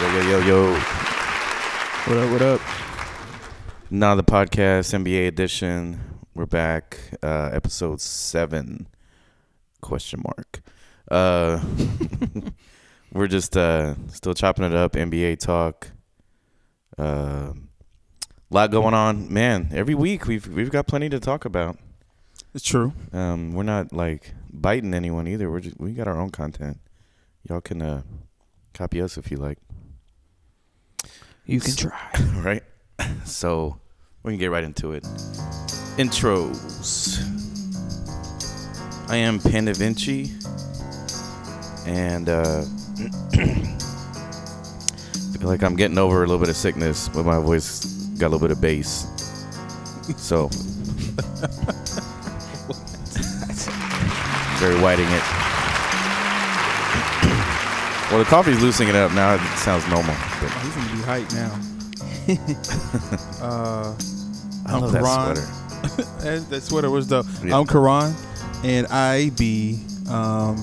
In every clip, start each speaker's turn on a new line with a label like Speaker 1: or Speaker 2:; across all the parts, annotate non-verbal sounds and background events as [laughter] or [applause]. Speaker 1: yo, yo, yo.
Speaker 2: What up? What up?
Speaker 1: Now the podcast NBA edition. We're back. Uh, episode seven. Question mark. Uh, [laughs] we're just uh, still chopping it up. NBA talk. A lot going on, man. Every week we've we've got plenty to talk about.
Speaker 2: It's true.
Speaker 1: Um, we're not like biting anyone either. We're just, we got our own content. Y'all can uh, copy us if you like.
Speaker 2: You can try.
Speaker 1: right? So we can get right into it. Intros. I am Pan Da Vinci, and uh, [clears throat] feel like I'm getting over a little bit of sickness, but my voice got a little bit of bass. So, very whiting it. Well, the coffee's loosening it up now. It sounds normal. But
Speaker 2: He's gonna be hyped now. uh,
Speaker 1: I love that
Speaker 2: Karan.
Speaker 1: sweater.
Speaker 2: that, that sweater was dope.
Speaker 1: Yeah.
Speaker 2: I'm Karan, and I be um,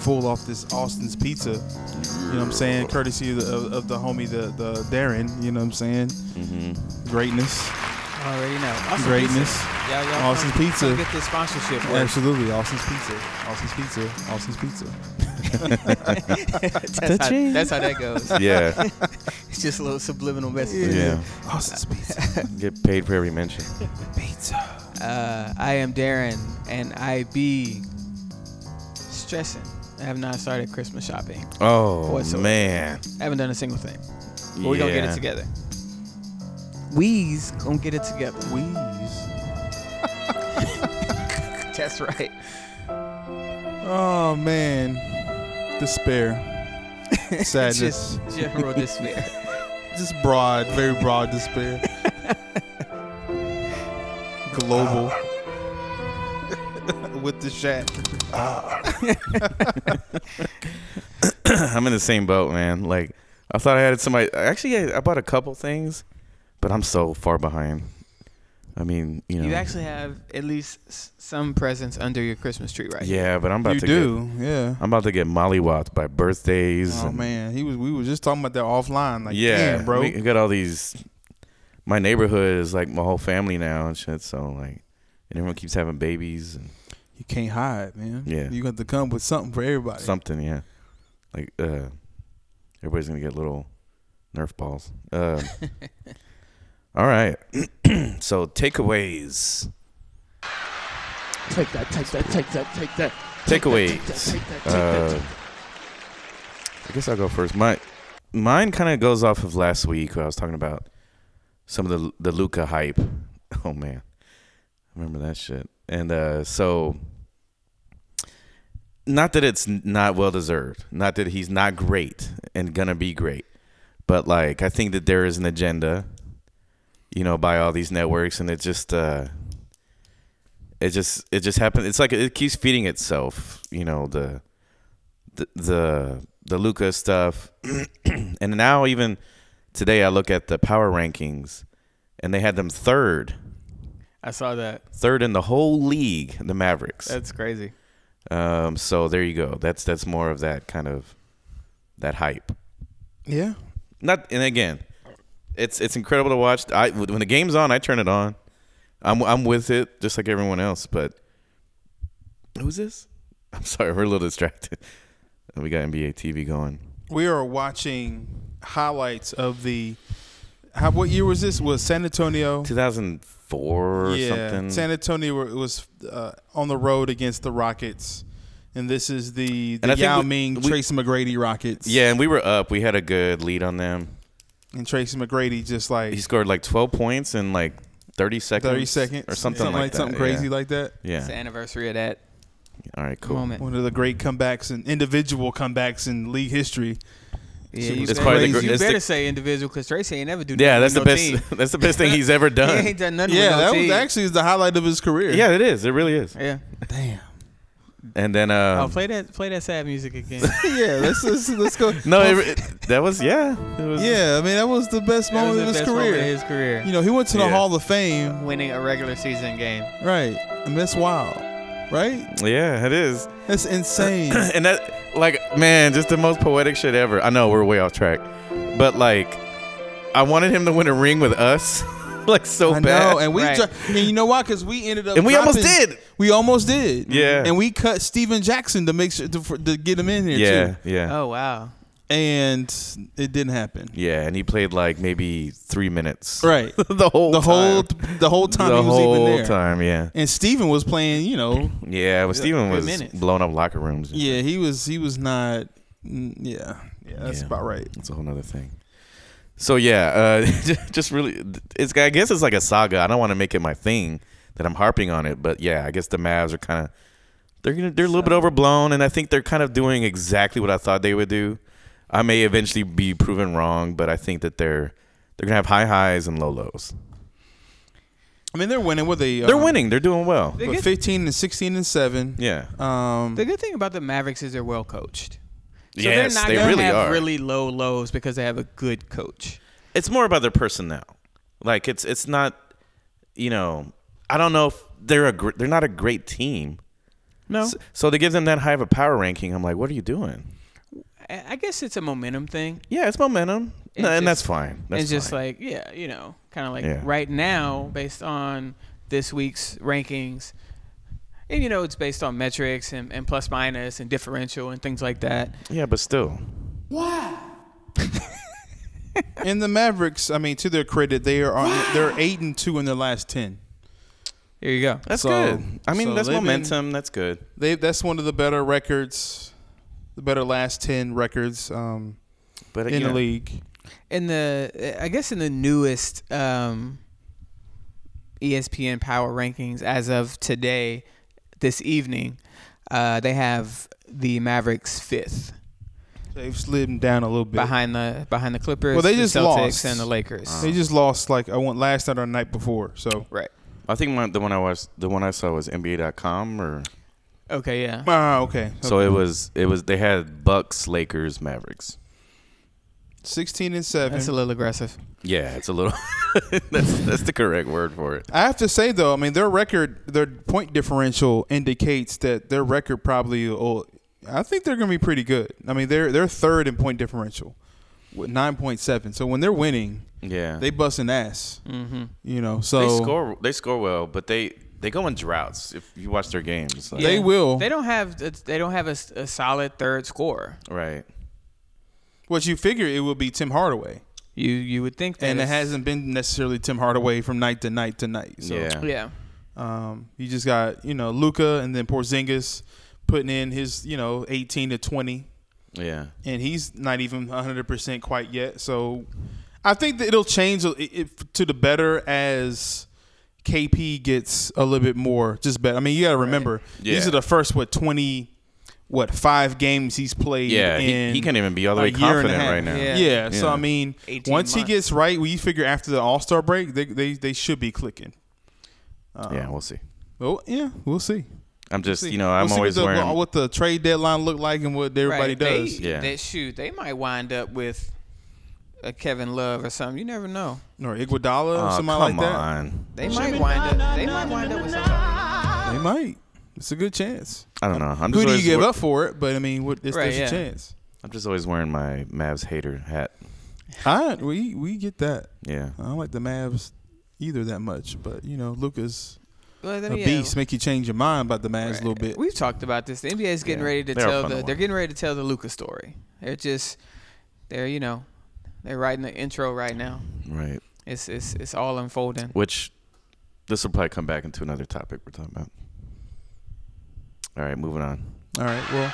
Speaker 2: full off this Austin's Pizza. You know what I'm saying? Courtesy of the, of, of the homie, the the Darren. You know what I'm saying?
Speaker 1: Mm-hmm.
Speaker 2: Greatness,
Speaker 3: Already know. Austin
Speaker 2: greatness.
Speaker 3: Pizza. Y'all, y'all
Speaker 2: Austin's
Speaker 3: come-
Speaker 2: Pizza.
Speaker 3: come Get this sponsorship. work.
Speaker 2: Absolutely, Austin's Pizza. Austin's Pizza. Austin's Pizza.
Speaker 3: that's, how,
Speaker 2: Cha-ching.
Speaker 3: that's how that goes.
Speaker 1: Yeah,
Speaker 3: It's just a little subliminal message.
Speaker 1: yeah.
Speaker 2: Austin's Pizza.
Speaker 1: Get paid for every mention.
Speaker 2: pizza.
Speaker 3: Uh, I am Darren, and I be stressing. I have not started Christmas shopping.
Speaker 1: Oh
Speaker 3: Whatsoever.
Speaker 1: man,
Speaker 3: I haven't done a single thing. But we gonna get
Speaker 1: Yeah.
Speaker 3: it together. We's gonna get it together.
Speaker 2: Wheeze.
Speaker 3: That's [laughs] right.
Speaker 2: Oh man, [laughs] despair, sadness,
Speaker 3: Just
Speaker 1: [laughs]
Speaker 2: just,
Speaker 3: general despair.
Speaker 2: broad, very
Speaker 1: [laughs]
Speaker 2: broad despair, global.
Speaker 1: Uh.
Speaker 2: [laughs] With the shack,
Speaker 1: I'm in the same boat, man. Like I thought I had somebody. Actually, I, I bought a couple things, but I'm so far behind. I mean, you know.
Speaker 3: You actually have at least s- some presents under your Christmas tree, right?
Speaker 1: yeah, but I'm about
Speaker 2: you
Speaker 1: to Get,
Speaker 2: do, yeah.
Speaker 1: I'm about to get mollywopped by birthdays.
Speaker 2: Oh
Speaker 1: and-
Speaker 2: man, he was. We were just talking about that offline. Like,
Speaker 1: yeah,
Speaker 2: damn, bro.
Speaker 1: We got all these. My neighborhood is like my whole family now and shit. So like, and everyone keeps having babies and
Speaker 2: you can't hide, man.
Speaker 1: Yeah.
Speaker 2: you got to come with something for everybody.
Speaker 1: something. Yeah, like uh, everybody's gonna get little Nerf balls. Uh, all right. [clears throat] so takeaways.
Speaker 4: Take that, take that, take that, take that.
Speaker 1: Takeaways. Uh, I guess I'll go first. My mine kind of goes off of last week where I was talking about some of the the Luca hype. [laughs] Oh man, I remember that shit. And uh, so, not that it's not well deserved. Not that he's not great and gonna be great, but like I think that there is an agenda, you know, by all these networks, and it just. Uh, it just it just happened. It's like it keeps feeding itself. You know the the the, the Luca stuff, [clears throat] and now even today I look at the power rankings, and they had them third,
Speaker 3: I saw that.
Speaker 1: third in the whole league, the Mavericks.
Speaker 3: That's crazy.
Speaker 1: um, so there you go. That's that's more of that kind of that hype.
Speaker 2: yeah,
Speaker 1: Not and again, it's it's incredible to watch. I when the game's on, I turn it on. I'm I'm with it just like everyone else. But who's this? [laughs] I'm sorry, we're a little distracted. We got NBA TV going.
Speaker 2: we are watching highlights of the. How, what year was this? Was San Antonio?
Speaker 1: 2004 or something.
Speaker 2: San Antonio were- was uh, on the road against the Rockets, and this is the,
Speaker 1: And I
Speaker 2: the
Speaker 1: think
Speaker 2: Yao
Speaker 1: we-
Speaker 2: Ming,
Speaker 1: we-
Speaker 2: Tracy McGrady Rockets.
Speaker 1: yeah, and we were up. We had a good lead on them.
Speaker 2: and Tracy McGrady just
Speaker 1: He
Speaker 2: like
Speaker 1: scored like 12 points in like 30 seconds,
Speaker 2: thirty seconds
Speaker 1: or something,
Speaker 2: something
Speaker 1: like, that.
Speaker 2: something crazy like that.
Speaker 1: Yeah.
Speaker 3: It's the
Speaker 1: yeah.
Speaker 3: anniversary of that
Speaker 1: All right. Cool.
Speaker 3: moment.
Speaker 2: One of the great comebacks and individual comebacks in league history.
Speaker 3: Yeah, you
Speaker 2: It's
Speaker 3: better,
Speaker 2: probably the
Speaker 3: you
Speaker 2: gr-
Speaker 1: it's
Speaker 3: better
Speaker 1: the-
Speaker 3: say individual because Tracy ain't never do.
Speaker 1: Yeah, that's the best.
Speaker 3: nothing with no
Speaker 1: [laughs]
Speaker 3: team.
Speaker 1: That's the best thing he's ever
Speaker 3: [laughs] He
Speaker 1: done.
Speaker 3: ain't done
Speaker 2: [laughs]
Speaker 3: nothing.
Speaker 2: Yeah,
Speaker 3: with no
Speaker 2: that
Speaker 3: team.
Speaker 2: was actually the highlight of his career.
Speaker 1: Yeah, it is. It really
Speaker 2: [laughs]
Speaker 1: is.
Speaker 3: Yeah.
Speaker 2: damn.
Speaker 1: And then
Speaker 3: Oh,
Speaker 1: um,
Speaker 3: play that. Play that sad music again.
Speaker 2: yeah, let's, let's let's go.
Speaker 1: No,
Speaker 2: [laughs]
Speaker 1: it, it- [laughs] that was yeah. It was,
Speaker 2: yeah, I mean that was the best
Speaker 3: That
Speaker 2: moment
Speaker 3: was the
Speaker 2: of his
Speaker 3: best
Speaker 2: career.
Speaker 3: moment of his career.
Speaker 2: you know, he went to the
Speaker 1: Yeah.
Speaker 2: Hall of Fame,
Speaker 3: winning a regular season game.
Speaker 2: right? And that's wild, right?
Speaker 1: yeah, it is. [clears throat]
Speaker 2: That's insane.
Speaker 1: And that, like, man, just the most poetic shit ever. I know we're way off track, But like, I wanted him to win a ring with us, [laughs] like so
Speaker 2: I
Speaker 1: bad.
Speaker 2: know, and we
Speaker 3: Right.
Speaker 2: dro- and you know why? Because we ended up
Speaker 1: And we almost
Speaker 2: dropping-
Speaker 1: did.
Speaker 2: We almost did.
Speaker 1: Yeah.
Speaker 2: and we cut Steven Jackson to make sure to, for, to get him in here.
Speaker 1: yeah,
Speaker 2: too.
Speaker 1: yeah,
Speaker 3: Oh wow.
Speaker 2: and it didn't happen.
Speaker 1: yeah. And he played like maybe three minutes.
Speaker 2: Right,
Speaker 1: [laughs] the whole
Speaker 2: the whole
Speaker 1: time.
Speaker 2: the whole time
Speaker 1: the
Speaker 2: he was
Speaker 1: whole
Speaker 2: even there.
Speaker 1: time. Yeah,
Speaker 2: And Steven was playing.
Speaker 1: [laughs]
Speaker 2: You know,
Speaker 1: yeah. But Steven
Speaker 3: three
Speaker 1: was
Speaker 3: minutes.
Speaker 1: blowing up locker rooms.
Speaker 2: yeah, he was he was not. mm, Yeah, yeah, that's
Speaker 1: Yeah.
Speaker 2: about right.
Speaker 1: That's a whole nother thing. So yeah, uh, [laughs] just really, it's I guess it's like a saga. I don't want to make it my thing that I'm harping on it, but yeah, I guess the Mavs are kind of they're gonna, they're a little bit overblown, and I think they're kind of doing exactly what I thought they would do. I may eventually be proven wrong, but I think that they're they're gonna have high highs and low lows.
Speaker 2: I mean, they're winning. What they
Speaker 1: They're
Speaker 2: um,
Speaker 1: winning. They're doing well.
Speaker 3: They
Speaker 2: But
Speaker 3: get-
Speaker 2: fifteen and sixteen and seven.
Speaker 1: Yeah.
Speaker 2: Um,
Speaker 3: The good thing about the Mavericks is they're well coached. So
Speaker 1: yes,
Speaker 3: they're not
Speaker 1: they
Speaker 3: gonna
Speaker 1: really
Speaker 3: have
Speaker 1: are.
Speaker 3: really low lows because they have a good coach.
Speaker 1: it's more about their personnel. Like it's it's not, you know, I don't know if they're a gr- they're not a great team.
Speaker 3: No.
Speaker 1: So, so to give them that high of a power ranking, I'm like, what are you doing?
Speaker 3: I I guess it's a momentum thing.
Speaker 1: Yeah, it's momentum,
Speaker 3: It's
Speaker 1: No, and
Speaker 3: just-
Speaker 1: that's fine. That's
Speaker 3: it's just
Speaker 1: fine.
Speaker 3: like, yeah, you know, kind of like
Speaker 1: Yeah.
Speaker 3: right now, based on this week's rankings, and you know, it's based on metrics and, and plus minus and differential and things like that.
Speaker 1: yeah, but still,
Speaker 2: and the Mavericks. I mean, to their credit, they are on, they're eight and two in their last ten.
Speaker 3: Here you go.
Speaker 1: that's
Speaker 2: So-
Speaker 1: good. I mean,
Speaker 2: so
Speaker 1: that's
Speaker 2: they've been-
Speaker 1: momentum. that's good.
Speaker 2: They that's one of the better records, the better last ten records um,
Speaker 1: But
Speaker 2: in
Speaker 1: you
Speaker 2: the
Speaker 1: know,
Speaker 2: league.
Speaker 3: In the, I guess in the newest um, E ESPN Power Rankings as of today, this evening, uh, they have the Mavericks fifth
Speaker 2: They've slid down a little bit.
Speaker 3: behind the behind the Clippers,
Speaker 2: Well, they
Speaker 3: the
Speaker 2: just
Speaker 3: Celtics,
Speaker 2: lost.
Speaker 3: and the Lakers.
Speaker 2: They just lost like I went last night or night before. So
Speaker 3: right.
Speaker 1: I think one, the one I watched, the one I saw was NBA.com, or
Speaker 3: Okay. Yeah.
Speaker 2: ah okay.
Speaker 1: so it was. It was they had Bucks, Lakers, Mavericks.
Speaker 2: sixteen and seven.
Speaker 3: That's a little aggressive.
Speaker 1: Yeah, it's a little. [laughs] that's that's the correct word for it.
Speaker 2: I have to say though, I mean their record, their point differential indicates that their record probably will. I think they're going to be pretty good. I mean they're they're third in point differential with nine point seven. So when they're winning,
Speaker 1: Yeah,
Speaker 2: they busting ass.
Speaker 3: Mm-hmm.
Speaker 2: You know, so
Speaker 1: they score they score well, but they they go in droughts. If you watch their games, like,
Speaker 2: They will.
Speaker 3: They don't have they don't have a, s- a solid third scorer.
Speaker 1: right?
Speaker 2: what you figure it will be Tim Hardaway,
Speaker 3: You you would think that
Speaker 2: and it
Speaker 3: it's-
Speaker 2: hasn't been necessarily Tim Hardaway from night to night to night. So
Speaker 1: yeah,
Speaker 3: yeah
Speaker 2: um, you just got you know Luca and then Porzingis putting in his you know eighteen to twenty.
Speaker 1: yeah.
Speaker 2: and he's not even 100% quite yet. So I think that it'll change it- it- to the better as KP gets a little bit more just better. I mean, you got to remember these
Speaker 1: Yeah.
Speaker 2: are the first what 20 what five games he's played
Speaker 1: Yeah, he,
Speaker 2: in
Speaker 1: he can't even be all the way
Speaker 2: a year and a
Speaker 1: confident
Speaker 2: half.
Speaker 1: right now.
Speaker 3: Yeah.
Speaker 2: yeah. so
Speaker 1: Yeah.
Speaker 2: I mean,
Speaker 3: 18
Speaker 2: once he
Speaker 3: months.
Speaker 2: gets right, we figure after the All Star break, they, they they should be clicking. Uh,
Speaker 1: Yeah, we'll see.
Speaker 2: well, yeah, we'll see.
Speaker 1: I'm just,
Speaker 2: see.
Speaker 1: you know, I'm
Speaker 2: We'll see
Speaker 1: always
Speaker 2: what the,
Speaker 1: wearing.
Speaker 2: what the trade deadline look like and what everybody
Speaker 3: Right.
Speaker 2: does.
Speaker 3: They,
Speaker 1: Yeah.
Speaker 3: they- shoot, they might wind up with a Kevin Love or something. You never know.
Speaker 2: or Iguodala or
Speaker 1: Oh,
Speaker 2: somebody
Speaker 1: come
Speaker 2: like that.
Speaker 1: on.
Speaker 3: They might wind up. They might wind up with somebody.
Speaker 2: They might. It's a good chance.
Speaker 1: I don't know. I'm just,
Speaker 2: Who do you
Speaker 1: always
Speaker 2: give
Speaker 1: wear-
Speaker 2: up for it? But I mean, what, it's,
Speaker 3: Right,
Speaker 2: there's
Speaker 3: yeah.
Speaker 2: a chance.
Speaker 1: I'm just always wearing my Mavs hater hat.
Speaker 2: All right, we we get that.
Speaker 1: Yeah.
Speaker 2: I don't like the Mavs either that much, but you know, Luca's
Speaker 3: Well, then,
Speaker 2: a
Speaker 3: yeah.
Speaker 2: beast. Make you change your mind about the Mavs
Speaker 3: Right.
Speaker 2: a little bit.
Speaker 3: We've talked about this. The NBA is getting
Speaker 1: Yeah.
Speaker 3: ready to
Speaker 1: They're a
Speaker 3: tell
Speaker 1: fun
Speaker 3: the.
Speaker 1: one.
Speaker 3: They're getting ready to tell the Luca story. They're just. They're you know, they're writing the intro right now.
Speaker 1: Right.
Speaker 3: It's it's it's all unfolding.
Speaker 1: Which this will probably come back into another topic we're talking about. All right, moving on.
Speaker 2: All right. Well,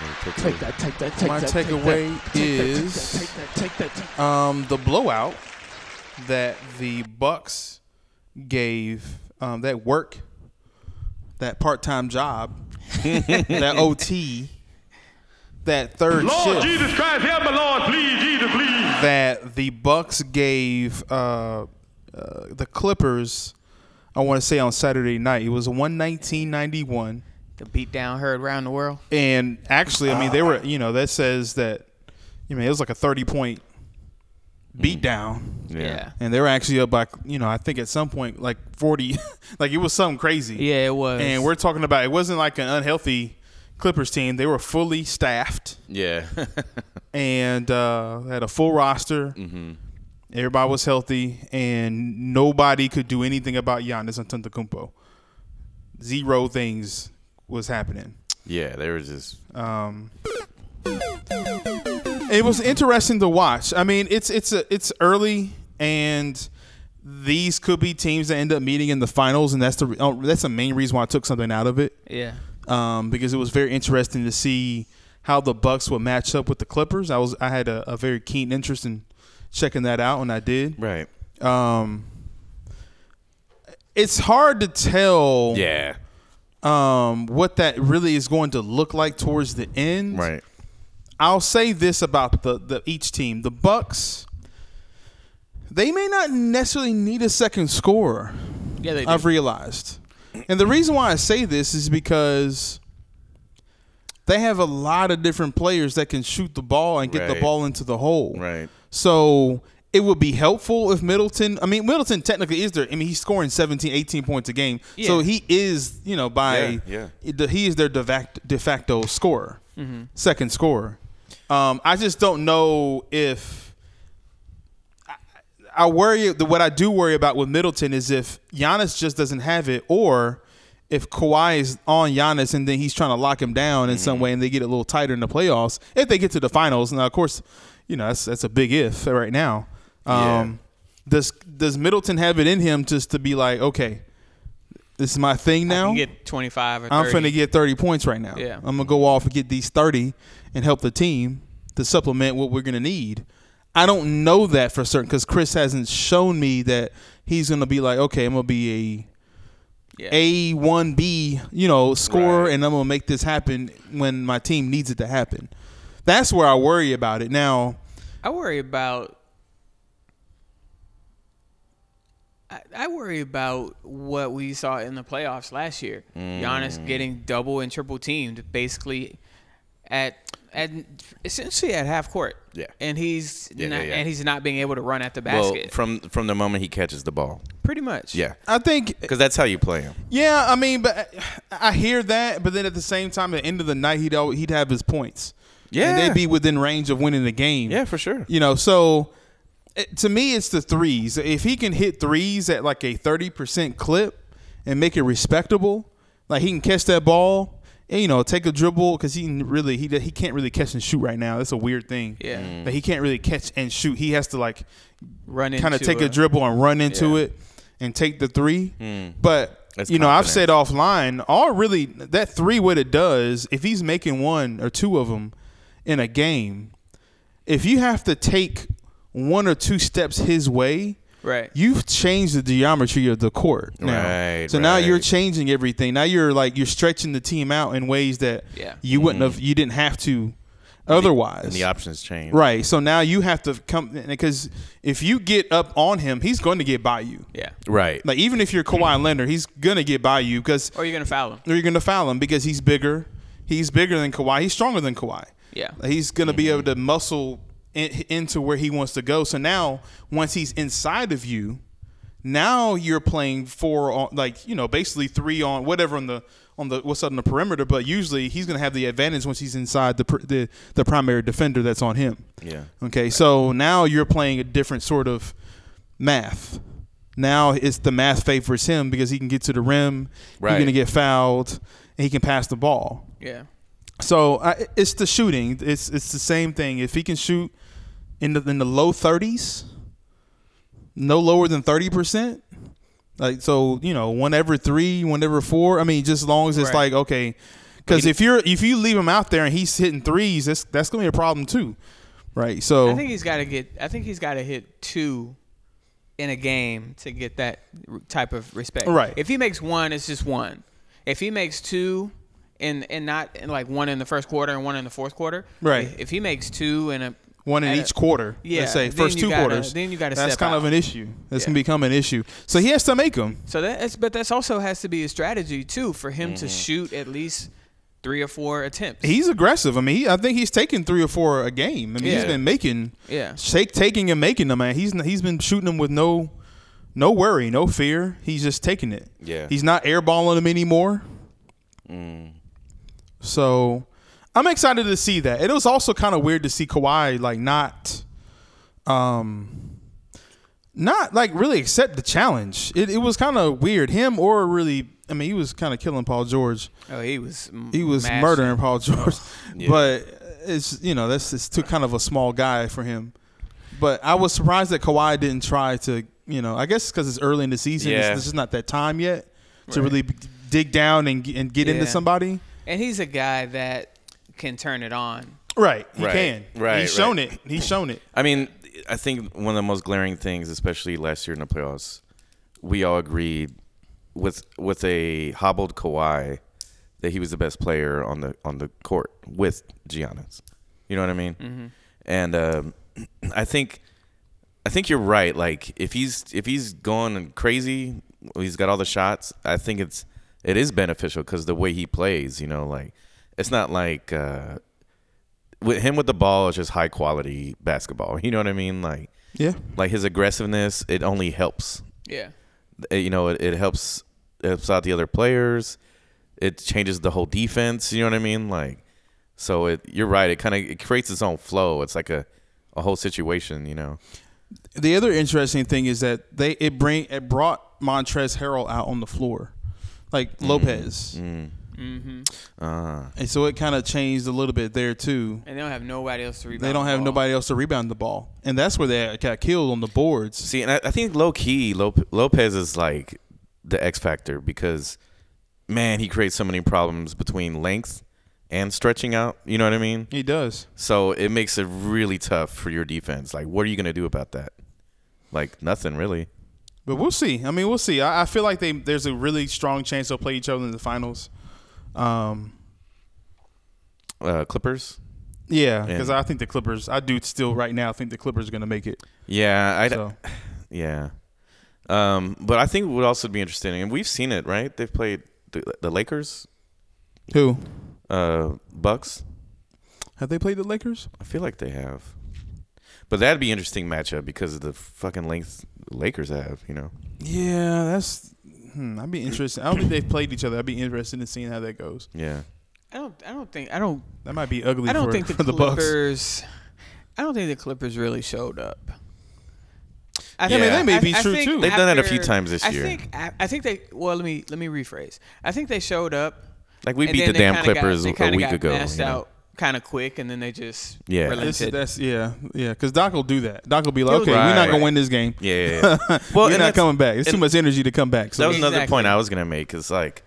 Speaker 1: Very quickly.
Speaker 4: Take that, take that, take
Speaker 2: my
Speaker 4: that. take that,
Speaker 2: takeaway
Speaker 4: take that, take
Speaker 2: is-
Speaker 4: that, Take that, take that, take that.
Speaker 2: um, the blowout that the Bucks gave um, that work, that part-time job,
Speaker 5: [laughs]
Speaker 2: that OT, that third
Speaker 5: Lord
Speaker 2: shift.
Speaker 5: Jesus Christ, help me, Lord, please, Jesus, please.
Speaker 2: that the Bucks gave uh, uh, the Clippers. I want to say on Saturday night it was one nineteen ninety one,
Speaker 3: The beatdown heard around the world.
Speaker 2: and actually, I mean they
Speaker 3: Uh.
Speaker 2: were you know that says that you mean it was like a thirty point beatdown,
Speaker 1: yeah.
Speaker 3: Mm. Yeah.
Speaker 2: and they were actually up by you know I think at some point like forty, [laughs] like it was something crazy.
Speaker 3: Yeah, it was.
Speaker 2: And we're talking about it wasn't like an unhealthy Clippers team, they were fully staffed
Speaker 1: Yeah. [laughs]
Speaker 2: and uh, had a full roster.
Speaker 3: Mm-hmm.
Speaker 2: Everybody was healthy, and nobody could do anything about Giannis Antetokounmpo. Zero things was happening.
Speaker 1: yeah, they were just
Speaker 2: Um, it was interesting to watch. I mean, it's it's a, it's early, and these could be teams that end up meeting in the finals, and that's the re- oh, that's the main reason why I took something out of it
Speaker 3: Yeah.
Speaker 2: um, because it was very interesting to see how the Bucks would match up with the Clippers. I was I had a, a very keen interest in checking that out, and I did.
Speaker 1: right.
Speaker 2: Um, it's hard to tell
Speaker 1: Yeah.
Speaker 2: um, what that really is going to look like towards the end.
Speaker 1: Right.
Speaker 2: I'll say this about the, the each team: the Bucks. They may not necessarily need a second scorer.
Speaker 3: Yeah, they do.
Speaker 2: I've realized. And the reason why I say this is because they have a lot of different players that can shoot the ball and get the
Speaker 1: Right.
Speaker 2: ball into the hole.
Speaker 1: Right.
Speaker 2: So it would be helpful if Middleton, I mean, Middleton technically is there. I mean, he's scoring 17, 18 points a game. So
Speaker 3: Yeah.
Speaker 2: he is, you know, by,
Speaker 1: Yeah,
Speaker 2: the- he is their de fac- de facto scorer, second scorer. Um, I just don't know if. I worry. the- What I do worry about with Middleton is if Giannis just doesn't have it, or if Kawhi is on Giannis and then he's trying to lock him down in
Speaker 1: Mm-hmm.
Speaker 2: some way, and they get a little tighter in the playoffs. If they get to the finals, now of course, you know that's that's a big if right now. Um, Does does Middleton have it in him just to be like, okay, this is my thing now.
Speaker 3: You get 25 or 30.
Speaker 2: I'm finna get 30 points right now.
Speaker 3: Yeah.
Speaker 2: I'm gonna go off and get these 30 and help the team to supplement what we're gonna need. I don't know that for certain because Chris hasn't shown me that he's gonna be like, okay, I'm gonna be
Speaker 3: yeah.
Speaker 2: a A one B, you know, scorer,
Speaker 1: Right.
Speaker 2: and I'm gonna make this happen when my team needs it to happen. That's where I worry about it. Now,
Speaker 3: I worry about. I, I worry about what we saw in the playoffs last year. Giannis getting double and triple teamed, basically at at essentially at half court.
Speaker 1: Yeah.
Speaker 3: and he's
Speaker 1: Yeah,
Speaker 3: not,
Speaker 1: yeah, yeah.
Speaker 3: and he's not being able to run at the
Speaker 1: Well,
Speaker 3: basket.
Speaker 1: from from the moment he catches the ball.
Speaker 3: pretty much.
Speaker 1: Yeah.
Speaker 2: I think
Speaker 1: Because that's how you play him.
Speaker 2: Yeah, I mean, but I I hear that, but then at the same time, at the end of the night, he'd always, he'd have his points. and
Speaker 1: Yeah.
Speaker 2: they'd be within range of winning the game.
Speaker 1: Yeah, for sure.
Speaker 2: You know, so it, to me, it's the threes. If he can hit threes at like a thirty percent clip and make it respectable, like he can catch that ball. And, you know, take a dribble because he can really he he can't really catch and shoot right now. That's a weird thing.
Speaker 3: Yeah. Mm.
Speaker 2: that he can't really catch and shoot. He has to like
Speaker 3: run into
Speaker 2: kind of take a, dribble and run into
Speaker 1: Yeah.
Speaker 2: it and take the three. But
Speaker 1: That's
Speaker 2: you know, I've
Speaker 1: confidence.
Speaker 2: said offline, all really that three what it does if he's making one or two of them in a game, if you have to take one or two steps his way.
Speaker 3: Right.
Speaker 2: You've changed the geometry of the court now,
Speaker 1: Right,
Speaker 2: so now you're
Speaker 1: right.
Speaker 2: changing everything. Now you're like you're stretching the team out in ways that
Speaker 3: Yeah.
Speaker 2: you wouldn't have, you didn't have to, otherwise.
Speaker 1: And Hmm. the options change.
Speaker 2: Right. So now you have to come because if you get up on him, he's going to get by you.
Speaker 3: yeah.
Speaker 1: Right.
Speaker 2: Like even if you're Kawhi Leonard, he's going to get by you because
Speaker 3: Or you're gonna foul him.
Speaker 2: or you're going to foul him because he's bigger. He's bigger than Kawhi. He's stronger than Kawhi.
Speaker 3: Yeah.
Speaker 2: He's going to be able to muscle in, into where he wants to go. So now once he's inside of you, now you're playing four on like, you know, basically three on whatever on the on the what's on the perimeter, but usually he's going to have the advantage once he's inside the pr- the the primary defender that's on him.
Speaker 1: Yeah.
Speaker 2: Okay, so now you're playing a different sort of math. Now it's the math favors him because he can get to the rim,
Speaker 1: Right.
Speaker 2: he's gonna get fouled, and he can pass the ball.
Speaker 3: Yeah.
Speaker 2: So I, it's the shooting. It's it's the same thing. If he can shoot in the in the low thirties, no lower than thirty percent, like so you know one every three, one every four. I mean, just as long as it's like
Speaker 3: Right.
Speaker 2: okay, because if you're if you leave him out there and he's hitting threes, that's that's gonna be a problem too, right? So
Speaker 3: I think he's got to get. I think he's got to hit two in a game to get that r- type of respect.
Speaker 2: Right.
Speaker 3: If he makes one, it's just one. If he makes two, and and not and like one in the first quarter and one in the fourth quarter.
Speaker 2: Right.
Speaker 3: If, if he makes two and a
Speaker 2: one in
Speaker 3: at a-
Speaker 2: each quarter.
Speaker 3: Yeah,
Speaker 2: let's say
Speaker 3: then
Speaker 2: first
Speaker 3: you
Speaker 2: two
Speaker 3: gotta-
Speaker 2: quarters.
Speaker 3: then you gotta
Speaker 2: That's
Speaker 3: step
Speaker 2: kind
Speaker 3: out.
Speaker 2: of an issue. That's
Speaker 3: Yeah.
Speaker 2: gonna become an issue. So he has to make them.
Speaker 3: So that's but that's also has to be a strategy too for him
Speaker 2: Mm-hmm.
Speaker 3: to shoot at least three or four attempts.
Speaker 2: He's aggressive. I mean, he, I think he's taking three or four a game. I mean, he's
Speaker 3: Yeah.
Speaker 2: been making,
Speaker 3: Yeah.
Speaker 2: take, taking and making them. Man, he's n- he's been shooting them with no, no worry, no fear. He's just taking it.
Speaker 1: Yeah.
Speaker 3: Mm.
Speaker 2: he's not airballing them anymore. So I'm excited to see that. It was also kind of weird to see Kawhi like not um not like really accept the challenge. It it was kind of weird. Him or really I mean he was kind of killing Paul George.
Speaker 3: Oh, he was. m-
Speaker 2: He was
Speaker 3: mashing.
Speaker 2: murdering Paul George.
Speaker 1: Oh, [laughs] Yeah.
Speaker 2: But it's you know, that's it's too kind of a small guy for him. But I was surprised that Kawhi didn't try to, you know, I guess because it's early in the season.
Speaker 1: Yeah.
Speaker 2: It's, it's just not that time yet to
Speaker 3: Right.
Speaker 2: really b- dig down and, g- and get into
Speaker 3: Yeah.
Speaker 2: somebody.
Speaker 3: And he's a guy that can turn it on.
Speaker 2: Right. He
Speaker 1: Right,
Speaker 2: can.
Speaker 1: right,
Speaker 2: He's shown it. He's shown it.
Speaker 1: I mean, I think one of the most glaring things, especially last year in the playoffs, we all agreed with with a hobbled Kawhi that he was the best player on the on the court with Giannis. You know what I mean? And um, [clears throat] I think I think you're right. Like if he's if he's going and crazy, he's got all the shots. I think it's it is beneficial because the way he plays, you know, like it's not like. Uh, with him with the ball it's just high quality basketball. You know what I mean? Like
Speaker 2: Yeah.
Speaker 1: like his aggressiveness, it only helps.
Speaker 3: Yeah.
Speaker 1: It- you know, it, it helps it helps out the other players. It changes the whole defense. You know what I mean? Like so it you're right. It kind of it creates its own flow. It's like a a whole situation, you know.
Speaker 2: The other interesting thing is that they it bring it brought Montrez Harrell out on the floor, like Lopez,
Speaker 1: Mm.
Speaker 3: Mm-hmm.
Speaker 1: Uh,
Speaker 2: and so it kind of changed a little bit there too.
Speaker 3: And they don't have nobody else to rebound.
Speaker 2: They don't
Speaker 3: the
Speaker 2: have
Speaker 3: ball.
Speaker 2: nobody else to rebound the ball, and that's where they got killed on the boards.
Speaker 1: see, and I, I think low key Lop- Lopez is like the X factor because man, he creates so many problems between length and stretching out. You know what I mean?
Speaker 2: He does.
Speaker 1: So it makes it really tough for your defense. Like, what are you going to do about that? Like, nothing really.
Speaker 2: But we'll see. I mean, we'll see. I, I feel like they there's a really strong chance they'll play each other in the finals. Um,
Speaker 1: Uh, Clippers?
Speaker 2: yeah, because
Speaker 1: Yeah.
Speaker 2: I think the Clippers. I do still right now think the Clippers are going to make it.
Speaker 1: Yeah, I
Speaker 2: So
Speaker 1: yeah. Um, but I think it would also be interesting, and we've seen it, right? They've played the, the Lakers,
Speaker 2: who
Speaker 1: uh, Bucks.
Speaker 2: have they played the Lakers?
Speaker 1: I feel like they have, but that'd be interesting matchup because of the fucking length Lakers have. You know,
Speaker 2: Yeah, that's. Hmm, I'd be interested. I don't think they've played each other. I'd be interested in seeing how that goes.
Speaker 1: yeah.
Speaker 3: I don't. I don't think. I don't.
Speaker 2: That might be ugly.
Speaker 3: I don't
Speaker 2: for, [laughs]
Speaker 3: think the
Speaker 2: for the Bucks.
Speaker 3: Clippers. I don't think the Clippers really showed up. I
Speaker 1: Yeah, I mean, that
Speaker 2: may be true,
Speaker 3: think
Speaker 2: too.
Speaker 1: They've done that a few times this
Speaker 3: I
Speaker 1: year.
Speaker 3: think. I, I think they. Well, let me let me rephrase. I think they showed up.
Speaker 1: Like we
Speaker 3: and
Speaker 1: beat
Speaker 3: then
Speaker 1: the
Speaker 3: they
Speaker 1: damn
Speaker 3: kinda got-
Speaker 1: Clippers
Speaker 3: they
Speaker 1: a
Speaker 3: kinda
Speaker 1: week
Speaker 3: got
Speaker 1: ago.
Speaker 3: Mashed
Speaker 1: you know?
Speaker 3: out kind of quick, and then they just
Speaker 1: Yeah. This is-
Speaker 2: This,
Speaker 3: relented.
Speaker 2: that's yeah, yeah. Because Doc will do that. Doc will be like,
Speaker 3: He'll
Speaker 2: okay,
Speaker 3: do
Speaker 2: we're not
Speaker 1: that.
Speaker 2: gonna win this game.
Speaker 1: Yeah,
Speaker 3: [laughs]
Speaker 1: yeah, yeah.
Speaker 2: Well, you're
Speaker 1: and
Speaker 2: not
Speaker 1: that's-
Speaker 2: coming back. It's too
Speaker 1: and-
Speaker 2: much energy to come back.
Speaker 1: that
Speaker 2: So
Speaker 1: was another
Speaker 3: Exactly.
Speaker 1: point I was gonna make. Is like,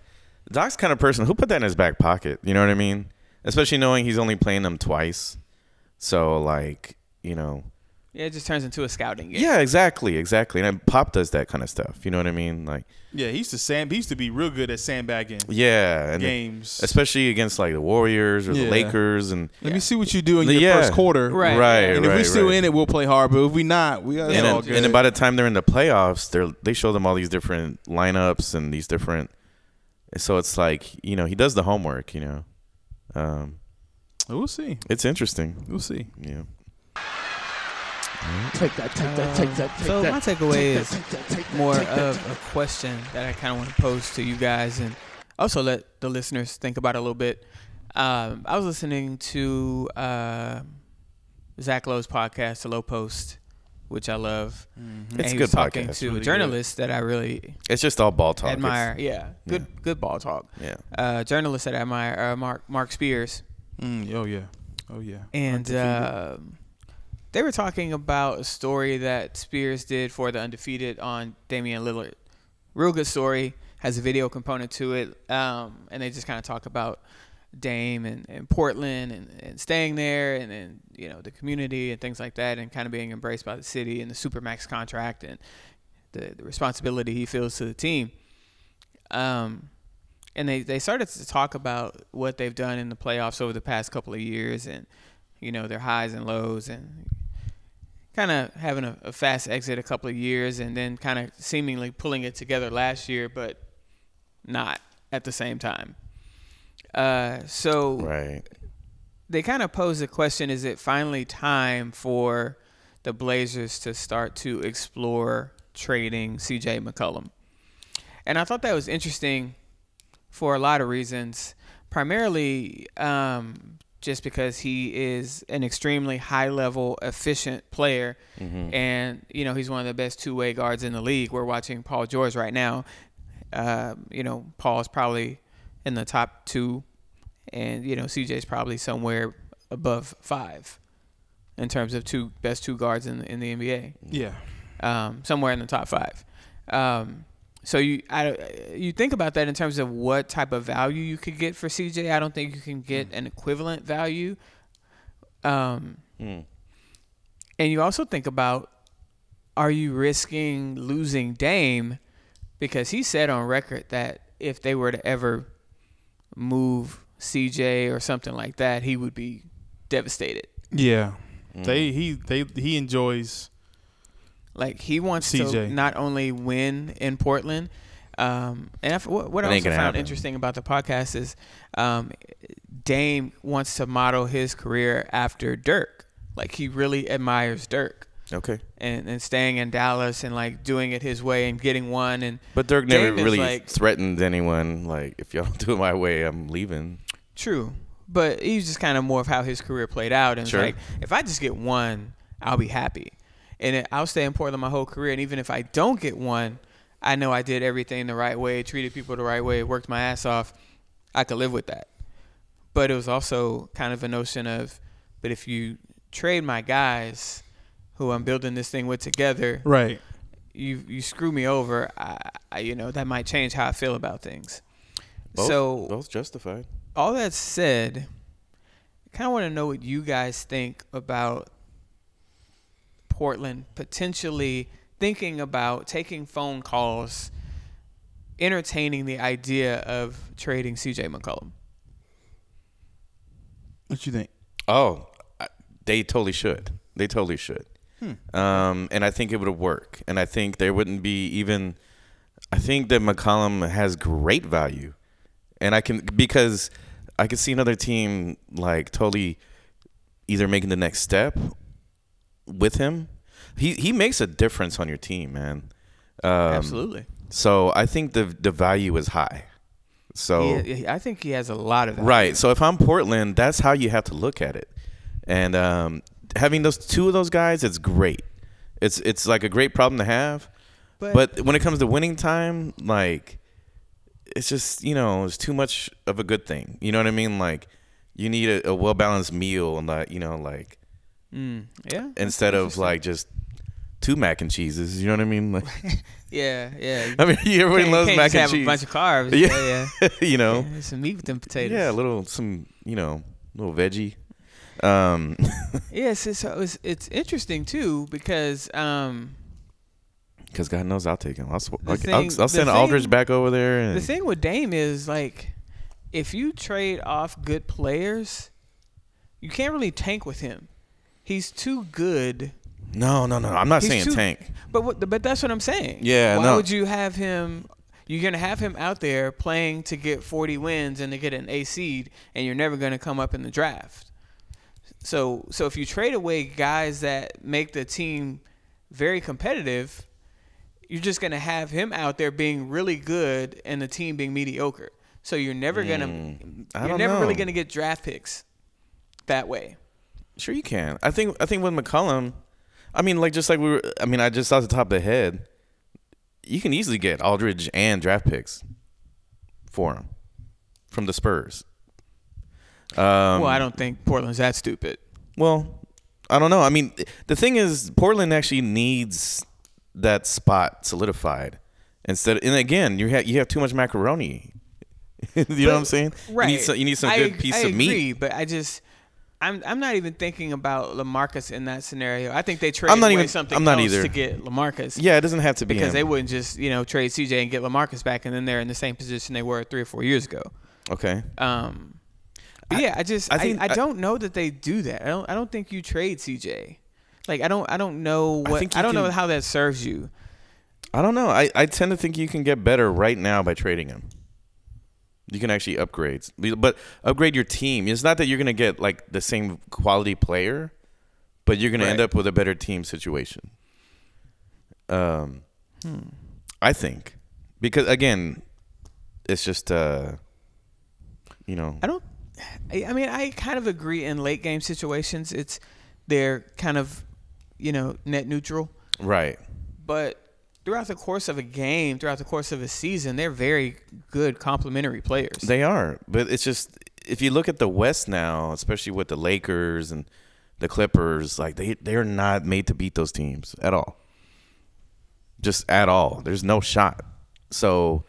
Speaker 1: Doc's kind of person who put that in his back pocket. You know what I mean? Especially knowing he's only playing them twice. So like, you know.
Speaker 3: yeah, it just turns into a scouting game.
Speaker 1: Yeah, exactly, exactly. And then Pop does that kind of stuff. You know what I mean? Like,
Speaker 2: yeah, he used to sand. He used to be real good at sandbagging
Speaker 1: yeah, and
Speaker 2: games.
Speaker 1: especially against like the Warriors or
Speaker 2: Yeah.
Speaker 1: the Lakers, and
Speaker 2: Let me see what you do in
Speaker 1: The-
Speaker 2: your
Speaker 1: yeah.
Speaker 2: first quarter.
Speaker 3: Right.
Speaker 1: right,
Speaker 2: And if
Speaker 1: right,
Speaker 2: we still
Speaker 1: right.
Speaker 2: in it, we'll play hard. But if we not, we got
Speaker 1: and,
Speaker 2: all
Speaker 1: then,
Speaker 2: good.
Speaker 1: and then by the time they're in the playoffs, they're they show them all these different lineups and these different. So it's like you know he does the homework. You know, um,
Speaker 2: we'll see.
Speaker 1: it's interesting.
Speaker 2: We'll see.
Speaker 1: Yeah.
Speaker 4: Take that, take that, take that, take
Speaker 3: so
Speaker 4: that.
Speaker 3: my
Speaker 4: Take
Speaker 3: takeaway
Speaker 4: that,
Speaker 3: is
Speaker 4: take that, take that,
Speaker 3: more
Speaker 4: take that,
Speaker 3: of
Speaker 4: take
Speaker 3: a question that I kind of want to pose to you guys and also let the listeners think about it a little bit. Um, I was listening to uh, Zach Lowe's podcast, The Low Post, which I love. And
Speaker 1: Mm-hmm. It's
Speaker 3: he
Speaker 1: a
Speaker 3: was
Speaker 1: good
Speaker 3: talking
Speaker 1: podcast.
Speaker 3: to
Speaker 2: Really
Speaker 3: a
Speaker 2: good.
Speaker 3: journalist that I really
Speaker 1: It's just all ball talk. It's-
Speaker 3: admire. Yeah, good good ball talk.
Speaker 1: yeah.
Speaker 3: Uh, journalist that I admire, uh, Mark Mark Spears,
Speaker 2: Mm, oh yeah. Oh yeah.
Speaker 3: and
Speaker 2: Undefeated.
Speaker 3: um they were talking about a story that Spears did for the undefeated on Damian Lillard. Real good story, has a video component to it, um, and they just kind of talk about Dame and, and Portland and, and staying there, and then you know the community and things like that, and kind of being embraced by the city and the supermax contract and the, the responsibility he feels to the team. Um, and they, they started to talk about what they've done in the playoffs over the past couple of years and you know their highs and lows and kind of having a, a fast exit a couple of years and then kind of seemingly pulling it together last year but not at the same time uh, so
Speaker 1: Right.
Speaker 3: they kind of pose the question is it finally time for the Blazers to start to explore trading CJ McCollum? And I thought that was interesting for a lot of reasons, primarily um, just because he is an extremely high level, efficient player. And, you know, he's one of the best two way guards in the league. We're watching Paul George right now. Uh, you know, Paul's probably in the top two, and, you know, CJ's probably somewhere above five in terms of two best two guards in, in the NBA
Speaker 2: Yeah.
Speaker 3: um, somewhere in the top five. Um, so you I, you think about that in terms of what type of value you could get for CJ. I don't think you can get an equivalent value. Um, And you also think about are you risking losing Dame because he said on record that if they were to ever move CJ or something like that, he would be devastated.
Speaker 2: Yeah.
Speaker 1: Mm.
Speaker 2: They he they he enjoys
Speaker 3: Like he wants to
Speaker 2: CJ.
Speaker 3: not only win in Portland, um, and I f what, what
Speaker 1: That
Speaker 3: I
Speaker 1: ain't
Speaker 3: also
Speaker 1: gonna
Speaker 3: found
Speaker 1: happen.
Speaker 3: interesting about the podcast is um, Dame wants to model his career after Dirk. Like he really admires Dirk
Speaker 1: Okay.
Speaker 3: and, and staying in Dallas and like doing it his way and getting one and
Speaker 1: But Dirk never
Speaker 3: Dame is
Speaker 1: really
Speaker 3: like-
Speaker 1: threatened anyone. Like, if y'all [laughs] do it my way, I'm leaving.
Speaker 3: True, but he was just kind of more of how his career played out, and it's
Speaker 1: Sure.
Speaker 3: like if I just get one, I'll be happy, and it, I'll stay in Portland my whole career. And even if I don't get one, I know I did everything the right way, treated people the right way, worked my ass off. I could live with that. But it was also kind of a notion of, but if you trade my guys, who I'm building this thing with together,
Speaker 2: right.
Speaker 3: you you screw me over. I, I you know that might change how I feel about things.
Speaker 1: Both,
Speaker 3: so
Speaker 1: both justified.
Speaker 3: all that said, I kind of want to know what you guys think about Portland potentially thinking about taking phone calls, entertaining the idea of trading CJ McCollum.
Speaker 2: What you think?
Speaker 1: Oh, I- they totally should. They totally should. Um, and I think it would work. And I think there wouldn't be even. I think that McCollum has great value, and I can because I could see another team like totally either making the next step with him. He he makes a difference on your team, man. Um,
Speaker 3: Absolutely.
Speaker 1: So I think the the value is high. So
Speaker 3: I think he has a lot of that.
Speaker 1: Right. So if I'm Portland, that's how you have to look at it. And um, having those two of those guys, it's great. It's it's like a great problem to have.
Speaker 3: But-
Speaker 1: But, when it comes to winning time, like it's just you know it's too much of a good thing. You know what I mean? Like you need a, a well balanced meal and like you know like
Speaker 3: Yeah.
Speaker 1: instead of like just two mac and cheeses. You know what I mean? Like [laughs]
Speaker 3: Yeah. Yeah. [laughs]
Speaker 1: I mean everybody
Speaker 3: Can't-
Speaker 1: loves
Speaker 3: can't
Speaker 1: mac
Speaker 3: just
Speaker 1: and
Speaker 3: have
Speaker 1: cheese.
Speaker 3: a bunch of
Speaker 1: [laughs]
Speaker 3: carbs.
Speaker 1: Yeah.
Speaker 3: Yeah. Yeah.
Speaker 1: you know. [laughs]
Speaker 3: Yeah, Some meat with them [laughs] potatoes.
Speaker 1: Yeah, a little some you know little veggie. Um,
Speaker 3: Yes, it's, it's it's interesting too because um,
Speaker 1: Because God knows I'll take him. I'll, sw-
Speaker 3: The
Speaker 1: I'll,
Speaker 3: thing-
Speaker 1: I'll, I'll send
Speaker 3: the
Speaker 1: Aldridge
Speaker 3: thing-
Speaker 1: back over there. And
Speaker 3: The thing with Dame is like, if you trade off good players, you can't really tank with him. He's too good.
Speaker 1: no, no, no. I'm not
Speaker 3: He's
Speaker 1: saying
Speaker 3: too-
Speaker 1: tank.
Speaker 3: But what, but that's what I'm saying.
Speaker 1: Yeah,
Speaker 3: Why
Speaker 1: no.
Speaker 3: would you have him? You're gonna have him out there playing to get 40 wins and to get an A seed, and you're never gonna come up in the draft. So so if you trade away guys that make the team very competitive, you're just gonna have him out there being really good and the team being mediocre. So you're never gonna
Speaker 1: Hmm. I
Speaker 3: you're
Speaker 1: don't
Speaker 3: never really
Speaker 1: know.
Speaker 3: gonna get draft picks that way.
Speaker 1: Sure, you can. I think. I think with McCollum, I mean, like just like we were. I mean, I just off the top of the head, you can easily get Aldridge and draft picks for him from the Spurs. Um,
Speaker 3: well, I don't think Portland's that stupid.
Speaker 1: Well, I don't know. I mean, th- the thing is, Portland actually needs that spot solidified. Instead, and again, you have you have too much macaroni. [laughs] you know what I'm saying?
Speaker 3: Right.
Speaker 1: You need some, you need some
Speaker 3: I
Speaker 1: good
Speaker 3: ag-
Speaker 1: piece
Speaker 3: I
Speaker 1: of
Speaker 3: agree,
Speaker 1: meat.
Speaker 3: But I just, I'm, I'm not even thinking about Lamarcus in that scenario. I think they trade
Speaker 1: not
Speaker 3: away
Speaker 1: even-
Speaker 3: something
Speaker 1: I'm not
Speaker 3: else
Speaker 1: either.
Speaker 3: to get Lamarcus.
Speaker 1: Yeah, it doesn't have to be
Speaker 3: Because
Speaker 1: him.
Speaker 3: they wouldn't just, you know, trade CJ and get Lamarcus back, and then they're in the same position they were three or four years ago.
Speaker 1: okay.
Speaker 3: Um, but yeah, I just,
Speaker 1: I
Speaker 3: I,
Speaker 1: think-
Speaker 3: I,
Speaker 1: I-
Speaker 3: don't know that they do that. I don't, I don't think you trade CJ. Like I don't, I don't know what, I,
Speaker 1: think you
Speaker 3: don't know
Speaker 1: can-
Speaker 3: how that serves you.
Speaker 1: I don't know. I, I tend to think you can get better right now by trading him. You can actually upgrade, but upgrade your team. It's not that you're going to get like the same quality player, but you're going to end
Speaker 3: Right.
Speaker 1: up with a better team situation. Um, I think because again, it's just uh, you know.
Speaker 3: I don't. I I mean, I kind of agree. In late game situations, it's they're kind of you know net neutral,
Speaker 1: Right.
Speaker 3: but throughout the course of a game, throughout the course of a season, they're very good complementary players.
Speaker 1: They are, but it's just if you look at the West now, especially with the Lakers and the Clippers, like they they're not made to beat those teams at all. Just at all. There's no shot. So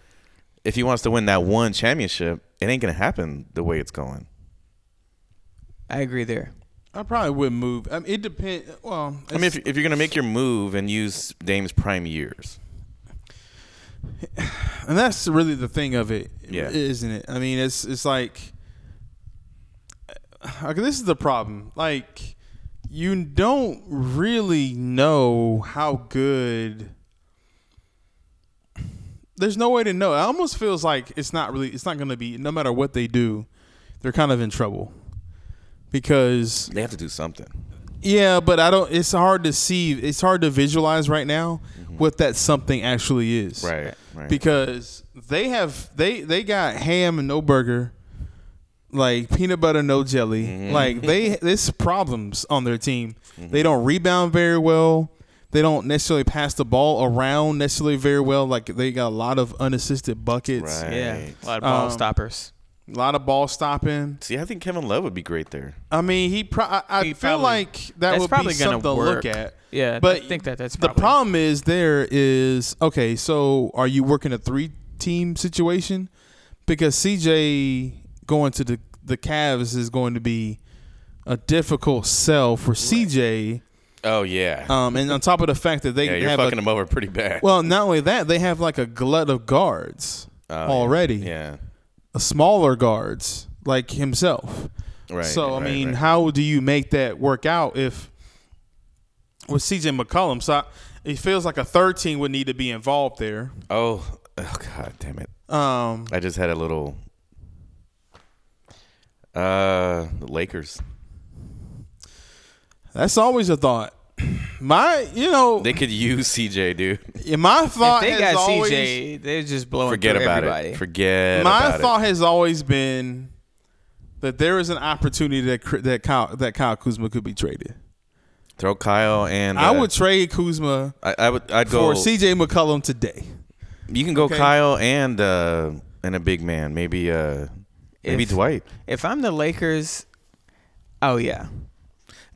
Speaker 1: if he wants to win that one championship, it ain't gonna happen the way it's going.
Speaker 3: I agree there.
Speaker 2: I probably wouldn't move. I mean, it depends. Well,
Speaker 1: I mean, if, if you're gonna make your move and use Dame's prime years,
Speaker 2: and that's really the thing of it,
Speaker 1: Yeah.
Speaker 2: isn't it? I mean, it's it's like okay, this is the problem. Like you don't really know how good. There's no way to know. It almost feels like it's not really. It's not going to be. No matter what they do, they're kind of in trouble because
Speaker 1: they have to do something.
Speaker 2: yeah, but I don't. It's hard to see. It's hard to visualize right now what that something actually is.
Speaker 1: Mm-hmm. Right. Right.
Speaker 2: Because they have they they got ham and no burger, like peanut butter no jelly.
Speaker 1: Mm-hmm.
Speaker 2: Like they [laughs] there's problems on their team. They don't rebound very well. They don't necessarily pass the ball around necessarily very well. Like they got a lot of unassisted buckets,
Speaker 1: Right.
Speaker 3: Yeah, a lot of ball
Speaker 2: Um,
Speaker 3: stoppers.
Speaker 2: a lot of ball stopping.
Speaker 1: See, I think Kevin Love would be great there.
Speaker 2: I mean, he. Pro- I, I
Speaker 3: He
Speaker 2: feel
Speaker 3: probably-
Speaker 2: like that
Speaker 3: that's
Speaker 2: would
Speaker 3: probably
Speaker 2: be
Speaker 3: gonna
Speaker 2: something to
Speaker 3: work.
Speaker 2: look at.
Speaker 3: Yeah, I
Speaker 2: but
Speaker 3: think that that's
Speaker 2: the
Speaker 3: probably-
Speaker 2: problem. Is there is okay? So are you working a three team situation? Because CJ going to the the Cavs is going to be a difficult sell for CJ.
Speaker 1: Oh yeah.
Speaker 2: Um, and on top of the fact that they
Speaker 1: yeah, you're
Speaker 2: have
Speaker 1: fucking
Speaker 2: a,
Speaker 1: him over pretty bad.
Speaker 2: well, not only that, they have like a glut of guards
Speaker 1: Oh, yeah.
Speaker 2: already.
Speaker 1: Yeah.
Speaker 2: smaller guards like himself.
Speaker 1: Right.
Speaker 2: So I
Speaker 1: right,
Speaker 2: mean,
Speaker 1: right.
Speaker 2: how do you make that work out if with CJ McCollum? So I, it feels like a third team would need to be involved there.
Speaker 1: Oh, oh god damn it.
Speaker 2: Um,
Speaker 1: I just had a little uh the Lakers.
Speaker 2: that's always a thought. [clears throat] My, you know,
Speaker 1: They could use CJ, dude.
Speaker 2: my thought
Speaker 3: If they
Speaker 2: has
Speaker 3: got
Speaker 2: always
Speaker 3: CJ, they're just blowing
Speaker 1: Forget
Speaker 3: through
Speaker 1: about
Speaker 3: everybody.
Speaker 1: it. Forget
Speaker 2: my
Speaker 1: about
Speaker 2: thought has always been that there is an opportunity that Cr- that Kyle, that Kyle Kuzma could be traded.
Speaker 1: it. Throw Kyle and
Speaker 2: I
Speaker 1: uh,
Speaker 2: would trade Kuzma
Speaker 1: I, I would I'd go
Speaker 2: for CJ McCollum today.
Speaker 1: You can go
Speaker 2: okay.
Speaker 1: Kyle and uh and a big man, maybe uh maybe
Speaker 3: If-
Speaker 1: Dwight.
Speaker 3: If I'm the Lakers, oh yeah.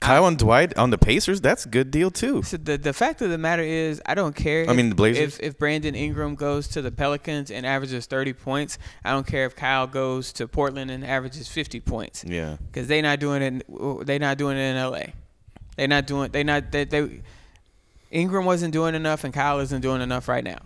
Speaker 1: Kyle and Dwight on the Pacers, that's a good deal too.
Speaker 3: So the the fact of the matter is, I don't care.
Speaker 1: I mean, the Blazers.
Speaker 3: If if Brandon Ingram goes to the Pelicans and averages 30 points, I don't care if Kyle goes to Portland and averages 50 points.
Speaker 1: Yeah.
Speaker 3: Because they not doing it. They not doing it in L.A. They not doing. They not. They, they Ingram wasn't doing enough, and Kyle isn't doing enough right now.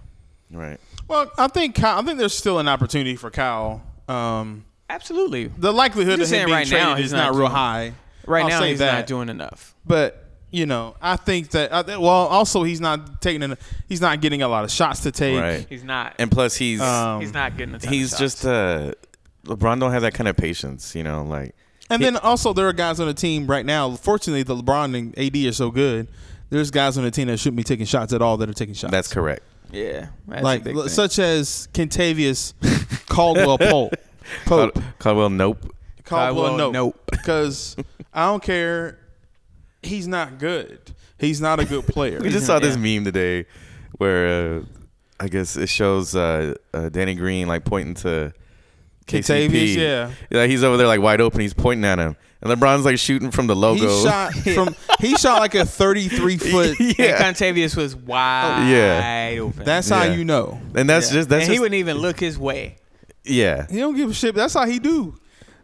Speaker 1: Right.
Speaker 2: Well, I think Kyle, I think there's still an opportunity for Kyle. Um,
Speaker 3: Absolutely.
Speaker 2: the likelihood
Speaker 3: You're
Speaker 2: of him
Speaker 3: saying
Speaker 2: being
Speaker 3: right
Speaker 2: traded
Speaker 3: now
Speaker 2: is
Speaker 3: he's
Speaker 2: not,
Speaker 3: not
Speaker 2: real
Speaker 3: doing-
Speaker 2: high.
Speaker 3: Right
Speaker 2: I'll
Speaker 3: now,
Speaker 2: say
Speaker 3: he's
Speaker 2: that.
Speaker 3: not doing enough.
Speaker 2: But you know, I think that. I, well, also he's not taking. en- he's not getting a lot of shots to take.
Speaker 1: Right.
Speaker 3: He's not.
Speaker 1: And plus he's
Speaker 2: Um,
Speaker 3: he's not getting. A ton of
Speaker 1: he's
Speaker 3: shots.
Speaker 1: just uh LeBron don't have that kind of patience, you know, like
Speaker 2: And then also there are guys on the team right now. Fortunately, the LeBron and AD are so good. There's guys on the team that shouldn't be taking shots at all that are taking shots.
Speaker 1: that's correct.
Speaker 3: yeah. That's a
Speaker 2: like
Speaker 3: big
Speaker 2: l-
Speaker 3: thing.
Speaker 2: such as Kentavious Caldwell Pope. Pope.
Speaker 1: Cal- Caldwell, nope.
Speaker 2: Caldwell,
Speaker 3: Caldwell,
Speaker 2: no.
Speaker 3: nope.
Speaker 2: Because I don't care. He's not good. He's not a good player.
Speaker 1: We just saw this meme today where uh, I guess it shows uh, uh, Danny Green like pointing to KCP.
Speaker 2: Kentavious, yeah.
Speaker 1: Like, he's over there like wide open. He's pointing at him, and LeBron's like shooting from the logo.
Speaker 2: He shot from he shot like a 33 [laughs] foot.
Speaker 1: yeah, Oh,
Speaker 3: And Contavious was wide
Speaker 1: Yeah.
Speaker 3: open.
Speaker 2: That's how
Speaker 1: Yeah.
Speaker 2: you know.
Speaker 1: and that's just that's
Speaker 3: and he
Speaker 1: just
Speaker 3: wouldn't even look his way.
Speaker 1: yeah.
Speaker 2: He don't give a shit. but That's how he do.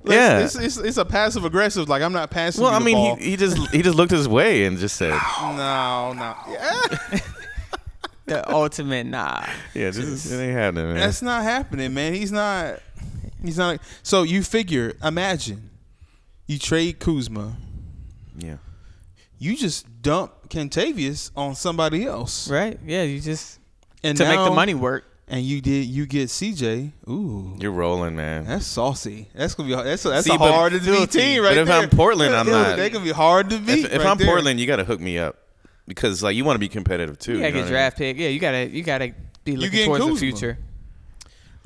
Speaker 2: Like,
Speaker 1: Yeah.
Speaker 2: it's, it's, it's a passive aggressive. Like I'm not passing.
Speaker 1: Well,
Speaker 2: you
Speaker 1: I
Speaker 2: the
Speaker 1: mean,
Speaker 2: ball.
Speaker 1: he, he just he just looked his way and just said,
Speaker 2: no, no, yeah,
Speaker 3: The ultimate nah.
Speaker 1: "Yeah, this is, it ain't happening, man."
Speaker 2: that's not happening, man. He's not. He's not. So you figure, imagine, you trade Kuzma,
Speaker 1: yeah,
Speaker 2: you just dump Kentavious on somebody else,
Speaker 3: Right? Yeah, you just
Speaker 2: and
Speaker 3: to make
Speaker 2: now-
Speaker 3: the money work.
Speaker 2: and you did you get CJ. Ooh,
Speaker 1: you're rolling, man.
Speaker 2: that's saucy. That's gonna be hard. that's a, that's
Speaker 1: See,
Speaker 2: a
Speaker 1: but-
Speaker 2: hard to beat
Speaker 1: filthy.
Speaker 2: team right
Speaker 1: But if
Speaker 2: there.
Speaker 1: I'm Portland, I'm
Speaker 2: Dude,
Speaker 1: not.
Speaker 2: They can be hard to beat.
Speaker 1: If, if
Speaker 2: right
Speaker 1: I'm
Speaker 2: there.
Speaker 1: Portland, you got to hook me up because like you want to be competitive too.
Speaker 3: You gotta
Speaker 1: you know
Speaker 3: get
Speaker 1: what I mean?
Speaker 3: draft pick. Yeah, you gotta you gotta be looking
Speaker 2: getting
Speaker 3: towards
Speaker 2: Kuzma.
Speaker 3: the future.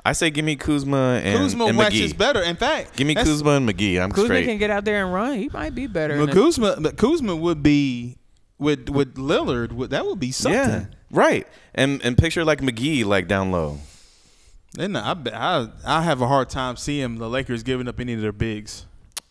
Speaker 1: I say give me Kuzma and,
Speaker 2: Kuzma
Speaker 1: and
Speaker 2: waxes
Speaker 1: McGee.
Speaker 2: better. In fact,
Speaker 1: Give me
Speaker 2: that's-
Speaker 1: Kuzma and McGee. I'm
Speaker 3: Kuzma
Speaker 1: straight.
Speaker 3: can get out there and run. He might be better.
Speaker 2: Well,
Speaker 3: than-
Speaker 2: Kuzma, but Kuzma would be with with Lillard. Would, that would be something.
Speaker 1: yeah, right. And and picture like McGee like down low.
Speaker 2: Then I, bet- I I have a hard time seeing the Lakers giving up any of their bigs.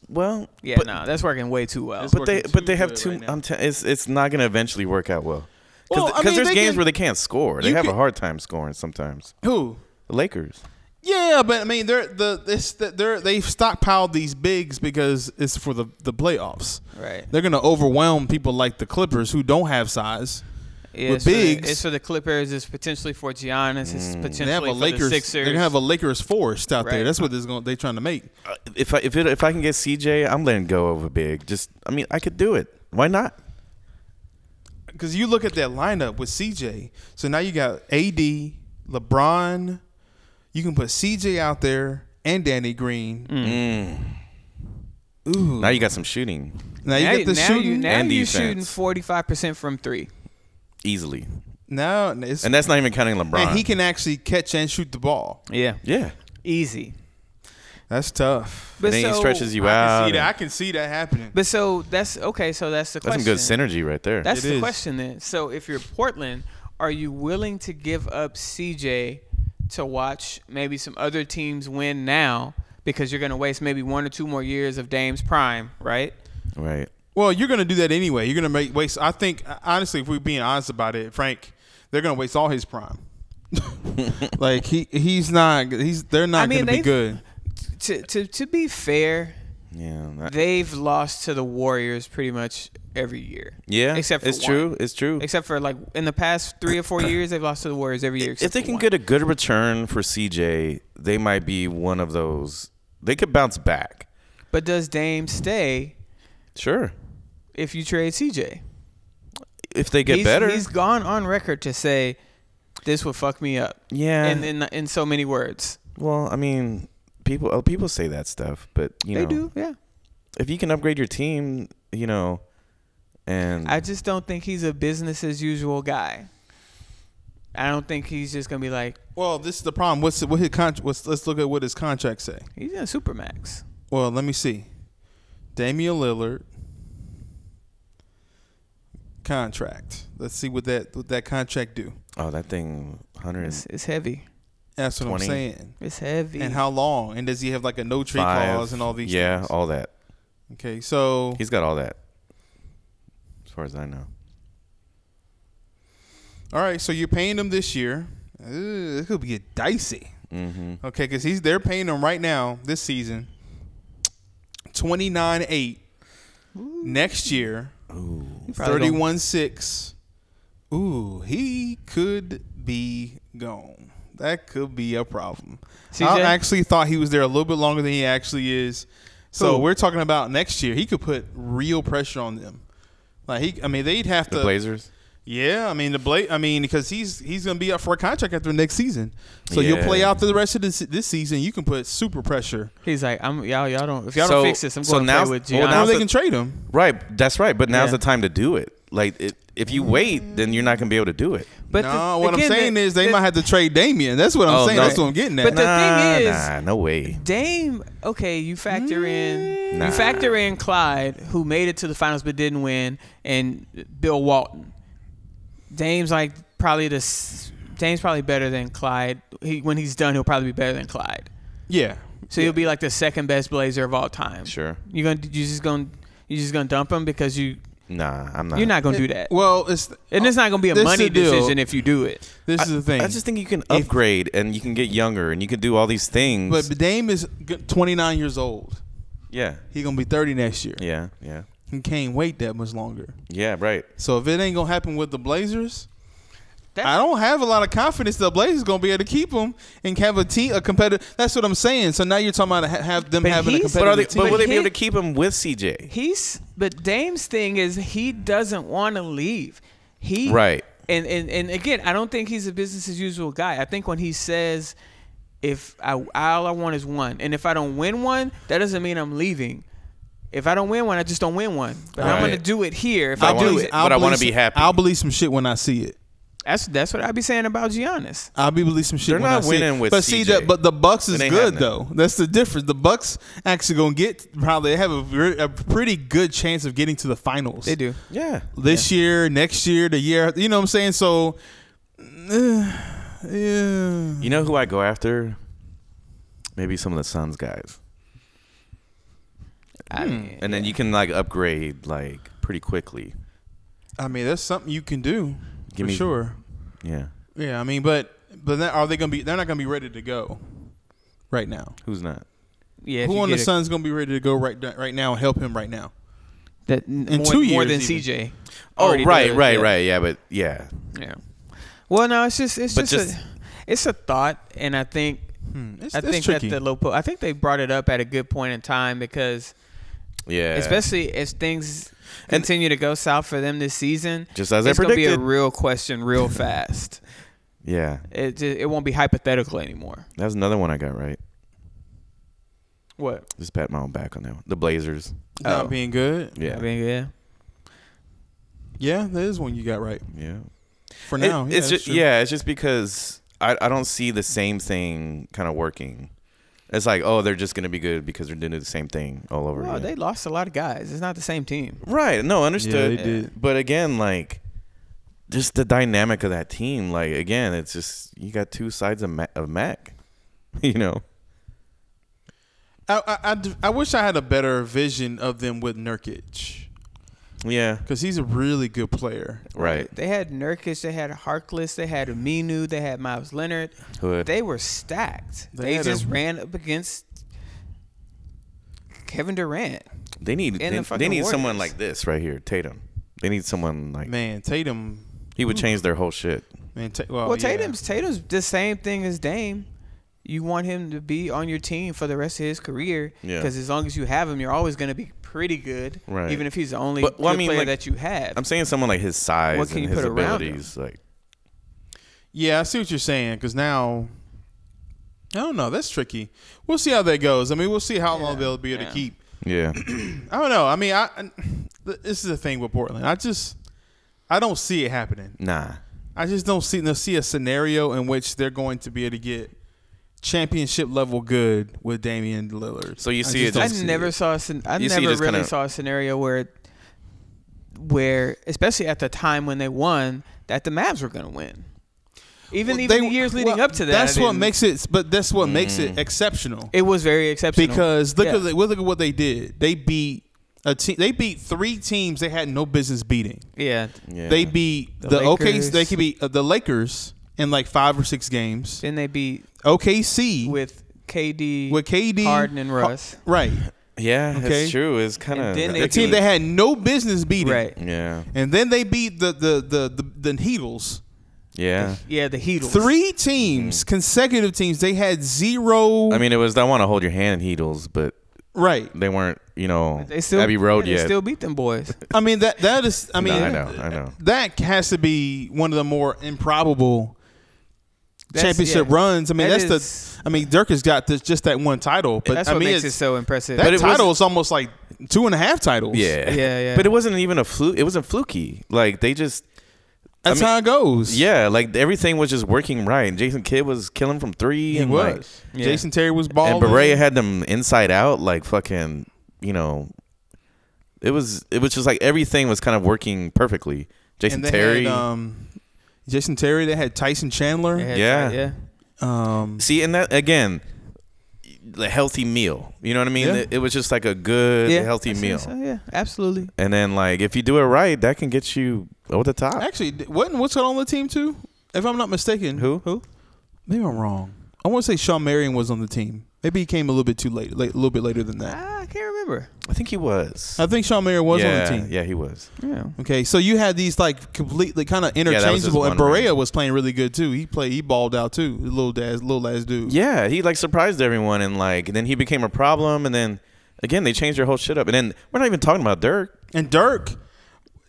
Speaker 1: Well,
Speaker 3: yeah,
Speaker 1: but,
Speaker 3: no, that's working way too well.
Speaker 2: That's
Speaker 1: but they
Speaker 2: working
Speaker 1: but
Speaker 2: too
Speaker 1: they have
Speaker 2: good
Speaker 1: two.
Speaker 2: right now.
Speaker 1: I'm t- it's it's not gonna eventually work out well. Because
Speaker 2: Well, I mean,
Speaker 1: there's
Speaker 2: they
Speaker 1: games
Speaker 2: can-
Speaker 1: where they can't score. They
Speaker 2: you
Speaker 1: have a
Speaker 2: could-
Speaker 1: hard time scoring sometimes.
Speaker 2: Who?
Speaker 1: The Lakers.
Speaker 2: Yeah, but I mean, they're the this they're they've stockpiled these bigs because it's for the the playoffs.
Speaker 3: Right.
Speaker 2: They're gonna overwhelm people like the Clippers who don't have size.
Speaker 3: Yeah,
Speaker 2: with
Speaker 3: it's for the-
Speaker 2: bigs-
Speaker 3: it's for the Clippers. It's potentially for Giannis. It's potentially
Speaker 2: They have a
Speaker 3: for
Speaker 2: Lakers.
Speaker 3: the Sixers.
Speaker 2: they're gonna have a Lakers forest out there.
Speaker 3: Right.
Speaker 2: That's what they're going. They're trying to make.
Speaker 1: Uh, If I if it, if I can get CJ, I'm letting go over big. Just I mean I could do it. Why not?
Speaker 2: Because you look at that lineup with CJ. So now you got AD, LeBron. You can put CJ out there and Danny Green. Ooh.
Speaker 1: Now you got some shooting
Speaker 2: Now you
Speaker 3: now,
Speaker 2: get the
Speaker 3: now
Speaker 2: shooting.
Speaker 3: you, now
Speaker 1: and
Speaker 3: you
Speaker 1: defense.
Speaker 3: shooting forty five percent from three.
Speaker 1: easily,
Speaker 2: now it's,
Speaker 1: and that's not even counting LeBron.
Speaker 2: and he can actually catch and shoot the ball.
Speaker 3: Yeah,
Speaker 1: Yeah,
Speaker 3: easy.
Speaker 2: That's tough.
Speaker 3: But
Speaker 1: then
Speaker 3: so,
Speaker 1: he stretches you
Speaker 2: I
Speaker 1: out.
Speaker 2: can see that.
Speaker 1: and-
Speaker 2: I can see that happening.
Speaker 3: But so that's okay. So that's the
Speaker 1: That's some
Speaker 3: question.
Speaker 1: good synergy right there.
Speaker 3: That's
Speaker 2: It
Speaker 3: the
Speaker 2: is.
Speaker 3: question then. So if you're Portland, are you willing to give up CJ to watch maybe some other teams win now because you're going to waste maybe one or two more years of Dame's prime, right?
Speaker 1: right.
Speaker 2: Well, you're going to do that anyway. You're going to make waste. I think honestly, if we're being honest about it, Frank, they're going to waste all his prime. like he he's not he's they're not
Speaker 3: I
Speaker 2: going
Speaker 3: mean,
Speaker 2: to be
Speaker 3: they've-
Speaker 2: good.
Speaker 3: To to to be fair,
Speaker 1: Yeah. that-
Speaker 3: they've lost to the Warriors pretty much every year.
Speaker 1: yeah.
Speaker 3: except for
Speaker 1: it's
Speaker 3: one.
Speaker 1: true. It's true.
Speaker 3: Except for like in the past three
Speaker 1: [clears throat]
Speaker 3: or four years, they've lost to the Warriors every year.
Speaker 1: if
Speaker 3: except
Speaker 1: they
Speaker 3: for
Speaker 1: can
Speaker 3: one.
Speaker 1: get a good return for CJ, they might be one of those. They could bounce back.
Speaker 3: but does Dame stay
Speaker 1: Sure.
Speaker 3: if you trade CJ?
Speaker 1: If they get
Speaker 3: he's,
Speaker 1: better.
Speaker 3: He's gone on record to say this would fuck me up.
Speaker 1: Yeah.
Speaker 3: In in in so many words.
Speaker 1: well, I mean, people oh, people say that stuff, but you
Speaker 3: they
Speaker 1: know,
Speaker 3: do, yeah.
Speaker 1: if you can upgrade your team, you know, and
Speaker 3: I just don't think he's a business as usual guy. I don't think he's just gonna be like
Speaker 2: Well, this is the problem. What's what his contract? What's, let's look at what his contract say.
Speaker 3: he's in a supermax.
Speaker 2: Well, let me see. Damian Lillard contract. Let's see what that what that contract do.
Speaker 1: oh, that thing, hundred
Speaker 3: It's, it's heavy.
Speaker 2: That's what
Speaker 1: 20.
Speaker 2: I'm saying.
Speaker 3: It's heavy.
Speaker 2: And how long? And does he have like a no trade clause and all these?
Speaker 1: Yeah,
Speaker 2: things?
Speaker 1: all that.
Speaker 2: Okay, so
Speaker 1: He's got all that. As far as I know.
Speaker 2: all right, so you're paying him this year. Ooh, it could get dicey.
Speaker 1: Mm-hmm.
Speaker 2: Okay, because he's they're paying him right now this season twenty nine eight. Next year,
Speaker 3: He probably gonna-
Speaker 2: thirty one six. Ooh, he could be gone. That could be a problem. I
Speaker 3: CJ?
Speaker 2: actually thought he was there a little bit longer than he actually is. So
Speaker 3: Who?
Speaker 2: we're talking about next year. He could put real pressure on them. Like he, I mean, they'd have
Speaker 1: The
Speaker 2: to.
Speaker 1: Blazers.
Speaker 2: Yeah, I mean the Blake. I mean because he's he's gonna be up for a contract after next season, so you'll
Speaker 1: Yeah.
Speaker 2: play out through the rest of this this season. You can put super pressure.
Speaker 3: He's like, I'm y'all y'all don't if y'all
Speaker 1: So-
Speaker 3: don't fix this, I'm
Speaker 1: so
Speaker 3: going to
Speaker 1: now-
Speaker 3: play with
Speaker 1: well,
Speaker 3: Giannis.
Speaker 1: now
Speaker 2: Now they
Speaker 1: the-
Speaker 2: can trade him.
Speaker 1: Right, that's right. But now's the
Speaker 3: Yeah.
Speaker 1: time to do it. Like, it, if you wait, then you're not gonna be able to do it.
Speaker 3: but
Speaker 2: no,
Speaker 3: the-
Speaker 2: what
Speaker 3: again,
Speaker 2: I'm saying
Speaker 3: the-
Speaker 2: is they
Speaker 3: the-
Speaker 2: might have to trade Damian. That's what I'm
Speaker 1: Oh,
Speaker 2: saying.
Speaker 1: no.
Speaker 2: That's what I'm getting at.
Speaker 3: But the thing is-
Speaker 1: nah, no way.
Speaker 3: Dame, okay, you factor in
Speaker 1: Nah.
Speaker 3: you factor in Clyde, who made it to the finals but didn't win, and Bill Walton. Dame's like probably the s- Dame's probably better than Clyde. He, when he's done, he'll probably be better than Clyde.
Speaker 2: yeah,
Speaker 3: So he'll be like the second best Blazer of all time.
Speaker 1: Sure.
Speaker 3: You're gonna you just gonna you just gonna dump him because you
Speaker 1: Nah, I'm not.
Speaker 3: you're not gonna do that.
Speaker 2: well, it's
Speaker 3: and it's not gonna be a
Speaker 2: this
Speaker 3: money
Speaker 2: the deal.
Speaker 3: decision if you do it.
Speaker 2: This
Speaker 1: I,
Speaker 2: is the thing.
Speaker 1: I just think you can
Speaker 2: If-
Speaker 1: upgrade and you can get younger and you can do all these things.
Speaker 2: but Dame is g- 29 years old.
Speaker 1: yeah,
Speaker 2: He's gonna be 30 next year.
Speaker 1: yeah, yeah,
Speaker 2: He can't wait that much longer.
Speaker 1: yeah. Right.
Speaker 2: So if it ain't gonna happen with the Blazers,
Speaker 3: That's-
Speaker 2: I don't have a lot of confidence the Blazers gonna be able to keep him and have a team a competitive. That's what I'm saying. So now you're talking about ha- have them
Speaker 3: But
Speaker 2: having a
Speaker 3: he's-
Speaker 1: But are they?
Speaker 2: competitive team.
Speaker 1: But will they be
Speaker 3: he-
Speaker 1: able to keep him with CJ?
Speaker 3: he's but Dame's thing is he doesn't want to leave. He
Speaker 1: Right.
Speaker 3: And, and and again, I don't think he's a business as usual guy. I think when he says, "If I all I want is one, and if I don't win one, that doesn't mean I'm leaving. If I don't win one, I just don't win one. But I'm
Speaker 1: Right.
Speaker 3: gonna do it here. If
Speaker 1: I
Speaker 3: I, do
Speaker 1: wanna-
Speaker 3: it,
Speaker 1: But I wanna be happy.
Speaker 2: I'll believe some shit when I see it.
Speaker 3: That's that's what I be saying about Giannis.
Speaker 2: I'll be believing some shit.
Speaker 1: They're
Speaker 2: when
Speaker 1: not
Speaker 2: I see
Speaker 1: winning
Speaker 2: it.
Speaker 1: with
Speaker 2: but see
Speaker 1: CJ.
Speaker 2: that. But the Bucks is
Speaker 1: It ain't
Speaker 2: good
Speaker 1: happening.
Speaker 2: though. That's the difference. The Bucks actually gonna get probably have a, re- a pretty good chance of getting to the finals.
Speaker 3: They do.
Speaker 1: Yeah.
Speaker 2: this year, next year, the year. You know what I'm saying? So, eh, yeah.
Speaker 1: You know who I go after? Maybe some of the Suns guys.
Speaker 3: I mean,
Speaker 1: And then you can like upgrade like pretty quickly.
Speaker 2: I mean, there's something you can do
Speaker 1: Give
Speaker 2: for
Speaker 1: me-
Speaker 2: sure.
Speaker 1: Yeah.
Speaker 2: Yeah, I mean, but but then are they gonna be? They're not gonna be ready to go right now.
Speaker 1: Who's not?
Speaker 3: yeah, if
Speaker 2: Who
Speaker 3: you
Speaker 2: on the
Speaker 3: get a-
Speaker 2: Suns gonna be ready to go right right now and help him right now?
Speaker 3: that in more,
Speaker 2: two
Speaker 3: more
Speaker 2: years
Speaker 3: than
Speaker 2: even.
Speaker 3: CJ.
Speaker 1: Oh,
Speaker 3: already
Speaker 1: right,
Speaker 3: does,
Speaker 1: right,
Speaker 3: yeah.
Speaker 1: right. Yeah, but yeah.
Speaker 3: Yeah. Well, no, it's just it's
Speaker 1: But
Speaker 3: just,
Speaker 1: just-
Speaker 3: a, it's a thought, and I think
Speaker 2: It's,
Speaker 3: I
Speaker 2: it's
Speaker 3: think
Speaker 2: tricky.
Speaker 3: that the Lopo I think they brought it up at a good point in time because
Speaker 1: Yeah.
Speaker 3: especially if things
Speaker 1: And-
Speaker 3: continue to go south for them this season,
Speaker 1: Just as I
Speaker 3: it's gonna be a
Speaker 1: predicted.
Speaker 3: real
Speaker 1: [laughs]
Speaker 3: question real fast.
Speaker 1: Yeah.
Speaker 3: It just, it won't be hypothetical anymore.
Speaker 1: That was another one I got right.
Speaker 3: What?
Speaker 1: Just pat my own back on that one. The Blazers.
Speaker 2: not
Speaker 3: oh.
Speaker 2: being good.
Speaker 1: Yeah.
Speaker 3: I mean, yeah.
Speaker 2: Yeah, that is one you got right
Speaker 1: yeah.
Speaker 2: for
Speaker 1: It-
Speaker 2: now.
Speaker 1: it's
Speaker 2: yeah,
Speaker 1: just yeah, it's just because I, I don't see the same thing kind of working. It's like oh, they're just gonna be good because they're doing the same thing all over
Speaker 3: Well, they
Speaker 1: again.
Speaker 3: lost a lot of guys. It's not the same team.
Speaker 1: right? No,
Speaker 2: they
Speaker 1: understood.
Speaker 2: did.
Speaker 1: But again, like just the dynamic of that team. Like again, it's just you got two sides of Mac, of Mac [laughs] you know.
Speaker 2: I, I, I d- I wish I had a better vision of them with Nurkic
Speaker 1: Yeah.
Speaker 2: because he's a really good player.
Speaker 1: Right.
Speaker 3: They had Nurkic, they had Harkless, they had Aminu, they had Miles Leonard.
Speaker 1: Hood.
Speaker 3: They were stacked.
Speaker 2: They
Speaker 3: They,
Speaker 2: had
Speaker 3: just
Speaker 2: a-
Speaker 3: ran up against Kevin Durant.
Speaker 1: They need
Speaker 3: the
Speaker 1: they, they
Speaker 3: fucking
Speaker 1: need someone
Speaker 3: Warriors.
Speaker 1: like this right here, Tatum. They need someone like
Speaker 2: Man, Tatum.
Speaker 1: he would change their whole shit.
Speaker 2: Man, Ta- well,
Speaker 3: well,
Speaker 1: Oh,
Speaker 2: yeah.
Speaker 3: Tatum's Tatum's the same thing as Dame. You want him to be on your team for the rest of his career
Speaker 1: Yeah.
Speaker 3: because as long as you have him, you're always going to be pretty good,
Speaker 1: Right.
Speaker 3: even if he's the only
Speaker 1: But, well, I
Speaker 3: good
Speaker 1: mean,
Speaker 3: player
Speaker 1: like,
Speaker 3: that you have.
Speaker 1: I'm saying someone like his size
Speaker 3: What can
Speaker 1: and
Speaker 3: you
Speaker 1: his
Speaker 3: put around him?
Speaker 1: abilities, like
Speaker 2: Yeah, I see what you're saying because now. I don't know. That's tricky. We'll see how that goes. I mean, we'll see how long they'll be able
Speaker 3: yeah.
Speaker 2: to keep.
Speaker 1: yeah. [clears throat]
Speaker 2: I don't know. I mean, I, I this is the thing with Portland. I just I don't see it happening.
Speaker 1: Nah.
Speaker 2: I just don't see no, see a scenario in which they're going to be able to get championship level good with Damian Lillard.
Speaker 1: So you
Speaker 2: I
Speaker 1: see
Speaker 2: just
Speaker 1: it
Speaker 2: don't
Speaker 3: I
Speaker 1: just-
Speaker 2: see
Speaker 3: never
Speaker 2: it.
Speaker 3: saw a scen- I
Speaker 1: You see,
Speaker 3: never really
Speaker 1: just kinda-
Speaker 3: saw a scenario where where especially at the time when they won that the Mavs were going to win. Even
Speaker 2: Well,
Speaker 3: even
Speaker 2: they-
Speaker 3: the years
Speaker 2: well,
Speaker 3: leading up to that.
Speaker 2: That's
Speaker 3: I
Speaker 2: what
Speaker 3: didn't-
Speaker 2: makes it. But that's what makes it exceptional.
Speaker 3: it was very exceptional.
Speaker 2: because look
Speaker 3: Yeah.
Speaker 2: at the, look at what they did. They beat a team. They beat three teams they had no business beating.
Speaker 3: yeah,
Speaker 1: Yeah.
Speaker 2: They beat the,
Speaker 3: Lakers.
Speaker 2: OKC. They could beat uh, the Lakers in like five or six games.
Speaker 3: then they beat
Speaker 2: OKC
Speaker 3: with KD,
Speaker 2: with KD,
Speaker 3: Harden, and
Speaker 2: Har-
Speaker 3: Russ.
Speaker 2: Right,
Speaker 1: Yeah,
Speaker 2: Okay.
Speaker 1: it's true. It's kind of
Speaker 3: And then
Speaker 2: the
Speaker 3: they
Speaker 2: team they had no business beating.
Speaker 3: Right.
Speaker 1: yeah,
Speaker 2: And then they beat the the the the, the Heatles.
Speaker 1: yeah.
Speaker 3: Yeah, the Heatles.
Speaker 2: Three teams, consecutive teams, they had zero.
Speaker 1: Mm-hmm. I mean, it was I want to hold your hand, Heatles, but
Speaker 2: right.
Speaker 1: they weren't. You know,
Speaker 3: They still
Speaker 1: Abbey Road
Speaker 3: yeah, They
Speaker 1: yet.
Speaker 3: still beat them boys.
Speaker 2: I mean that that is. I
Speaker 1: No,
Speaker 2: mean,
Speaker 1: I know, I know.
Speaker 2: That has to be one of the more improbable
Speaker 3: That's-
Speaker 2: championship
Speaker 3: yeah.
Speaker 2: runs. I mean,
Speaker 3: That
Speaker 2: that's
Speaker 3: is-
Speaker 2: the. I mean, Dirk has got this just that one title, but
Speaker 3: That's
Speaker 2: I
Speaker 3: what
Speaker 2: mean,
Speaker 3: makes it
Speaker 2: it's-
Speaker 3: so impressive.
Speaker 2: that
Speaker 1: But it
Speaker 2: title
Speaker 1: wasn't-
Speaker 2: is almost like two and a half
Speaker 1: [laughs]
Speaker 2: titles.
Speaker 1: Yeah,
Speaker 3: Yeah, yeah.
Speaker 1: But it wasn't even a fluke. It wasn't fluky. Like they just,
Speaker 2: that's
Speaker 1: I mean-
Speaker 2: how it goes.
Speaker 1: yeah, like everything was just working right. And Jason Kidd was killing from three.
Speaker 2: he
Speaker 1: and
Speaker 2: was.
Speaker 1: Like,
Speaker 3: Yeah.
Speaker 2: Jason Terry was
Speaker 1: and
Speaker 2: balling.
Speaker 1: Berea had them inside out, like fucking. You know, it was it was just like everything was kind of working perfectly. Jason
Speaker 2: And they
Speaker 1: Terry.
Speaker 2: Had, um, Jason Terry. They had Tyson Chandler.
Speaker 3: yeah,
Speaker 1: Yeah.
Speaker 3: yeah.
Speaker 2: Um,
Speaker 1: See, and that again, the healthy meal. You know what I mean?
Speaker 2: Yeah.
Speaker 1: It, it was just like a good
Speaker 3: Yeah,
Speaker 1: healthy
Speaker 3: I see-
Speaker 1: meal.
Speaker 3: so, yeah, absolutely.
Speaker 1: And then like if you do it right, that can get you over the top.
Speaker 2: Actually, d- wasn't what's on the team too? If I'm not mistaken,
Speaker 1: Who? Who?
Speaker 2: Maybe I'm wrong. I want to say Sean Marion was on the team. Maybe he came a little bit too late, late a little bit later than that.
Speaker 3: Ah, I can't remember.
Speaker 1: I think he was.
Speaker 2: I think Sean Marion was
Speaker 1: yeah,
Speaker 2: on the team. Hmm.
Speaker 1: Yeah, he was.
Speaker 3: Yeah.
Speaker 2: Okay, so you had these like completely kind of
Speaker 1: was his
Speaker 2: interchangeable, and
Speaker 1: one
Speaker 2: Berea
Speaker 1: ring.
Speaker 2: was playing really good too. He played, he balled out too. The Little dad, little ass dude.
Speaker 1: Yeah, he like surprised everyone and like and then he became a problem and then again they changed their whole shit up. And then we're not even talking about Dirk.
Speaker 2: And Dirk,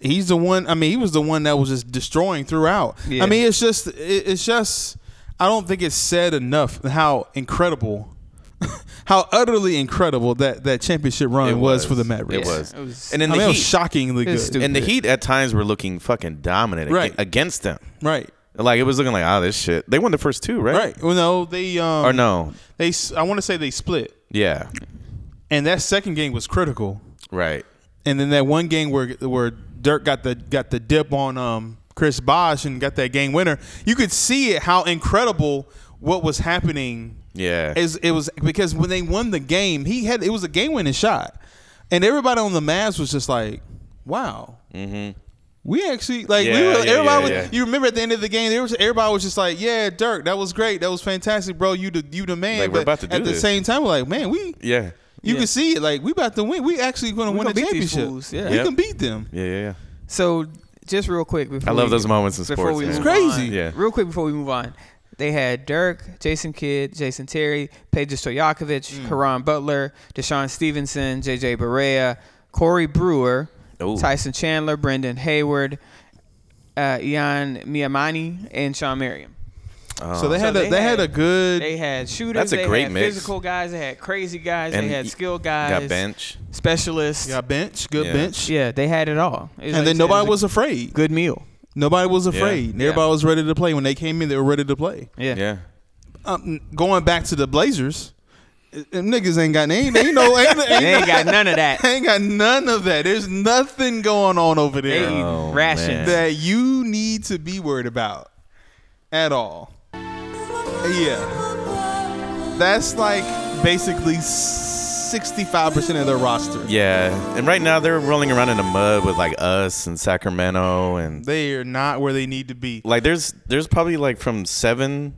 Speaker 2: he's the one. I mean, he was the one that was just destroying throughout.
Speaker 3: Yeah.
Speaker 2: I mean, it's just, it, it's just. I don't think it's said enough how incredible, [laughs] how utterly incredible that that championship run
Speaker 1: It
Speaker 2: was.
Speaker 1: was.
Speaker 2: for the
Speaker 1: It
Speaker 2: Mavericks.
Speaker 3: Yeah,
Speaker 1: was.
Speaker 3: It was.
Speaker 1: And then
Speaker 2: I
Speaker 1: the
Speaker 2: mean, it was
Speaker 1: Heat-
Speaker 2: shockingly
Speaker 3: It was
Speaker 2: good.
Speaker 3: stupid.
Speaker 1: And the Heat at times were looking fucking dominant ag-
Speaker 2: Right.
Speaker 1: against them.
Speaker 2: Right.
Speaker 1: Like it was looking like, oh, this shit. They won the first two, right?
Speaker 2: Right. Well, no, they um
Speaker 1: Or no?
Speaker 2: they s- I want to say they split,
Speaker 1: Yeah.
Speaker 2: and that second game was critical.
Speaker 1: Right.
Speaker 2: And then that one game where where Dirk got the got the dip on um Chris Bosh and got that game winner. You could see it how incredible what was happening.
Speaker 1: Yeah.
Speaker 2: Is it was because when they won the game, he had it was a game winning shot, and everybody on the Mavs was just like, "Wow, we actually like we
Speaker 1: Mm-hmm. Yeah,
Speaker 2: were,
Speaker 1: yeah,
Speaker 2: everybody.
Speaker 1: yeah,
Speaker 2: was-
Speaker 1: yeah.
Speaker 2: You remember at the end of the game, there was everybody was just like, "Yeah, Dirk, that was great, that was fantastic, bro. You the you the man."
Speaker 1: Like, we're about to do
Speaker 2: at the
Speaker 1: this.
Speaker 2: same time, we're like, "Man, we
Speaker 1: yeah.
Speaker 2: you
Speaker 3: Yeah.
Speaker 2: can see it. Like we about to win. We actually going to
Speaker 3: We
Speaker 2: win the
Speaker 3: gonna beat these
Speaker 2: championship.
Speaker 3: fools, yeah.
Speaker 2: We
Speaker 1: Yep.
Speaker 2: can beat them.
Speaker 1: Yeah. Yeah. Yeah.
Speaker 3: So just real quick before
Speaker 1: I love
Speaker 3: we-
Speaker 1: those moments in
Speaker 3: before
Speaker 1: sports.
Speaker 3: we
Speaker 1: man.
Speaker 3: move
Speaker 2: crazy.
Speaker 3: on.
Speaker 1: Yeah.
Speaker 3: Real quick before we move on, they had Dirk, Jason Kidd, Jason Terry, Pedro Stojakovic, Karan Butler, Deshaun Stevenson, J.J. Barea, Corey Brewer,
Speaker 1: Ooh.
Speaker 3: Tyson Chandler, Brendan Hayward, uh, Ian Miamani, and Sean Merriam.
Speaker 2: So they had
Speaker 3: Uh-huh. So
Speaker 2: a,
Speaker 3: they
Speaker 2: they, had,
Speaker 3: had-
Speaker 2: a good.
Speaker 3: They had shooters.
Speaker 1: That's a
Speaker 3: they
Speaker 1: great
Speaker 3: had
Speaker 1: mix.
Speaker 3: Physical guys. They had crazy guys.
Speaker 1: And
Speaker 3: they had
Speaker 1: y-
Speaker 3: skilled guys.
Speaker 1: Got bench.
Speaker 3: Specialists.
Speaker 2: got bench, good
Speaker 1: Yeah.
Speaker 2: bench,
Speaker 3: Yeah, they had it all. It was
Speaker 2: and
Speaker 3: like
Speaker 2: then
Speaker 3: you said, it
Speaker 2: nobody
Speaker 3: a
Speaker 2: was afraid.
Speaker 3: good meal.
Speaker 2: Nobody was
Speaker 1: Yeah.
Speaker 2: afraid.
Speaker 1: Yeah.
Speaker 2: Everybody was ready to play. When they came in, they were ready to play.
Speaker 3: Yeah.
Speaker 1: Yeah.
Speaker 2: Um, going back to the Blazers, uh, them niggas ain't got ain't ain't no ain't, ain't, [laughs]
Speaker 3: They ain't got none of
Speaker 1: [laughs]
Speaker 3: that.
Speaker 2: ain't got none of that. There's nothing going on over
Speaker 3: They
Speaker 2: there
Speaker 3: eating
Speaker 1: Oh,
Speaker 3: rations.
Speaker 1: man.
Speaker 2: that you need to be worried about at all. Yeah. That's like basically 65% of their roster.
Speaker 1: Yeah. And right now they're rolling around in the mud with like us and Sacramento and
Speaker 2: They are not where they need to be.
Speaker 1: like there's there's probably like from seven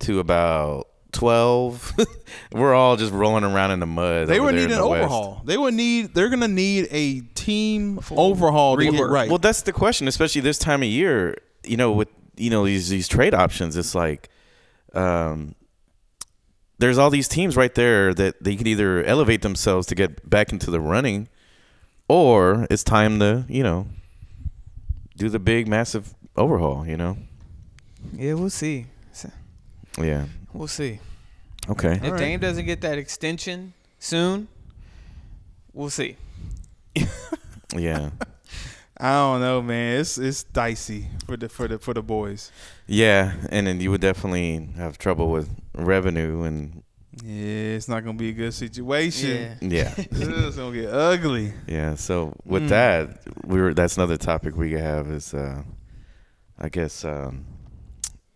Speaker 1: to about twelve. [laughs] We're all just rolling around in the mud.
Speaker 2: They
Speaker 1: over
Speaker 2: would
Speaker 1: there
Speaker 2: need
Speaker 1: in
Speaker 2: an
Speaker 1: the West.
Speaker 2: overhaul. They would need they're gonna need a team overhaul to get
Speaker 3: rework.
Speaker 2: right.
Speaker 1: Well, that's the question, especially this time of year. You know, with you know these these trade options, it's like, um, there's all these teams right there that they can either elevate themselves to get back into the running, or it's time to you know do the big massive overhaul. You know,
Speaker 3: Yeah, we'll see. So-
Speaker 1: yeah,
Speaker 3: We'll see.
Speaker 1: okay,
Speaker 3: if Dame doesn't get that extension soon, we'll see.
Speaker 1: yeah,
Speaker 2: I don't know, man. It's it's dicey for the for the for the boys.
Speaker 1: yeah, and then you would definitely have trouble with revenue and
Speaker 2: Yeah, it's not gonna be a good situation.
Speaker 1: yeah.
Speaker 2: it's gonna get ugly.
Speaker 1: Yeah. So
Speaker 2: Mm.
Speaker 1: with that, we were that's another topic we could have is, uh, I guess, um,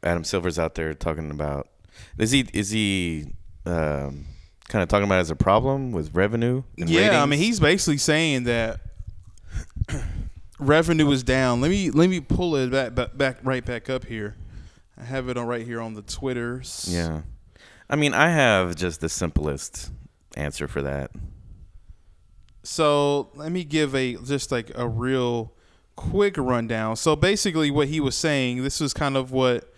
Speaker 1: Adam Silver's out there talking about is he is he um, kind of talking about it as a problem with revenue? And
Speaker 2: yeah, I
Speaker 1: ratings?
Speaker 2: mean, he's basically saying that [clears throat] revenue is down. Let me let me pull it back, back back right back up here. I have it on right here on the Twitters.
Speaker 1: yeah. I mean, I have just the simplest answer for that.
Speaker 2: So let me give a just like a real quick rundown. So basically, what he was saying, this was kind of what.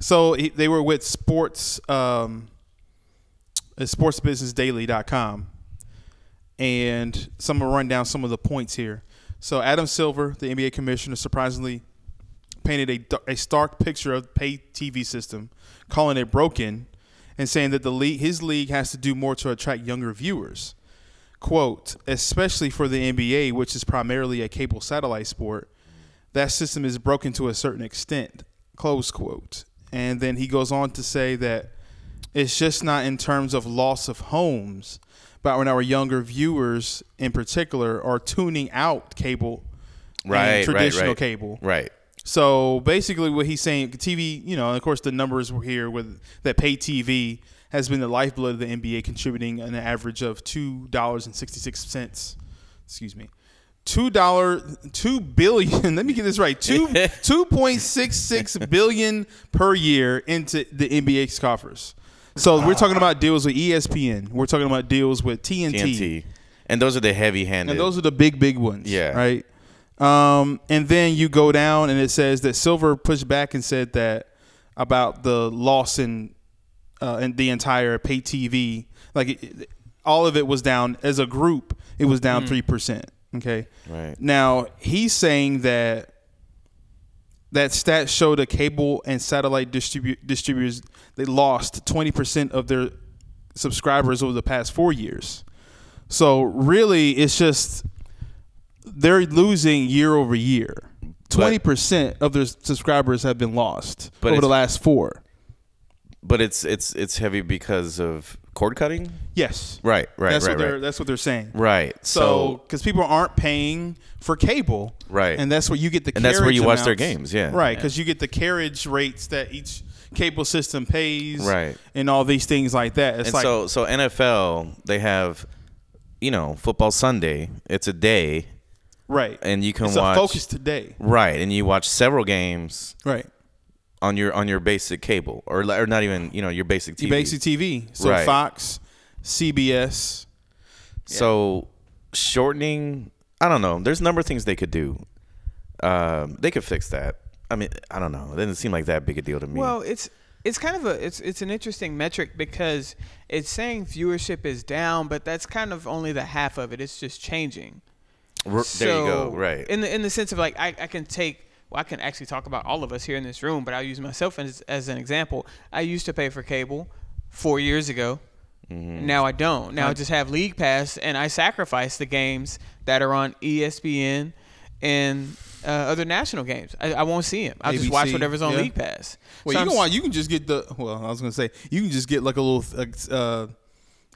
Speaker 2: So he, they were with sports, um, uh, sportsbusinessdaily.com, and some will run down some of the points here. So Adam Silver, the NBA commissioner, surprisingly painted a, dar- a stark picture of the pay TV system, calling it broken, and saying that the league, his league, has to do more to attract younger viewers quote, especially for the NBA, which is primarily a cable satellite sport, that system is broken to a certain extent, close quote. And then he goes on to say that it's just not in terms of loss of homes, but when our younger viewers in particular are tuning out cable and traditional cable.
Speaker 1: Right.
Speaker 2: So basically, what he's saying, TV, you know, and of course the numbers were here with that pay TV has been the lifeblood of the NBA, contributing an average of two dollars and sixty six cents. Excuse me. Two dollar, two billion. [laughs] Let me get this right. Two two point six six billion per year into the NBA's coffers. So we're talking about deals with E ESPN. We're talking about deals with
Speaker 1: TNT. And those are the heavy-handed.
Speaker 2: and those are the big, big ones.
Speaker 1: Yeah.
Speaker 2: Right. Um, and then you go down, and it says that Silver pushed back and said that about the loss in uh, in the entire pay TV, like it, it- all of it was down as a group. It was down three percent. Okay.
Speaker 1: Mm. Right.
Speaker 2: Now he's saying that that stat showed a cable and satellite distribu- distributors they lost 20% of their subscribers over the past four years so really it's just they're losing year over year twenty percent of their subscribers have been lost
Speaker 1: But
Speaker 2: over
Speaker 1: it's-
Speaker 2: the last four.
Speaker 1: But it's it's it's heavy because of cord cutting.
Speaker 2: Yes,
Speaker 1: Right, right,
Speaker 2: that's
Speaker 1: right,
Speaker 2: what they're
Speaker 1: right.
Speaker 2: that's what they're saying.
Speaker 1: Right.
Speaker 2: So,
Speaker 1: So,
Speaker 2: because people aren't paying for cable,
Speaker 1: Right.
Speaker 2: and that's where you get the
Speaker 1: And that's where
Speaker 2: carriage
Speaker 1: you watch their
Speaker 2: amounts.
Speaker 1: games, yeah.
Speaker 2: right?
Speaker 1: Yeah.
Speaker 2: Because you get the carriage rates that each cable system pays,
Speaker 1: Right.
Speaker 2: and all these things like that. It's
Speaker 1: and
Speaker 2: like
Speaker 1: so so NFL they have, you know, football Sunday. It's a day,
Speaker 2: right,
Speaker 1: and you can
Speaker 2: it's
Speaker 1: watch
Speaker 2: a focus today,
Speaker 1: right, and you watch several games
Speaker 2: right?
Speaker 1: on your on your basic cable or li- or not even you know your basic TV.
Speaker 2: Basic TV, so
Speaker 1: Right.
Speaker 2: Fox, CBS,
Speaker 1: So shortening, I don't know. There's a number of things they could do. Um, they could fix that. I mean, I don't know. It didn't seem like that big a deal to me.
Speaker 3: Well, it's it's kind of a it's it's an interesting metric because it's saying viewership is down, but that's kind of only the half of it. It's just changing.
Speaker 1: R- there you go.
Speaker 3: So,
Speaker 1: Right.
Speaker 3: In the in the sense of like I, I can take well, I can actually talk about all of us here in this room, but I'll use myself as as an example. I used to pay for cable four years ago.
Speaker 1: Mm-hmm.
Speaker 3: Now I don't. Now I just have League Pass, and I sacrifice the games that are on E ESPN and uh, other national games. I, I won't see them. I'll just watch
Speaker 2: ABC,
Speaker 3: whatever's on
Speaker 2: yeah.
Speaker 3: League Pass.
Speaker 2: Well,
Speaker 3: So
Speaker 2: you
Speaker 3: I'm
Speaker 2: can watch, you can just get the. Well, I was gonna say you can just get like a little uh,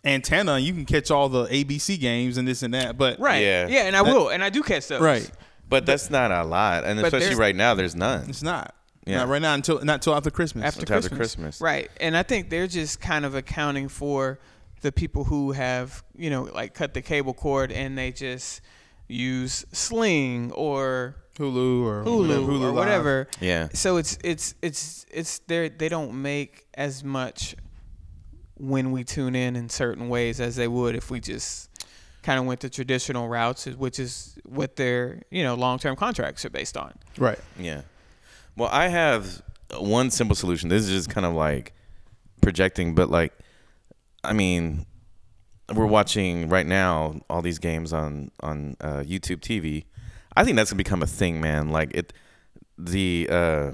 Speaker 2: antenna. and You can catch all the ABC games and this and that. But
Speaker 3: Right.
Speaker 1: Yeah.
Speaker 3: Yeah. and I will, and I do catch those.
Speaker 2: right,
Speaker 1: but that's not a lot, and
Speaker 3: But
Speaker 1: especially
Speaker 3: there's-
Speaker 1: right now, there's none.
Speaker 2: it's not.
Speaker 1: Yeah.
Speaker 2: Not right now until not till after Christmas.
Speaker 3: After
Speaker 1: It's after
Speaker 3: Christmas.
Speaker 1: Christmas.
Speaker 3: Right. And I think they're just kind of accounting for the people who have, you know, like cut the cable cord and they just use Sling or
Speaker 2: Mm-hmm. Hulu or
Speaker 3: Hulu,
Speaker 2: whatever,
Speaker 3: or
Speaker 2: Live.
Speaker 3: whatever.
Speaker 1: Yeah.
Speaker 3: So it's it's it's it's they they don't make as much when we tune in in certain ways as they would if we just kind of went the traditional routes, which is what their you know long term contracts are based on.
Speaker 2: Right.
Speaker 1: Yeah. Well, I have one simple solution. This is just kind of like projecting, but like, I mean, we're watching right now all these games on on uh, YouTube TV. I think that's gonna become a thing, man. Like it, the uh,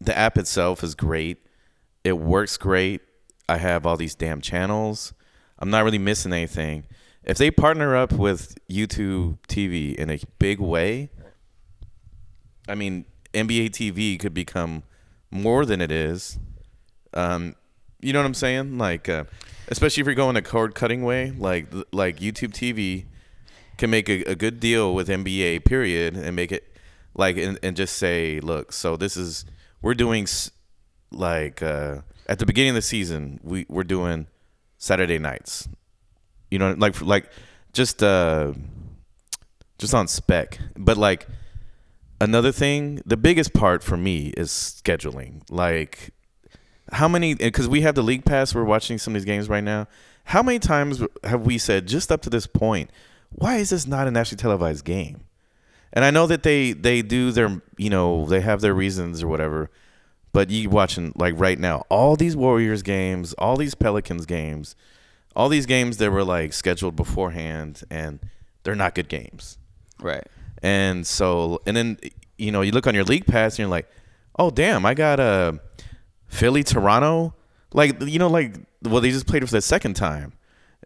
Speaker 1: the app itself is great. It works great. I have all these damn channels. I'm not really missing anything. If they partner up with YouTube TV in a big way, I mean, NBA TV could become more than it is. Um, you know what I'm saying? Like, uh, especially if you're going a cord cutting way, like like YouTube TV can make a, a good deal with NBA period and make it like and, and just say, look, so this is we're doing s- like uh, at the beginning of the season, we we're doing Saturday nights. You know, like like just uh, just on spec, but like another thing the biggest part for me is scheduling like how many because we have the league pass we're watching some of these games right now how many times have we said just up to this point why is this not a nationally televised game and i know that they they do their you know they have their reasons or whatever but you watching like right now all these warriors games all these pelicans games all these games that were like scheduled beforehand and they're not good games
Speaker 3: Right.
Speaker 1: and so, and then, you know, you look on your league pass and you're like, oh, damn, I got uh, Philly, Toronto. Like, you know, like, well, they just played it for the second time.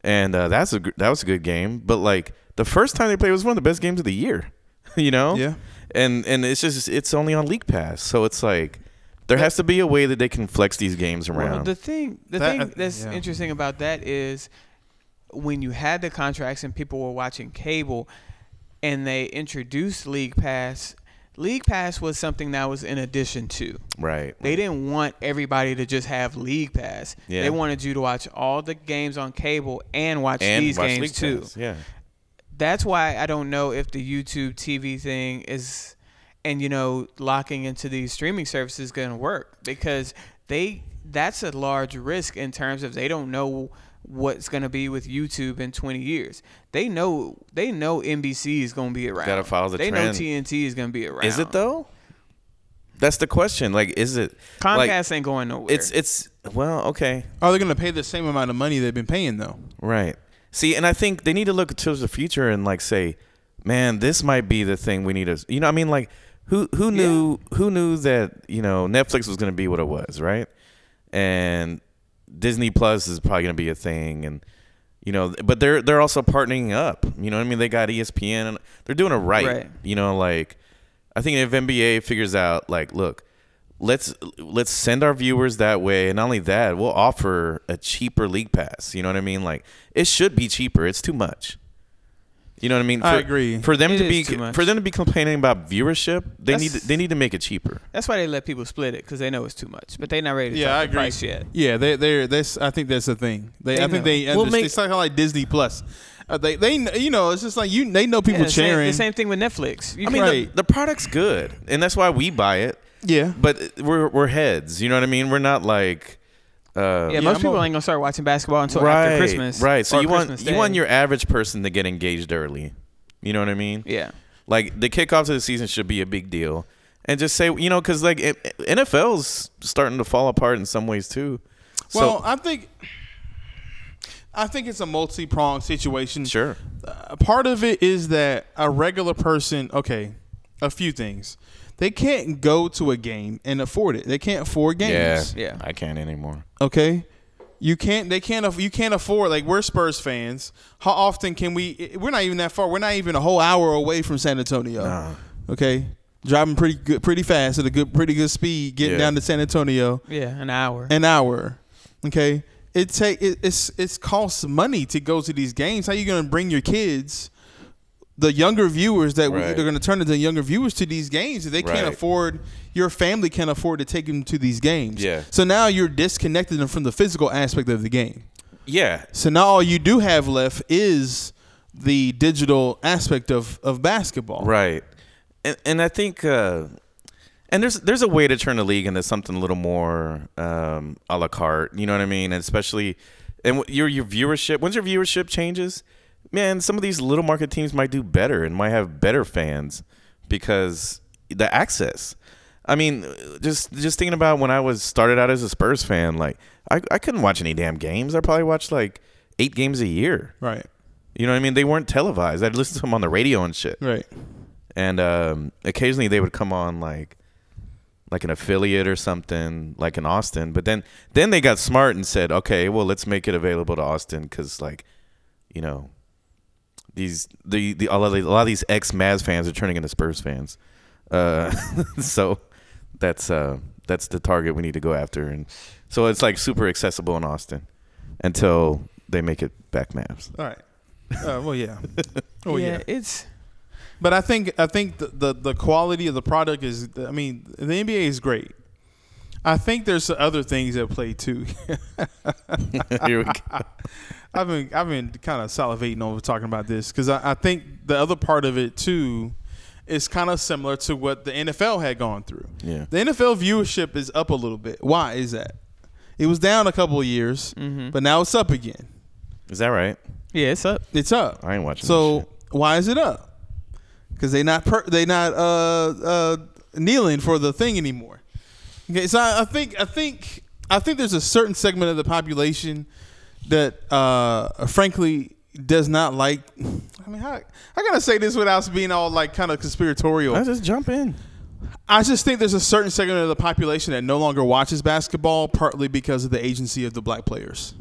Speaker 1: And uh, that's a, gr- that was a good game. But like the first time they played was one of the best games of the year, [laughs] you know?
Speaker 2: Yeah.
Speaker 1: And, and it's just, it's only on league pass. So it's like, there has to be a way that they can flex these games around.
Speaker 3: Well, the thing, the
Speaker 2: That- uh,
Speaker 3: thing that's
Speaker 2: yeah.
Speaker 3: interesting about that is when you had the contracts and people were watching cable, and they introduced League Pass. League Pass was something that was in addition to.
Speaker 1: right.
Speaker 3: They didn't want everybody to just have League Pass.
Speaker 1: Yeah.
Speaker 3: They wanted you to watch all the games on cable and watch
Speaker 1: and
Speaker 3: these
Speaker 1: watch
Speaker 3: games
Speaker 1: league
Speaker 3: too.
Speaker 1: pass. Yeah.
Speaker 3: That's why I don't know if the YouTube TV thing is, and you know, locking into these streaming services is going to work because they that's a large risk in terms of they don't know what's going to be with YouTube in 20 years. They know they know NBC is going to be around.
Speaker 1: Gotta follow the
Speaker 3: they
Speaker 1: trend.
Speaker 3: know TNT is going to be around.
Speaker 1: Is it though? That's the question. Like, is it
Speaker 3: Comcast
Speaker 1: like,
Speaker 3: ain't going nowhere.
Speaker 1: It's it's well, okay,
Speaker 2: Are they going to Oh, pay the same amount of money they've been paying though?
Speaker 1: right. See, and I think they need to look towards the future and like say, man, this might be the thing we need to. You know, what I mean, like who who knew who knew that you know Netflix was going to be what it was, right? And Disney Plus is probably going to be a thing, and you know, but they're they're E also partnering up. You know, what I mean, they got ESPN and they're doing it right.
Speaker 3: Right.
Speaker 1: You know, like I think if NBA figures out like, look, let's let's send our viewers that way, and not only that, we'll offer a cheaper league pass. You know what I mean? Like it should be cheaper. It's too much. You know what I mean?
Speaker 2: I
Speaker 1: For-
Speaker 2: agree.
Speaker 1: For them
Speaker 3: It
Speaker 1: to
Speaker 3: is
Speaker 1: be
Speaker 3: too much.
Speaker 1: for them to be complaining about viewership, they
Speaker 3: That's-
Speaker 1: need to, they need to make it cheaper.
Speaker 3: That's why they let people split it because they know it's too much, but they're not ready to
Speaker 2: Yeah,
Speaker 3: yeah,
Speaker 2: I
Speaker 3: the
Speaker 2: agree.
Speaker 3: price yet.
Speaker 2: Yeah, they they that's I think that's the thing. They,
Speaker 3: They
Speaker 2: I think
Speaker 3: know.
Speaker 2: they
Speaker 1: We'll
Speaker 2: understand.
Speaker 1: make-
Speaker 2: it's kind of like Disney Plus. Uh, they they you know it's just like you they know people
Speaker 3: Yeah, the same-
Speaker 2: cheering.
Speaker 3: The same thing with Netflix. You
Speaker 1: I mean,
Speaker 3: can-
Speaker 2: Right.
Speaker 1: the, the product's good, and that's why we buy it.
Speaker 2: yeah,
Speaker 1: But we're we're heads. You know what I mean? We're not like. Uh,
Speaker 3: yeah, most
Speaker 2: I'm
Speaker 3: people
Speaker 2: a-
Speaker 3: ain't gonna start watching basketball until after Christmas.
Speaker 1: Right. So
Speaker 3: or
Speaker 1: you want
Speaker 3: Christmas
Speaker 1: you
Speaker 3: Day.
Speaker 1: want your average person to get engaged early. You know what I mean?
Speaker 3: yeah.
Speaker 1: Like the kickoff to the season should be a big deal, and just say you know because like it, NFL's starting to fall apart in some ways too. So,
Speaker 2: Well, I think I think it's a multi pronged situation.
Speaker 1: Sure.
Speaker 2: Uh, part of it is that a regular person, okay, a few things. They can't go to a game and afford it. They can't afford
Speaker 1: yeah,
Speaker 2: games.
Speaker 3: Yeah.
Speaker 1: I can't anymore.
Speaker 2: Okay. You can't. They can't. aff- You can't afford. Like we're Spurs fans. How often can we? eh, We're not even that far. We're not even a whole hour away from San Antonio. Okay. Driving pretty good, pretty fast at a good, pretty good speed, getting
Speaker 1: Yeah.
Speaker 2: down to San Antonio
Speaker 3: Yeah, an hour.
Speaker 2: an hour. Okay, it take it, it's it's costs money to go to these games. How you going to bring your kids, the younger viewers that we-
Speaker 1: Right.
Speaker 2: they're going to turn into younger viewers to these games? If they can't
Speaker 1: Right.
Speaker 2: afford, your family can't afford to take them to these games.
Speaker 1: Yeah.
Speaker 2: So now you're disconnecting them from the physical aspect of the game.
Speaker 1: Yeah.
Speaker 2: So now all you do have left is the digital aspect of of basketball.
Speaker 1: Right. And and I think uh and there's there's a way to turn the league into something a little more um a la carte, you know what I mean? And especially and wh- your your viewership, once your viewership changes, man, some of these little market teams might do better and might have better fans because the access. I mean, just just thinking about when I was started out as a Spurs fan, like I, I couldn't watch any damn games. I probably watched like eight games a year.
Speaker 2: Right.
Speaker 1: You know what I mean? They weren't televised. I'd listen to them on the radio and shit
Speaker 2: Right.
Speaker 1: and um, occasionally they would come on like like an affiliate or something like in austin but then then they got smart and said okay well let's make it available to austin because like you know these the, the a lot of these, a lot of these ex maz fans are turning into spurs fans uh, [laughs] so that's uh that's the target we need to go after and so it's like super accessible in austin until they make it back mavs [laughs]
Speaker 2: All right. Uh, well, yeah. Oh,
Speaker 3: yeah,
Speaker 2: yeah.
Speaker 3: it's
Speaker 2: But I think I think the, the the quality of the product is. I mean, the NBA is great. I think there's other things at play too. [laughs]
Speaker 1: Here we go.
Speaker 2: I've been I've been kind of salivating over talking about this because I, I think the other part of it too is kind of similar to what the NFL had gone through.
Speaker 1: Yeah.
Speaker 2: the NFL viewership is up a little bit. Why is that? It was down a couple of years, but now it's up again.
Speaker 1: is that right
Speaker 3: yeah, it's up.
Speaker 2: It's up.
Speaker 1: I ain't watching
Speaker 2: So
Speaker 1: this
Speaker 2: why is it up? Because they not per- they not uh, uh, kneeling for the thing anymore. Okay, so I, I think I think I think there's a certain segment of the population that uh, frankly does not like. I mean, how, I gotta say this without being all like kind of conspiratorial.
Speaker 1: let's just jump in
Speaker 2: I just think there's a certain segment of the population that no longer watches basketball, partly because of the agency of the black players.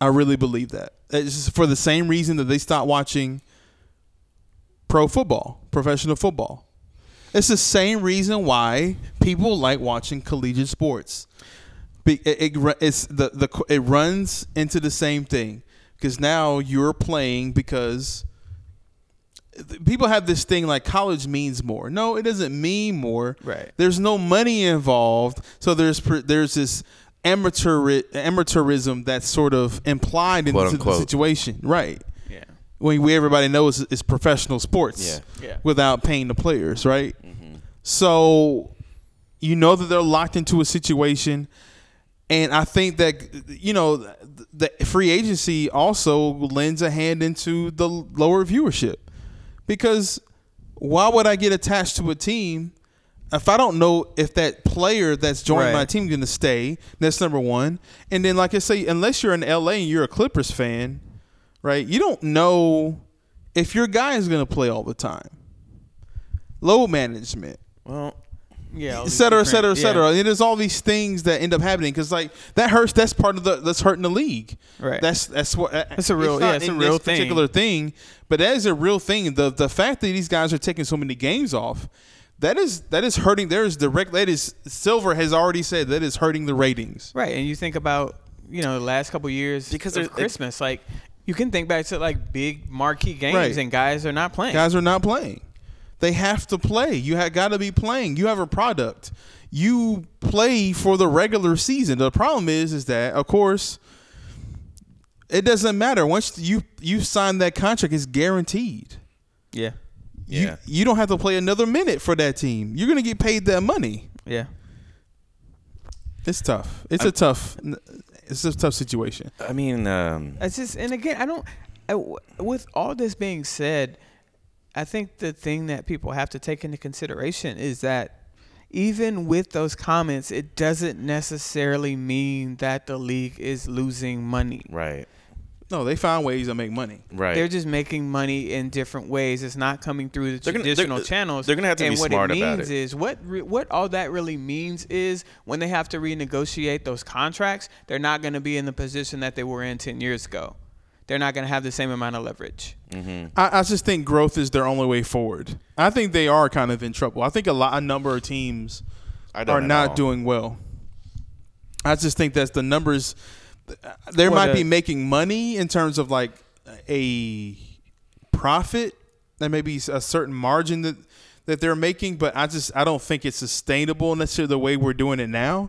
Speaker 2: I really believe that. It's just for the same reason that they stopped watching pro football, professional football. It's the same reason why people like watching collegiate sports. Be- It, it ru- it's the, the qu- it runs into the same thing because now you're playing because people have this thing like college means more. No, it doesn't mean more.
Speaker 3: Right.
Speaker 2: There's no money involved, so there's pr- there's this amateur amateurism that's sort of implied in
Speaker 1: Quote,
Speaker 2: this
Speaker 1: unquote.
Speaker 2: situation, right?
Speaker 3: Yeah,
Speaker 2: when we everybody knows it's professional sports
Speaker 1: Yeah.
Speaker 3: Yeah.
Speaker 2: without paying the players, right? So you know that they're locked into a situation, and I think that you know the, the free agency also lends a hand into the lower viewership because why would I get attached to a team? If I don't know if that player that's joining
Speaker 3: Right.
Speaker 2: my team going to stay, that's number one. And then, like I say, unless you're in LA and you're a Clippers fan, right? You don't know if your guy is going to play all the time. Load management.
Speaker 1: well
Speaker 3: Yeah, all
Speaker 2: et
Speaker 3: these
Speaker 2: cetera, et cetera, et
Speaker 3: different-
Speaker 2: cetera.
Speaker 3: yeah.
Speaker 2: And there's all these things that end up happening because like that hurts. That's part of the that's hurting the league.
Speaker 3: Right.
Speaker 2: That's that's what. uh,
Speaker 3: That's a real-
Speaker 2: It's
Speaker 3: yeah,
Speaker 2: not
Speaker 3: it's a
Speaker 2: in
Speaker 3: real
Speaker 2: this
Speaker 3: thing.
Speaker 2: particular thing, but that is a real thing. The the fact that these guys are taking so many games off, that is that is hurting. There is direct. That is Silver has already said that is hurting the ratings.
Speaker 3: Right, and you think about you know the last couple years
Speaker 1: Because
Speaker 3: because
Speaker 1: there-
Speaker 3: of
Speaker 1: it-
Speaker 3: Christmas, like you can think back to like big marquee games
Speaker 2: Right.
Speaker 3: and guys are not playing.
Speaker 2: Guys are not playing. They have to play. You have got to be playing. You have a product. You play for the regular season. The problem is, is that of course, it doesn't matter. Once you you sign that contract, it's guaranteed.
Speaker 3: yeah,
Speaker 1: Yeah.
Speaker 2: You, you don't have to play another minute for that team. You're gonna get paid that money.
Speaker 3: yeah.
Speaker 2: It's tough. It's a tough. It's a tough situation.
Speaker 1: I mean, um,
Speaker 3: It's just, and again, I don't. I, with all this being said, I think the thing that people have to take into consideration is that even with those comments, it doesn't necessarily mean that the league is losing money.
Speaker 1: right,
Speaker 2: No, they find ways to make money.
Speaker 1: right.
Speaker 3: They're just making money in different ways. It's not coming through the
Speaker 1: They're gonna- they're- uh,
Speaker 3: traditional channels.
Speaker 1: they're gonna have to
Speaker 3: and
Speaker 1: be
Speaker 3: what
Speaker 1: smart
Speaker 3: it means
Speaker 1: about it.
Speaker 3: is what re- what all that really means is when they have to renegotiate those contracts, they're not going to be in the position that they were in ten years ago. They're not going to have the same amount of leverage.
Speaker 2: I, I just think growth is their only way forward. I think they are kind of in trouble. I think a lot a number of teams
Speaker 1: I don't
Speaker 2: are
Speaker 1: at
Speaker 2: not
Speaker 1: all.
Speaker 2: doing well. I just think that's the numbers. There
Speaker 3: Well,
Speaker 2: might
Speaker 3: the-
Speaker 2: be making money in terms of like a profit. There may be a certain margin that that they're making, but I just I don't think it's sustainable necessarily the way we're doing it now.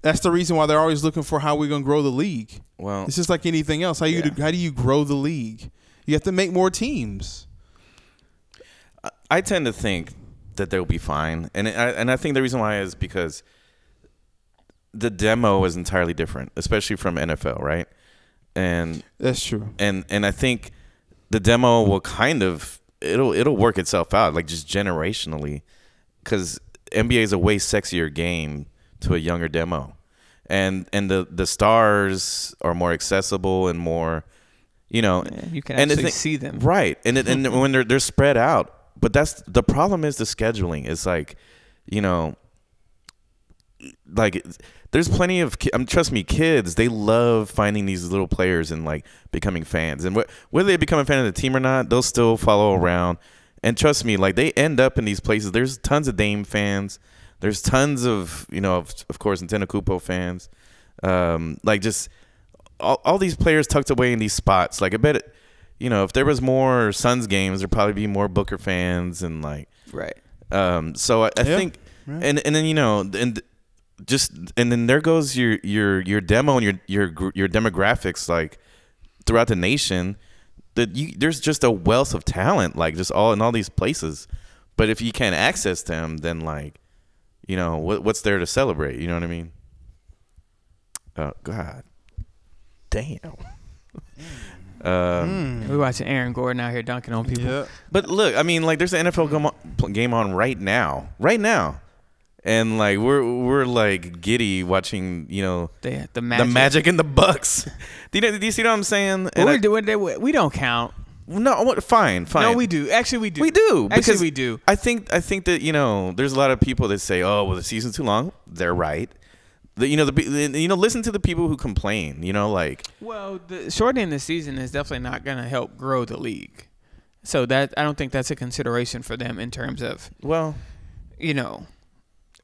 Speaker 2: That's the reason why they're always looking for how we're gonna grow the league.
Speaker 1: Well-
Speaker 2: it's just like anything else. How you
Speaker 3: Yeah.
Speaker 2: how do you grow the league? You have to make more teams.
Speaker 1: I tend to think that they'll be fine, and I, and I think the reason why is because the demo is entirely different, especially from NFL, right? And
Speaker 2: That's true.
Speaker 1: and and I think the demo will kind of it'll it'll work itself out like just generationally because NBA is a way sexier game to a younger demo, and and the the stars are more accessible and more, you know,
Speaker 3: you can
Speaker 1: and the
Speaker 3: actually see them.
Speaker 1: right, and it,
Speaker 3: [laughs]
Speaker 1: and when they're they're spread out. But that's the problem is the scheduling. It's like, you know, like it's- there's plenty of ki- um, trust me kids they love finding these little players and like becoming fans and wh- whether they become a fan of the team or not they'll still follow around and trust me like they end up in these places there's tons of Dame fans there's tons of you know of, of course Nintendo Cupo fans um like just all, all these players tucked away in these spots like I bet it, you know if there was more Suns games there'd probably be more Booker fans and like
Speaker 3: Right.
Speaker 1: um, so I, I
Speaker 2: Yeah.
Speaker 1: think,
Speaker 2: Yeah.
Speaker 1: and and then you know, and just and then there goes your your your demo and your your gr- your demographics like throughout the nation. That you there's just a wealth of talent like just all in all these places, but if you can't access them, then like, you know, what what's there to celebrate? You know what I mean? Oh God, damn. Um,
Speaker 3: We're watching Aaron Gordon out here dunking on people.
Speaker 1: but look, I mean, like, there's an NFL game on, game on right now, right now, and like we're we're like giddy watching, you know,
Speaker 3: They, the magic.
Speaker 1: the Magic and the Bucks. [laughs] do you know, do you see what I'm saying?
Speaker 3: But
Speaker 1: And
Speaker 3: we're
Speaker 1: I-
Speaker 3: doing that- we don't count.
Speaker 1: no, what, fine, fine.
Speaker 3: No, we do. Actually, we do.
Speaker 1: We do
Speaker 3: Actually, we do.
Speaker 1: I think I think that you know, there's a lot of people that say, "Oh, well, the season's too long." They're right. The, you know, the pe- you know, listen to the people who complain. You know, like
Speaker 3: Well, the shortening the season is definitely not going to help grow the league. So that I don't think that's a consideration for them in terms of
Speaker 1: well,
Speaker 3: you know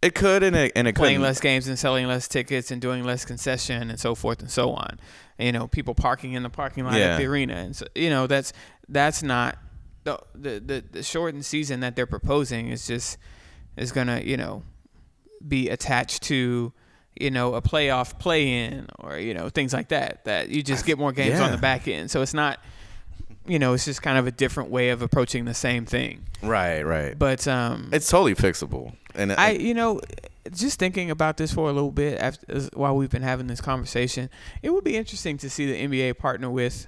Speaker 1: it could and it and it
Speaker 3: playing
Speaker 1: couldn't.
Speaker 3: less games and selling less tickets and doing less concession and so forth and so on. You know, people parking in the parking lot
Speaker 1: Yeah.
Speaker 3: at the arena and so you know that's that's not the the the, the shortened season that they're proposing is just is gonna you know be attached to you know a playoff play in or you know things like that that you just get more games on
Speaker 1: yeah.
Speaker 3: the back end. So it's not you know it's just kind of a different way of approaching the same thing.
Speaker 1: Right, right. But
Speaker 3: But um,
Speaker 1: it's totally fixable. And uh,
Speaker 3: I, you know, just thinking about this for a little bit after, as- while we've been having this conversation, it would be interesting to see the NBA partner with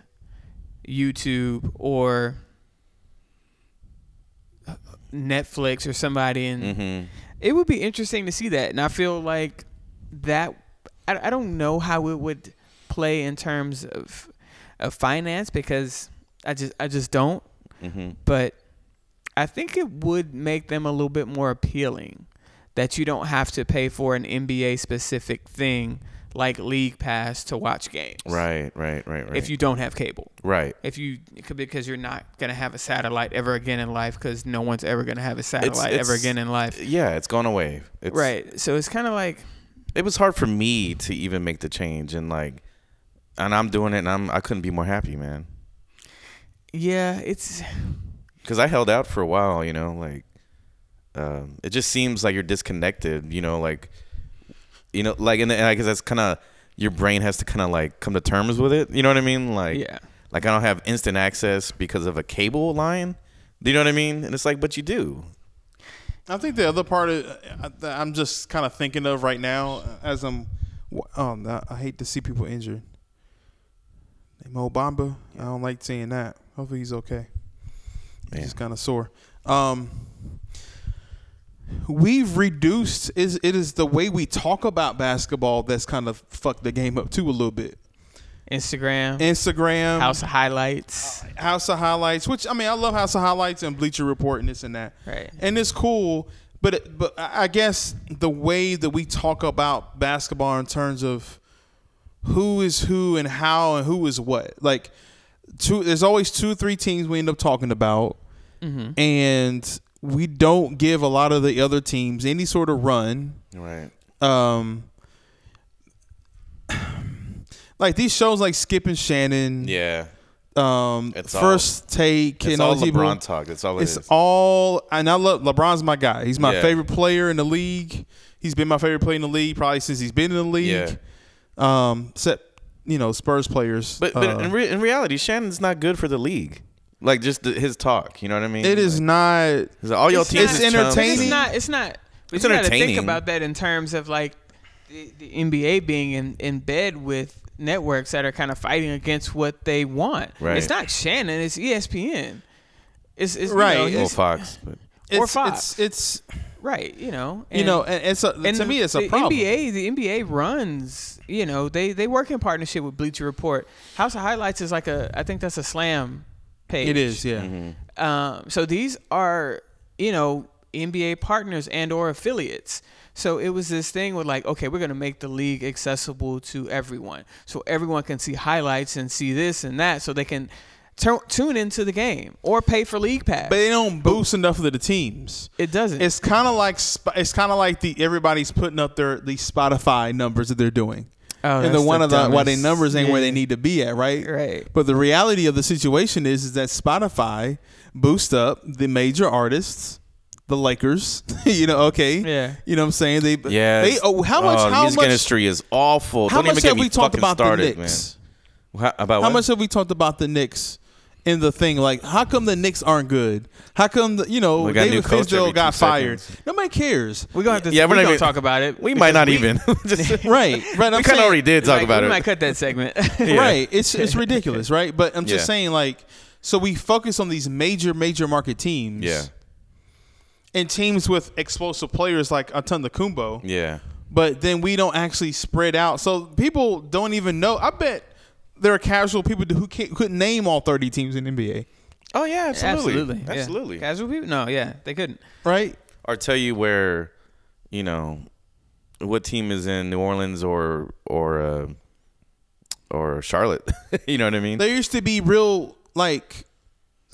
Speaker 3: YouTube or uh, Netflix or somebody, and
Speaker 1: Mhm.
Speaker 3: it would be interesting to see that. And I feel like that I, I don't know how it would play in terms of of finance because I just I just don't
Speaker 1: Mhm.
Speaker 3: but I think it would make them a little bit more appealing that you don't have to pay for an NBA specific thing like League Pass to watch games.
Speaker 1: Right, right, right, right.
Speaker 3: If you don't have cable.
Speaker 1: right,
Speaker 3: If you because you're not gonna have a satellite ever again in life because no one's ever gonna have a satellite ever
Speaker 1: it's-
Speaker 3: again in life.
Speaker 1: yeah, it's gone away. It's,
Speaker 3: Right. So it's kind of like
Speaker 1: It was hard for me to even make the change, and like, and I'm doing it, and I'm I couldn't be more happy, man.
Speaker 3: yeah, it's
Speaker 1: Because I held out for a while, you know, like, um, it just seems like you're disconnected, you know, like, you know, like, and, and I guess that's kind of your brain has to kind of like come to terms with it. You know what I mean? Like,
Speaker 3: yeah.
Speaker 1: Like I don't have instant access because of a cable line. Do you know what I mean? And it's like, but you do.
Speaker 2: I think the other part of, I- that I'm just kind of thinking of right now uh, as I'm, um, I- I hate to see people injured. Mo Bamba, I don't like seeing that. Hopefully he's okay.
Speaker 1: Man.
Speaker 2: He's just kind of sore. Um, we've reduced is it is the way we talk about basketball that's kind of fucked the game up too a little bit.
Speaker 3: Instagram,
Speaker 2: Instagram,
Speaker 3: House of Highlights.
Speaker 2: House of Highlights, which I mean, I love House of Highlights and Bleacher Report and this and that.
Speaker 3: Right.
Speaker 2: And it's cool, but it, but I I guess the way that we talk about basketball in terms of who is who and how and who is what, like two. There's always two, three teams we end up talking about, and we don't give a lot of the other teams any sort of run
Speaker 1: Right.
Speaker 2: um [sighs] like these shows like Skip and Shannon,
Speaker 1: Yeah.
Speaker 2: um,
Speaker 1: It's all-
Speaker 2: first take,
Speaker 1: It's
Speaker 2: and
Speaker 1: all
Speaker 2: those people-
Speaker 1: LeBron talk. That's all it
Speaker 2: It's
Speaker 1: is.
Speaker 2: all, and I love LeBron's my guy. He's my
Speaker 1: Yeah.
Speaker 2: favorite player in the league. He's been my favorite player in the league probably since he's been in the league. Um, except you know Spurs players,
Speaker 1: but but
Speaker 2: uh,
Speaker 1: in, re- in reality, Shannon's not good for the league. Like just the, his talk. You know what I mean?
Speaker 2: it is
Speaker 1: Like,
Speaker 2: not.
Speaker 1: he's like, all your
Speaker 3: it's
Speaker 1: teams.
Speaker 2: not-
Speaker 1: is
Speaker 2: It's
Speaker 1: chumps.
Speaker 2: entertaining.
Speaker 3: It's not. It's not. But
Speaker 1: It's
Speaker 3: you got to think
Speaker 1: entertaining.
Speaker 3: about that in terms of like the, the NBA being in, in bed with networks that are kind of fighting against what they want.
Speaker 1: Right.
Speaker 3: It's not Shannon. It's E ESPN. It's, it's
Speaker 2: Right.
Speaker 3: right. You know,
Speaker 1: Well,
Speaker 3: it's-
Speaker 1: Oh, Fox. But
Speaker 2: It's,
Speaker 3: Fox.
Speaker 2: It's, it's
Speaker 3: right. You know.
Speaker 2: you know, and it's a, to
Speaker 3: the-
Speaker 2: me it's a
Speaker 3: the
Speaker 2: problem.
Speaker 3: NBA, the NBA runs. You know, they they work in partnership with Bleacher Report. House of Highlights is like a. I think that's a slam page.
Speaker 2: It is, yeah.
Speaker 1: Mm-hmm.
Speaker 3: Um, so these are, you know, NBA partners and or affiliates. So it was this thing with like, okay, we're gonna make the league accessible to everyone, so everyone can see highlights and see this and that, so they can tu- tune into the game or pay for league pass.
Speaker 2: But they don't boost enough of the teams.
Speaker 3: it doesn't.
Speaker 2: It's kind of like Sp- it's kind of like the everybody's putting up their the Spotify numbers that they're doing,
Speaker 3: Oh,
Speaker 2: and the
Speaker 3: that's
Speaker 2: one
Speaker 3: the
Speaker 2: of the why their
Speaker 3: dumbest-
Speaker 2: numbers ain't where
Speaker 3: yeah.
Speaker 2: they need to be at, right?
Speaker 3: Right.
Speaker 2: But the reality of the situation is is that Spotify boosts up the major artists, the Lakers. [laughs] you know, okay.
Speaker 3: Yeah.
Speaker 2: You know what I'm saying? They
Speaker 1: yeah.
Speaker 2: They oh, how much
Speaker 1: oh, the
Speaker 2: how
Speaker 1: music
Speaker 2: much
Speaker 1: industry is awful.
Speaker 2: how
Speaker 1: Don't even
Speaker 2: much
Speaker 1: get
Speaker 2: have
Speaker 1: me
Speaker 2: we talked
Speaker 1: fucking
Speaker 2: about
Speaker 1: started,
Speaker 2: the Knicks?
Speaker 1: man. Wha- about
Speaker 2: How
Speaker 1: what?
Speaker 2: much have we talked about the Knicks? In the thing, like, how come the Knicks aren't good? How come, the, you know,
Speaker 1: We got a new
Speaker 2: David
Speaker 1: coach every
Speaker 2: Fizdale
Speaker 1: two
Speaker 2: got fired?
Speaker 1: seconds.
Speaker 2: Nobody cares.
Speaker 3: we're gonna have to.
Speaker 1: Yeah, we're
Speaker 3: we're
Speaker 1: not
Speaker 3: gonna
Speaker 1: even-
Speaker 3: talk about it.
Speaker 1: we might not
Speaker 3: because
Speaker 1: even. [laughs]
Speaker 2: [laughs]
Speaker 1: Just- [laughs]
Speaker 2: right, right.
Speaker 1: we
Speaker 2: I'm
Speaker 1: kind of
Speaker 2: saying,
Speaker 1: already did talk
Speaker 3: like,
Speaker 1: about
Speaker 3: we
Speaker 1: it.
Speaker 3: might cut
Speaker 1: [laughs]
Speaker 3: that segment. [laughs]
Speaker 2: Right, it's it's ridiculous, right? But I'm just
Speaker 1: Yeah.
Speaker 2: saying, like, so we focus on these major, major market teams,
Speaker 1: yeah.
Speaker 2: and teams with explosive players like Atunda Kumbo,
Speaker 1: Yeah.
Speaker 2: but then we don't actually spread out. So people don't even know. I bet there are casual people who can't, couldn't name all 30 teams in the NBA,
Speaker 1: Oh yeah, absolutely.
Speaker 3: Absolutely. yeah.
Speaker 1: Absolutely.
Speaker 3: Casual people? No, yeah, they couldn't.
Speaker 2: right?
Speaker 1: or tell you where, you know, what team is in New Orleans or or uh, or Charlotte. [laughs] you know what I mean?
Speaker 2: There used to be real like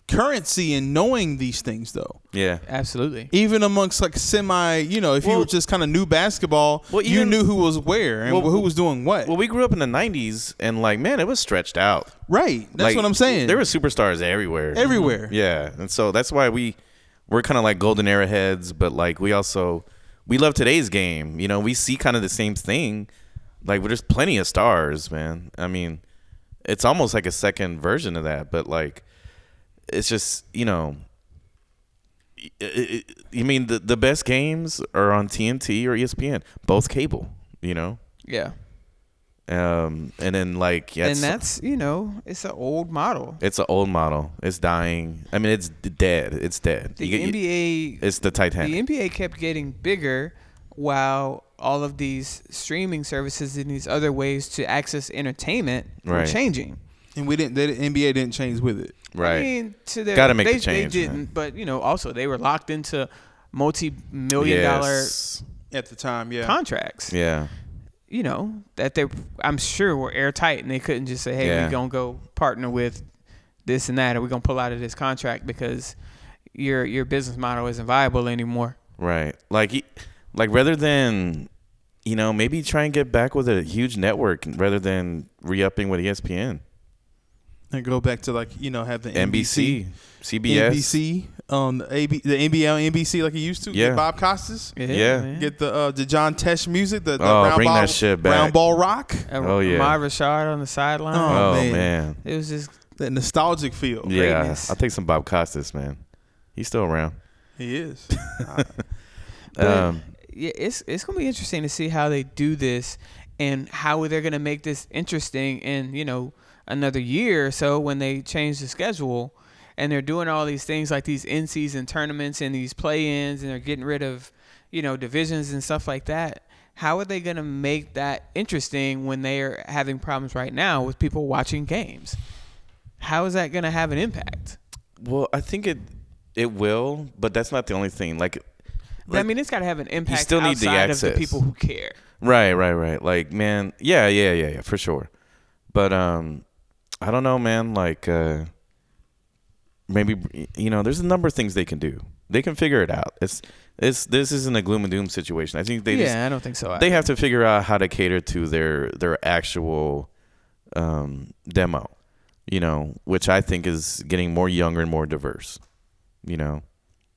Speaker 2: currency in knowing these things, though.
Speaker 1: yeah.
Speaker 3: Absolutely.
Speaker 2: Even amongst like semi, you know, if you
Speaker 1: Well-
Speaker 2: were just kind of new basketball,
Speaker 1: Well,
Speaker 2: you
Speaker 1: even-
Speaker 2: knew who was where and
Speaker 1: Well-
Speaker 2: who was doing what.
Speaker 1: Well, we grew up in the '90s, and like, man, it was stretched out.
Speaker 2: Right. That's
Speaker 1: Like,
Speaker 2: what I'm saying.
Speaker 1: There were superstars everywhere.
Speaker 2: everywhere.
Speaker 1: Yeah, and so that's why we we're kind of like golden era heads, but like we also we love today's game. You know, we see kind of the same thing. Like there's plenty of stars, man. I mean, it's almost like a second version of that, but like it's just you know. i- i- i- You mean the, the best games are on TNT or E ESPN, both cable, you know,
Speaker 3: Yeah.
Speaker 1: um, and then like yeah,
Speaker 3: and
Speaker 1: it's-
Speaker 3: that's you know it's an old model.
Speaker 1: It's an old model. It's dying. I mean, it's d- dead. It's dead.
Speaker 3: The
Speaker 1: You get- you-
Speaker 3: NBA,
Speaker 1: it's the
Speaker 3: the
Speaker 1: Titanic.
Speaker 3: NBA kept getting bigger, while all of these streaming services and these other ways to access entertainment were
Speaker 1: Right.
Speaker 3: changing.
Speaker 2: And we didn't. They, the NBA didn't change with it.
Speaker 3: I
Speaker 1: right.
Speaker 3: mean, to their
Speaker 1: Gotta make
Speaker 3: they,
Speaker 1: the change,
Speaker 3: They
Speaker 1: man.
Speaker 3: didn't, but you know, also they were locked into multi-million dollar
Speaker 1: Yes.
Speaker 2: at the time. Yeah,
Speaker 3: contracts.
Speaker 1: Yeah.
Speaker 3: You know that they, I'm sure, were airtight, and they couldn't just say, "Hey,
Speaker 1: Yeah.
Speaker 3: we're gonna go partner with this and that, or we're gonna pull out of this contract because your your business model isn't viable anymore."
Speaker 1: Right. Like, he- like rather than, you know, maybe try and get back with a huge network rather than re-upping with E ESPN,
Speaker 2: and go back to like you know have the NBC,
Speaker 1: NBC, CBS.
Speaker 2: NBC, um, the, AB, the NBL, NBC like you used to.
Speaker 1: Yeah.
Speaker 2: Get Bob Costas.
Speaker 1: Yeah.
Speaker 3: man.
Speaker 2: Get the uh, the John Tesh music. The, the
Speaker 1: Oh,
Speaker 2: round
Speaker 1: bring
Speaker 2: ball,
Speaker 1: that shit back.
Speaker 2: Round ball rock.
Speaker 3: Uh,
Speaker 1: Oh, yeah.
Speaker 3: Ma Rashad on the sideline.
Speaker 1: Oh,
Speaker 2: Oh,
Speaker 1: man.
Speaker 2: man.
Speaker 3: It was just
Speaker 2: That nostalgic feel.
Speaker 1: Yeah.
Speaker 3: Greatness.
Speaker 1: I'll take some Bob Costas, man. He's still around.
Speaker 2: He is. [laughs]
Speaker 3: But-
Speaker 1: um,
Speaker 3: yeah, it's it's gonna be interesting to see how they do this and how they're gonna make this interesting in you know another year or so when they change the schedule and they're doing all these things like these in season tournaments and these play ins and they're getting rid of you know divisions and stuff like that. How are they gonna make that interesting when they are having problems right now with people watching games? How is that gonna have an impact?
Speaker 1: well, I think it it will, but that's not the only thing. Like,
Speaker 3: I mean, it's got to have an impact
Speaker 1: still need the
Speaker 3: outside of
Speaker 1: access.
Speaker 3: the people who care.
Speaker 1: Right, right, right. Like, man, yeah, yeah, yeah, yeah, for sure. But um, I don't know, man. Like, uh, maybe you know, there's a number of things they can do. They can figure it out. It's it's this isn't a gloom and doom situation. I think they
Speaker 3: yeah,
Speaker 1: just
Speaker 3: I don't think so.
Speaker 1: they have to figure out how to cater to their their actual um, demo, you know, which I think is getting more younger and more diverse, you know,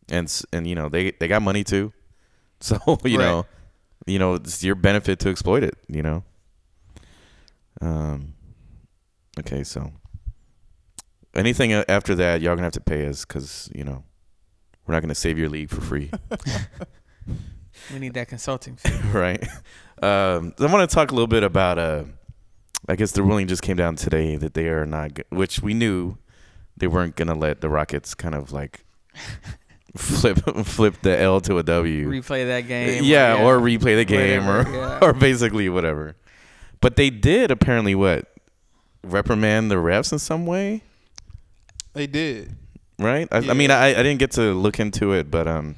Speaker 1: and s- and you know they they got money too, [laughs] so you
Speaker 2: Right.
Speaker 1: know, you know it's your benefit to exploit it, you know. Um, okay, so anything a- after that, y'all gonna have to pay us because you know we're not gonna save your league for free.
Speaker 3: we need that consulting fee.
Speaker 1: [laughs] right? Um, I want to talk a little bit about. Uh, I guess the ruling just came down today that they are not, go- which we knew they weren't gonna let the Rockets kind of
Speaker 3: [laughs]
Speaker 1: like flip flip the L to a W.
Speaker 3: replay
Speaker 1: [laughs]
Speaker 3: that game.
Speaker 1: Yeah, or replay the game
Speaker 3: Whatever,
Speaker 1: or
Speaker 3: yeah.
Speaker 1: [laughs] or basically whatever. But they did apparently what reprimand the refs in some way,
Speaker 2: they did.
Speaker 1: right? I, I
Speaker 2: Yeah.
Speaker 1: mean, I, I didn't get to look into it, but um,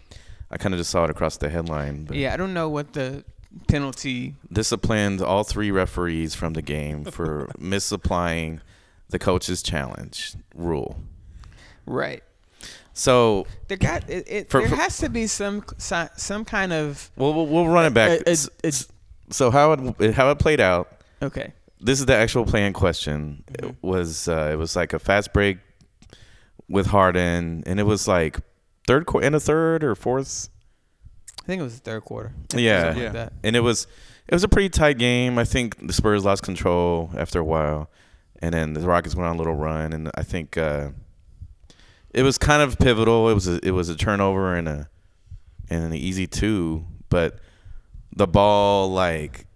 Speaker 1: I kind of just saw it across the headline. But.
Speaker 3: yeah. I don't know what the penalty.
Speaker 1: disciplined all three referees from the game [laughs] for misapplying the coach's challenge rule.
Speaker 3: Right.
Speaker 1: So
Speaker 3: There got it. it
Speaker 1: For-
Speaker 3: there
Speaker 1: for-
Speaker 3: has to be some si- some kind of
Speaker 1: we'll we'll, we'll run it back.
Speaker 3: Uh, uh,
Speaker 1: S- s- so how it how it played out.
Speaker 3: okay.
Speaker 1: This is the actual play in question. It was uh, it was like a fast break with Harden, and it was like third quarter, in a third or fourth.
Speaker 3: I think it was the third quarter.
Speaker 1: Yeah,
Speaker 3: Something
Speaker 2: Yeah.
Speaker 3: Like that.
Speaker 1: and it was it was a pretty tight game. I think the Spurs lost control after a while, and then the Rockets went on a little run. And I think uh, it was kind of pivotal. It was a, it was a turnover and a and an easy two, but the ball like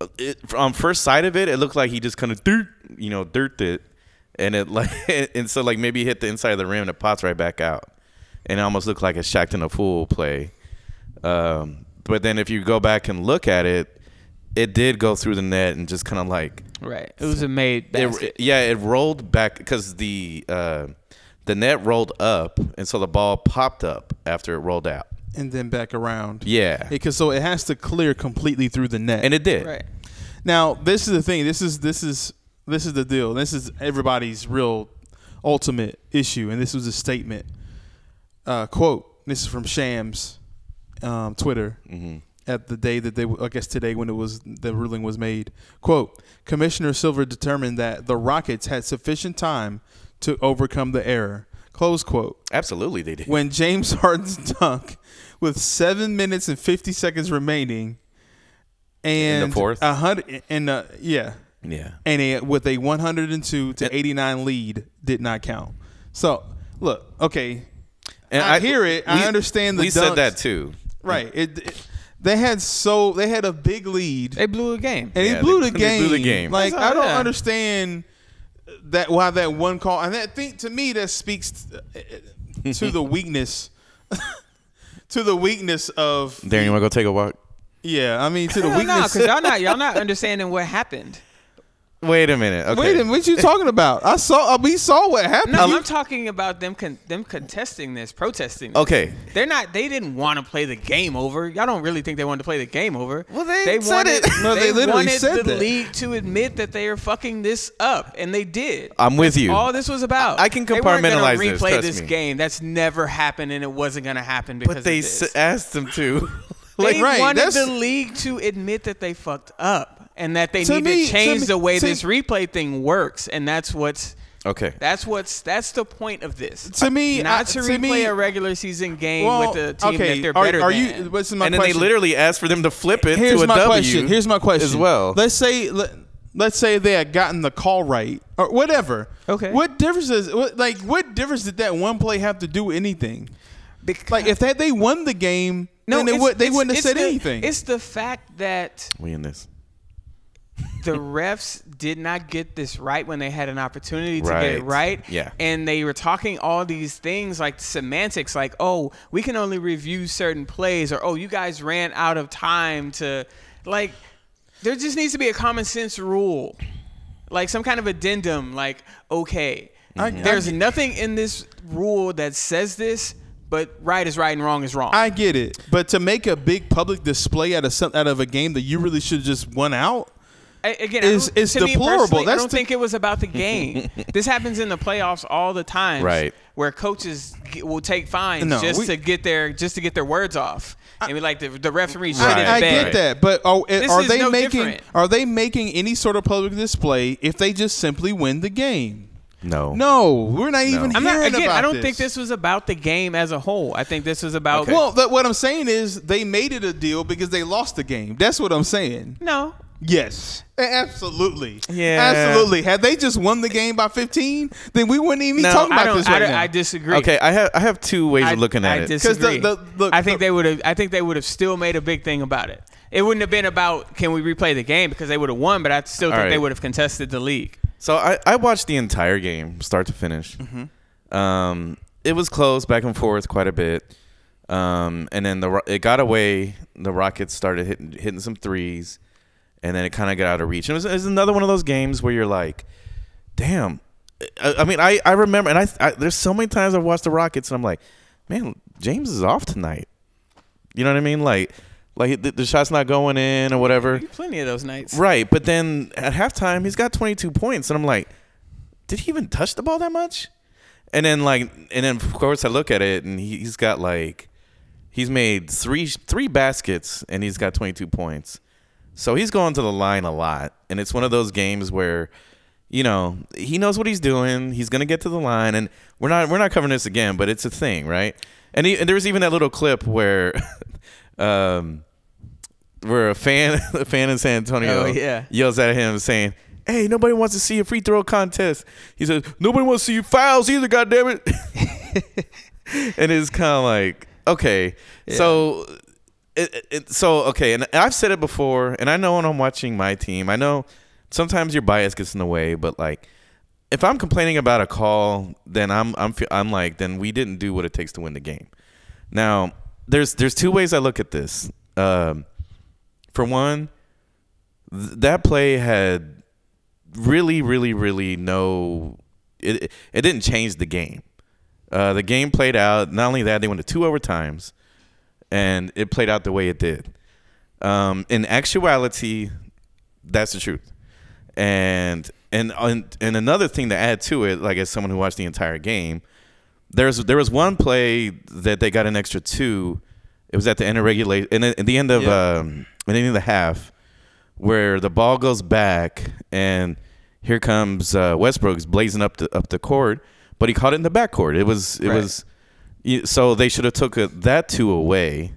Speaker 1: uh, it, on first sight of it, it looked like he just kind of dirt, you know, dirted it, and it [laughs] like and so like maybe hit the inside of the rim and it pops right back out, and it almost looked like a Shaq and a fool play. Um, but then if you go back and look at it, it did go through the net and just kind of like
Speaker 3: Right. It was a made
Speaker 1: it,
Speaker 3: basket.
Speaker 1: yeah, it rolled back because the uh, the net rolled up, and so the ball popped up after it rolled out.
Speaker 2: And then back around.
Speaker 1: Yeah,
Speaker 2: Because so it has to clear completely through the net.
Speaker 1: and it did.
Speaker 3: right.
Speaker 2: Now, this is the thing. This is this is this is the deal. This is everybody's real ultimate issue, and this was a statement. Uh, quote: This is from Shams, um, Twitter,
Speaker 1: Mm-hmm.
Speaker 2: at the day that they, I guess today when it was the ruling was made. Quote: Commissioner Silver determined that the Rockets had sufficient time to overcome the error. Close quote
Speaker 1: Absolutely, they did.
Speaker 2: when James [laughs] Harden's dunk with seven minutes and fifty seconds remaining, and
Speaker 1: fourth?
Speaker 2: a hundred and uh, yeah,
Speaker 1: yeah,
Speaker 2: and a, with a one hundred and two to eighty nine lead did not count. So look, okay,
Speaker 1: and
Speaker 2: I hear it. I understand the
Speaker 1: We said
Speaker 2: dunks.
Speaker 1: that too.
Speaker 2: right? It, it- they had so they had a big lead,
Speaker 3: They blew a game.
Speaker 2: and
Speaker 1: Yeah,
Speaker 2: he blew
Speaker 1: they- they
Speaker 2: the game.
Speaker 1: blew the game.
Speaker 2: Like
Speaker 3: That's all,
Speaker 2: I don't
Speaker 3: yeah.
Speaker 2: understand that why that one call. And that thing to me that speaks t-
Speaker 1: [laughs]
Speaker 2: to the weakness, [laughs] to the weakness of
Speaker 1: Darren, you want to go take a walk?
Speaker 2: yeah. I mean to the
Speaker 3: Hell no,
Speaker 1: [laughs]
Speaker 2: weakness.
Speaker 3: because y'all not y'all not understanding what happened.
Speaker 1: Wait a minute. Okay.
Speaker 2: Wait a minute, what you talking about? I saw uh, we saw what happened.
Speaker 3: No,
Speaker 2: You-
Speaker 3: I'm talking about them con- them contesting this, protesting. This.
Speaker 1: Okay.
Speaker 3: They're not. They didn't want to play the game over. Y'all don't really think they wanted to play the game over.
Speaker 1: Well, they said
Speaker 3: wanted.
Speaker 1: it.
Speaker 2: No, they literally
Speaker 3: wanted
Speaker 2: said
Speaker 3: the
Speaker 2: that.
Speaker 3: league to admit that they are fucking this up, and they did.
Speaker 1: I'm with you.
Speaker 3: All this was about.
Speaker 1: I- I can
Speaker 3: They weren't gonna
Speaker 1: compartmentalize this,
Speaker 3: Replay
Speaker 1: trust
Speaker 3: this
Speaker 1: me.
Speaker 3: game. That's never happened, and it wasn't gonna happen because
Speaker 1: but they
Speaker 3: of this.
Speaker 1: s- asked them to. [laughs]
Speaker 3: they
Speaker 2: right,
Speaker 3: wanted
Speaker 2: that's-
Speaker 3: the league to admit that they fucked up and that they
Speaker 2: To
Speaker 3: need
Speaker 2: me-
Speaker 3: to
Speaker 2: to
Speaker 3: change
Speaker 2: me-
Speaker 3: the way
Speaker 2: to-
Speaker 3: this replay thing works, and that's what's.
Speaker 1: okay.
Speaker 3: That's what's that's the point of this.
Speaker 2: To me,
Speaker 3: not
Speaker 2: I-
Speaker 3: to,
Speaker 2: to
Speaker 3: replay
Speaker 2: me-
Speaker 3: a regular season game
Speaker 2: Well,
Speaker 3: with the team that they're
Speaker 2: are,
Speaker 3: better
Speaker 2: are
Speaker 3: than.
Speaker 2: you? What's my
Speaker 1: and then
Speaker 2: question?
Speaker 1: they literally asked for them to flip it
Speaker 2: Here's
Speaker 1: to a
Speaker 2: my
Speaker 1: W
Speaker 2: question. Here's my question
Speaker 1: as well.
Speaker 2: Let's say let, let's say they had gotten the call right or whatever.
Speaker 3: Okay.
Speaker 2: What difference is what, like what difference did that one play have to do with anything?
Speaker 3: Bec-
Speaker 2: Like if that they won the game, then they
Speaker 3: it's-
Speaker 2: would they
Speaker 3: it's-
Speaker 2: wouldn't have
Speaker 3: it's
Speaker 2: said
Speaker 3: the-
Speaker 2: anything.
Speaker 3: It's the fact that
Speaker 1: we in this.
Speaker 3: the refs did not get this right when they had an opportunity to get it
Speaker 1: Right.
Speaker 3: right.
Speaker 1: Yeah.
Speaker 3: And they were talking all these things like semantics, like, oh, we can only review certain plays, or oh, you guys ran out of time to like there just needs to be a common sense rule. Like some kind of addendum, like, okay,
Speaker 2: I-
Speaker 3: there's
Speaker 2: I-
Speaker 3: nothing in this rule that says this, but right is right and wrong is wrong.
Speaker 2: I get it, but to make a big public display out of some, out of a game that you really should have just won out.
Speaker 3: I- again,
Speaker 2: is-
Speaker 3: I don't,
Speaker 2: is
Speaker 3: to me
Speaker 2: deplorable.
Speaker 3: personally, I
Speaker 2: That's
Speaker 3: don't
Speaker 2: the-
Speaker 3: think it
Speaker 2: [laughs]
Speaker 3: was about the game. this happens in the playoffs all the time,
Speaker 1: Right.
Speaker 3: Where coaches g will take fines
Speaker 2: No,
Speaker 3: just
Speaker 2: we-
Speaker 3: to get their just to get their words off, and be like the, the referee should
Speaker 1: Right.
Speaker 2: I, I
Speaker 3: have
Speaker 2: get
Speaker 3: been.
Speaker 2: that, but are, eh, are
Speaker 3: is
Speaker 2: they
Speaker 3: no
Speaker 2: making
Speaker 3: different.
Speaker 2: are they making any sort of public display if they just simply win the game?
Speaker 1: No.
Speaker 2: No, we're not even.
Speaker 3: I'm not
Speaker 2: hearing
Speaker 3: again. I
Speaker 2: about
Speaker 3: don't think this was about the game as a whole. I think this was about
Speaker 2: Well, that, what I'm saying is they made it a deal because they lost the game. That's what I'm saying.
Speaker 3: no.
Speaker 2: Yes, A- absolutely.
Speaker 1: Yeah.
Speaker 2: absolutely. Had they just won the game by 15, then we wouldn't even be
Speaker 1: No,
Speaker 2: talking
Speaker 3: I
Speaker 2: about
Speaker 3: don't.
Speaker 2: this
Speaker 3: I,
Speaker 2: right
Speaker 3: don't-
Speaker 2: now.
Speaker 3: I disagree.
Speaker 1: Okay, I have I have two ways
Speaker 3: I,
Speaker 1: of looking at
Speaker 3: I
Speaker 1: it.
Speaker 3: disagree.
Speaker 2: the- the-
Speaker 3: I think
Speaker 2: the-
Speaker 3: they would have. I think they would have still made a big thing about it. It wouldn't have been about can we replay the game because they would have won, but I still think
Speaker 1: All right.
Speaker 3: they would have contested the league.
Speaker 1: So I, I watched the entire game, start to finish.
Speaker 3: Mm-hmm.
Speaker 1: Um, it was close, back and forth, quite a bit. Um, and then the Ro- it got away. The Rockets started hitting hitting some threes, and then it kind of got out of reach. And it was, it was another one of those games where you're like, "Damn." I, I mean, I, I remember, and I, I there's so many times I've watched the Rockets, and I'm like, "Man, James is off tonight." You know what I mean? Like, like the, the shot's not going in or whatever.
Speaker 3: Plenty of those nights.
Speaker 1: Right, but then at halftime he's got 22 points, and I'm like, did he even touch the ball that much? And then like, and then of course I look at it, and he, he's got like, he's made three three baskets, and he's got 22 points. So he's going to the line a lot, and it's one of those games where, you know, he knows what he's doing. He's gonna get to the line, and we're not we're not covering this again, but it's a thing, right? And, he, and there was even that little clip where, [laughs] um, where a fan [laughs] a fan in San Antonio
Speaker 3: Oh, yeah.
Speaker 1: yells at him saying, "Hey, nobody wants to see a free throw contest." He says, "Nobody wants to see fouls either, goddammit. [laughs] and it's kind of like, okay, so it, it- it, so okay, and I've said it before, and I know when I'm watching my team, I know sometimes your bias gets in the way, but like if I'm complaining about a call, then I'm I'm fe- I'm like then we didn't do what it takes to win the game. Now there's there's two ways I look at this. Um, for one, th- that play had really really really no it it- it didn't change the game. Uh, the game played out. Not only that, they went to two overtimes, and it played out the way it did. Um, in actuality, that's the truth. And and and and another thing to add to it, like as someone who watched the entire game, there's there was one play that they got an extra two. It was at the end of regulation, in, the- in the end of
Speaker 2: Yeah.
Speaker 1: um, in the end of the half, where the ball goes back, and here comes uh, Westbrook's blazing up the up the court, but he caught it in the backcourt. It was it
Speaker 2: Right.
Speaker 1: was, you- so they should have took a, that two away,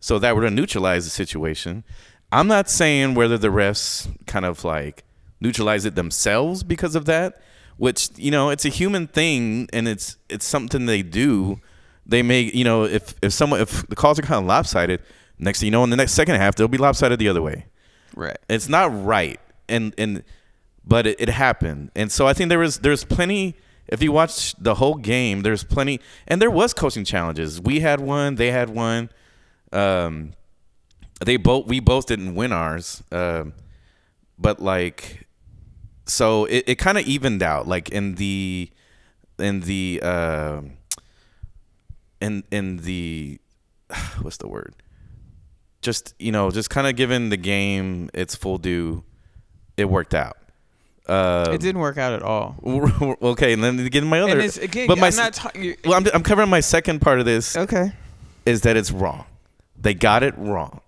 Speaker 1: so that would have neutralized the situation. I'm not saying whether the refs kind of like neutralize it themselves because of that, which you know it's a human thing and it's it's something they do. They may you know if if someone if the calls are kind of lopsided, next thing you know in the next second half they'll be lopsided the other way.
Speaker 3: Right.
Speaker 1: It's not right, and and but it, it happened, and so I think there was there's plenty. If you watch the whole game, there's plenty, and there was coaching challenges. We had one, they had one. Um, they both we both didn't win ours, um, but like so it, it kind of evened out like in the in the uh, in in the [sighs] what's the word just you know just kind of giving the game its full due it worked out [laughs] uh
Speaker 3: it didn't work out at all.
Speaker 1: okay and then again my other
Speaker 3: And it's again,
Speaker 1: but my
Speaker 3: I'm
Speaker 1: s-
Speaker 3: not talking.
Speaker 1: well I'm, I'm covering my second part of
Speaker 2: Oh.
Speaker 1: this
Speaker 3: Okay.
Speaker 1: is that it's wrong they got it wrong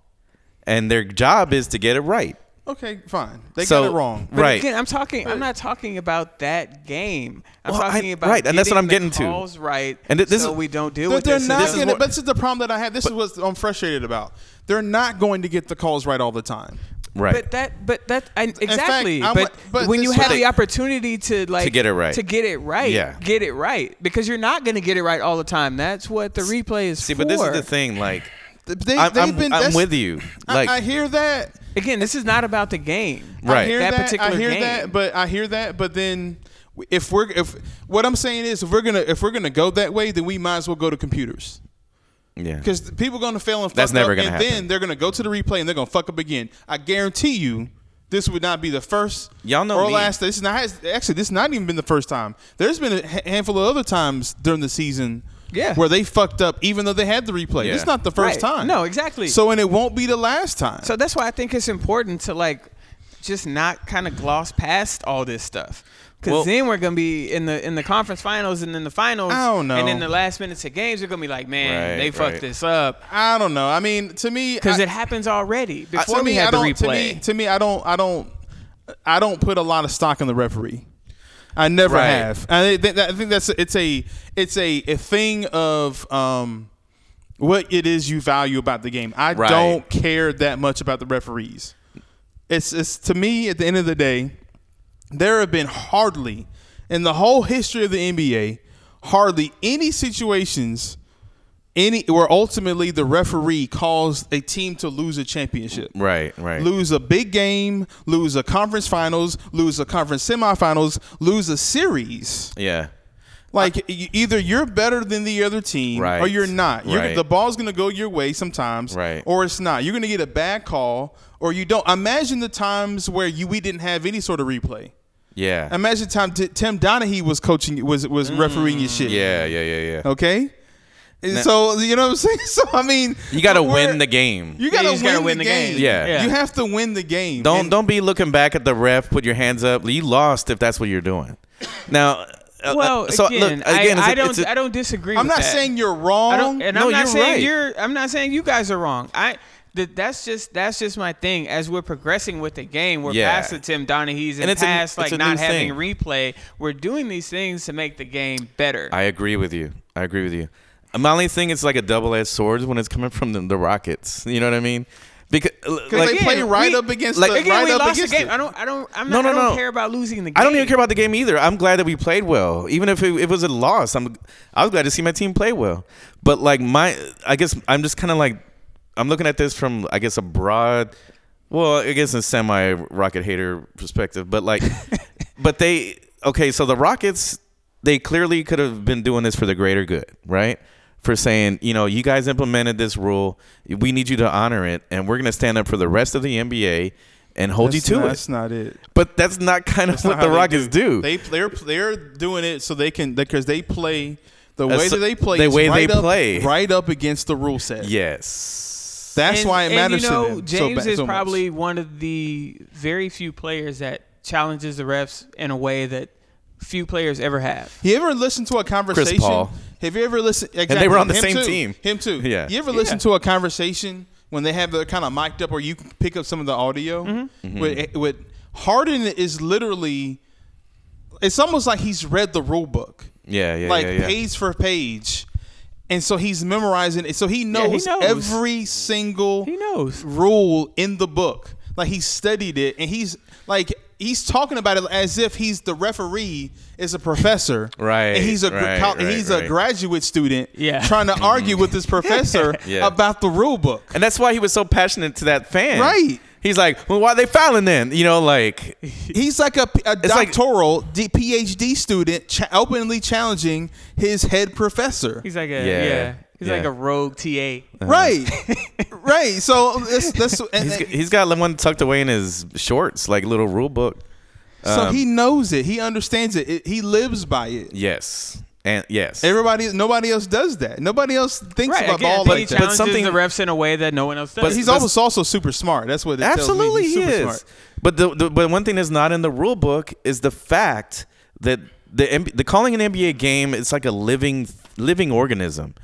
Speaker 1: and their job is to get it right
Speaker 2: Okay, fine. They
Speaker 1: So-
Speaker 2: got it wrong.
Speaker 3: But
Speaker 1: right
Speaker 3: Again, I'm talking. I'm not talking about that game. I'm
Speaker 1: Well, I-
Speaker 3: talking about
Speaker 1: right, and that's what I'm
Speaker 3: the
Speaker 1: getting to.
Speaker 3: calls Right,
Speaker 1: And th- this
Speaker 3: so
Speaker 1: is-
Speaker 3: we don't deal
Speaker 2: They're,
Speaker 3: with
Speaker 2: they're
Speaker 3: this. and
Speaker 2: not
Speaker 3: this is
Speaker 2: gonna-
Speaker 3: what-
Speaker 2: this is the problem that I have. This is what I'm frustrated about. They're not going to get the calls right all the time.
Speaker 1: right
Speaker 3: But that, but that, I, exactly.
Speaker 2: I'm
Speaker 3: but,
Speaker 2: like- but
Speaker 3: when
Speaker 2: this-
Speaker 3: you
Speaker 2: but
Speaker 3: have
Speaker 2: they-
Speaker 3: the opportunity to like
Speaker 1: get it right.
Speaker 3: to get it right,
Speaker 1: Yeah.
Speaker 3: get it right because you're not going to get it right all the time. That's what the replay is
Speaker 1: see
Speaker 3: for.
Speaker 1: but this is the thing like
Speaker 2: They,
Speaker 1: I'm,
Speaker 2: they've
Speaker 1: I'm,
Speaker 2: been,
Speaker 1: I'm
Speaker 2: that's-
Speaker 1: with you like
Speaker 2: I, I hear that.
Speaker 3: Again, this is not about the game.
Speaker 1: Right.
Speaker 2: I hear
Speaker 3: That
Speaker 2: that,
Speaker 3: particular
Speaker 2: I hear
Speaker 3: game.
Speaker 2: that, but I hear that, but then if we're if what I'm saying is if we're gonna if we're gonna go that way, then we might as well go to computers.
Speaker 1: yeah
Speaker 2: Because people gonna fail and fuck
Speaker 1: That's never
Speaker 2: up,
Speaker 1: gonna
Speaker 2: and
Speaker 1: happen.
Speaker 2: then they're gonna go to the replay and they're gonna fuck up again. I guarantee you, this would not be the first
Speaker 1: Y'all know
Speaker 2: or
Speaker 1: me.
Speaker 2: last. This is not actually this has not even been the first time. There's been a ha- handful of other times during the season,
Speaker 3: Yeah.
Speaker 2: where they fucked up even though they had the replay.
Speaker 1: Yeah.
Speaker 2: It's not the first
Speaker 3: Right.
Speaker 2: time.
Speaker 3: No, exactly.
Speaker 2: So and it won't be the last time.
Speaker 3: So that's why I think it's important to like just not kind of gloss past all this stuff. Cause
Speaker 1: Well-
Speaker 3: then we're gonna be in the in the conference finals and in the finals
Speaker 2: I don't know.
Speaker 3: and in the last minutes of games we're gonna be like, man,
Speaker 1: Right,
Speaker 3: they fucked
Speaker 1: right.
Speaker 3: this up
Speaker 2: I don't know. I mean, to me,
Speaker 3: because
Speaker 2: I-
Speaker 3: it happens already
Speaker 2: I-
Speaker 3: before
Speaker 2: to
Speaker 3: we
Speaker 2: me,
Speaker 3: had
Speaker 2: I
Speaker 3: the
Speaker 2: don't- To
Speaker 3: replay.
Speaker 2: me, to me, I don't, I don't, I don't put a lot of stock in the referee. I never
Speaker 1: Right.
Speaker 2: have. I, thi- I think that's it's a it's a, a thing of um, what it is you value about the game. I
Speaker 1: Right.
Speaker 2: don't care that much about the referees. It's it's to me at the end of the day, there have been hardly in the whole history of the NBA hardly any situations any where ultimately the referee caused a team to lose a championship
Speaker 1: right right
Speaker 2: lose a big game, lose a conference finals, lose a conference semifinals, lose a series.
Speaker 1: yeah
Speaker 2: Like e- either you're better than the other team,
Speaker 1: Right.
Speaker 2: or you're not. You're,
Speaker 1: Right.
Speaker 2: The ball's gonna go your way sometimes,
Speaker 1: Right.
Speaker 2: or it's not. You're gonna get a bad call, or you don't. Imagine the times where you we didn't have any sort of replay.
Speaker 1: yeah
Speaker 2: Imagine the time t- Tim Donahue was coaching, was was refereeing your shit.
Speaker 1: Mm. yeah yeah yeah yeah
Speaker 2: Okay. And So you know what I'm saying. [laughs] So I mean,
Speaker 1: you gotta
Speaker 2: we're-
Speaker 1: win the game
Speaker 2: You gotta,
Speaker 3: you just
Speaker 2: win,
Speaker 3: gotta
Speaker 2: the game.
Speaker 1: Yeah. Yeah.
Speaker 2: You have to win the game.
Speaker 1: Don't
Speaker 2: And-
Speaker 1: don't be looking back at the ref. Put your hands up. You lost if that's what you're doing. Now, uh,
Speaker 3: well,
Speaker 1: uh, so
Speaker 3: again,
Speaker 1: look,
Speaker 3: I,
Speaker 1: again,
Speaker 3: I
Speaker 1: it's a-
Speaker 3: don't
Speaker 1: it's a-
Speaker 3: I don't disagree.
Speaker 2: I'm
Speaker 3: with
Speaker 2: not
Speaker 3: that.
Speaker 2: saying you're wrong.
Speaker 3: I don't, and
Speaker 1: No,
Speaker 3: I'm not
Speaker 1: you're
Speaker 3: saying
Speaker 1: right.
Speaker 3: you're. I'm not saying you guys are wrong. I. That, that's just that's just my thing. As we're progressing with the game, we're
Speaker 1: Yeah.
Speaker 3: past the Tim Donahue's and,
Speaker 1: And it's a-
Speaker 3: past
Speaker 1: it's
Speaker 3: like
Speaker 1: a
Speaker 3: not
Speaker 1: new
Speaker 3: having
Speaker 1: thing.
Speaker 3: replay. We're doing these things to make the game better.
Speaker 1: I agree with you. I agree with you. Uh, My only thing is like a double edged sword when it's coming from the, the Rockets. You know what I mean? Because uh,
Speaker 2: Because
Speaker 1: like,
Speaker 2: they play
Speaker 3: Again,
Speaker 2: right
Speaker 3: we-
Speaker 2: up against
Speaker 1: like-
Speaker 2: the
Speaker 3: Again,
Speaker 2: right
Speaker 3: we
Speaker 2: up
Speaker 3: lost the
Speaker 2: against
Speaker 3: game.
Speaker 2: it.
Speaker 3: I don't. I don't. I'm
Speaker 1: No,
Speaker 3: not.
Speaker 1: no,
Speaker 3: I don't
Speaker 1: no.
Speaker 3: care about losing the game.
Speaker 1: I don't even care about the game either. I'm glad that we played well, even if it, it was a loss. I'm I was glad to see my team play well. But like my, I guess I'm just kind of like I'm looking at this from I guess a broad, well, I guess a semi Rocket hater perspective. But
Speaker 3: [laughs]
Speaker 1: like, but they okay. So the Rockets, they clearly could have been doing this for the greater good, right? For saying, you know, you guys implemented this rule. We need you to honor it, and we're going to stand up for the rest of the NBA and hold you to
Speaker 2: not,
Speaker 1: it.
Speaker 2: That's not it.
Speaker 1: But that's not kind of
Speaker 2: That's
Speaker 1: what
Speaker 2: not how
Speaker 1: the
Speaker 2: they
Speaker 1: Rockets do.
Speaker 2: They they're they're doing it so they can because they play the
Speaker 1: That's
Speaker 2: way
Speaker 1: so-
Speaker 2: that they play.
Speaker 1: the
Speaker 2: is
Speaker 1: way they
Speaker 2: right up-
Speaker 1: play.
Speaker 2: right up against the rule set.
Speaker 1: yes.
Speaker 2: that's
Speaker 3: And-
Speaker 2: why it
Speaker 3: and
Speaker 2: matters
Speaker 3: You know,
Speaker 2: to them. so
Speaker 3: James
Speaker 2: ba-
Speaker 3: is
Speaker 2: so much.
Speaker 3: probably one of the very few players that challenges the refs in a way that few players ever have.
Speaker 2: You ever listened to a conversation?
Speaker 1: Paul.
Speaker 2: Have you ever listened? Exactly.
Speaker 1: they were on the
Speaker 2: him
Speaker 1: same
Speaker 2: too.
Speaker 1: team.
Speaker 2: Him too.
Speaker 1: Yeah.
Speaker 2: You ever listen to a conversation when they have the kind of mic'd up, or you can pick up some of the audio? With, eh, with Harden is literally, it's almost like he's read the rule book,
Speaker 1: Yeah, yeah,
Speaker 2: like
Speaker 1: yeah, yeah.
Speaker 2: page for page, and so he's memorizing it. So he
Speaker 3: he
Speaker 2: knows,
Speaker 3: knows.
Speaker 2: every single
Speaker 3: He knows.
Speaker 2: rule in the book. Like he studied it, and he's like he's talking about it as if he's the referee is a professor,
Speaker 1: [laughs] Right,
Speaker 2: And he's a gr-
Speaker 1: right,
Speaker 2: col-
Speaker 1: right,
Speaker 2: he's a
Speaker 1: right. [laughs]
Speaker 2: graduate student,
Speaker 3: Yeah.
Speaker 2: trying to argue with his professor
Speaker 1: Yeah.
Speaker 2: about the rule book.
Speaker 1: And that's why he was so passionate to that fan.
Speaker 2: Right.
Speaker 1: He's like, well, why are they fouling then? You know, like,
Speaker 2: He's like a, a
Speaker 1: like-
Speaker 2: doctoral D- PhD student, cha- openly challenging his head professor.
Speaker 3: He's like a
Speaker 1: Yeah.
Speaker 3: yeah. He's like
Speaker 1: Yeah.
Speaker 3: a rogue TA.
Speaker 1: [laughs]
Speaker 2: Right, right. So that's that's and,
Speaker 1: he's, he's got one tucked away in his shorts, like little rule book.
Speaker 2: so
Speaker 1: Um,
Speaker 2: he knows it. He understands it. it. He lives by it.
Speaker 1: Yes, and yes.
Speaker 2: Everybody, nobody else does that. Nobody else thinks
Speaker 3: Right,
Speaker 2: about
Speaker 3: again,
Speaker 2: ball
Speaker 3: but he
Speaker 2: like that.
Speaker 3: challenges
Speaker 1: something-
Speaker 3: the refs in a way that no one else does.
Speaker 2: But he's also also super smart. That's what it tells me.
Speaker 1: Absolutely,
Speaker 2: He's
Speaker 1: he
Speaker 2: super
Speaker 1: is.
Speaker 2: smart.
Speaker 1: But the, the but one thing that's not in the rule book is the fact that the M- the calling an NBA game it's like a living living organism.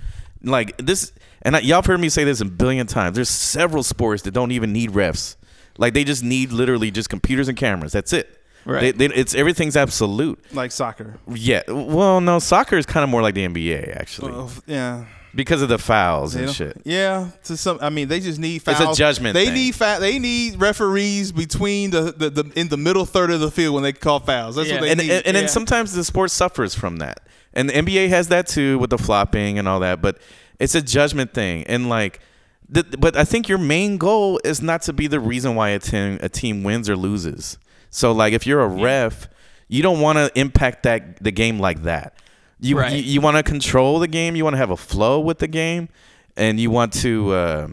Speaker 1: Like this, and I, y'all have heard me say this a billion times. There's several sports that don't even need refs. Like they just need literally just computers and cameras. That's it.
Speaker 3: Right.
Speaker 1: They, they, it's everything's absolute.
Speaker 2: Like soccer.
Speaker 1: Yeah. Well, no, soccer is kind of more like the NBA actually
Speaker 2: Oh, yeah.
Speaker 1: because of the fouls
Speaker 2: They
Speaker 1: and
Speaker 2: don't-
Speaker 1: shit.
Speaker 2: Yeah, to some. I mean, they just need
Speaker 1: a
Speaker 2: fouls.
Speaker 1: judgment
Speaker 2: They
Speaker 1: thing.
Speaker 2: need fa- They need referees between the, the, the in the middle third of the field when they call fouls. That's
Speaker 3: Yeah.
Speaker 2: what they
Speaker 1: and
Speaker 2: need.
Speaker 1: and, and
Speaker 3: yeah.
Speaker 1: then sometimes the sport suffers from that, and the NBA has that too with the flopping and all that. But it's a judgment thing, and like, the, but I think your main goal is not to be the reason why a team a team wins or loses. So like, if you're a ref, you don't want to impact that the game like that. You
Speaker 3: Right.
Speaker 1: you, you want to control the game. You want to have a flow with the game, and you want to. Uh,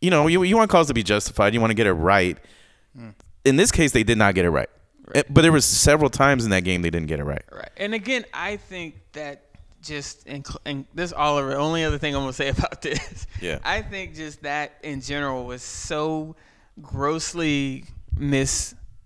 Speaker 1: you know, you, you want calls to be justified. You want to get it right in this case they did not get it right. Eh, But there was several times in that game they didn't get it right.
Speaker 3: Right. And again, I think that just in, and this Oliver. Only other thing I'm gonna say [laughs] about this.
Speaker 1: Yeah.
Speaker 3: I think just that in general was so grossly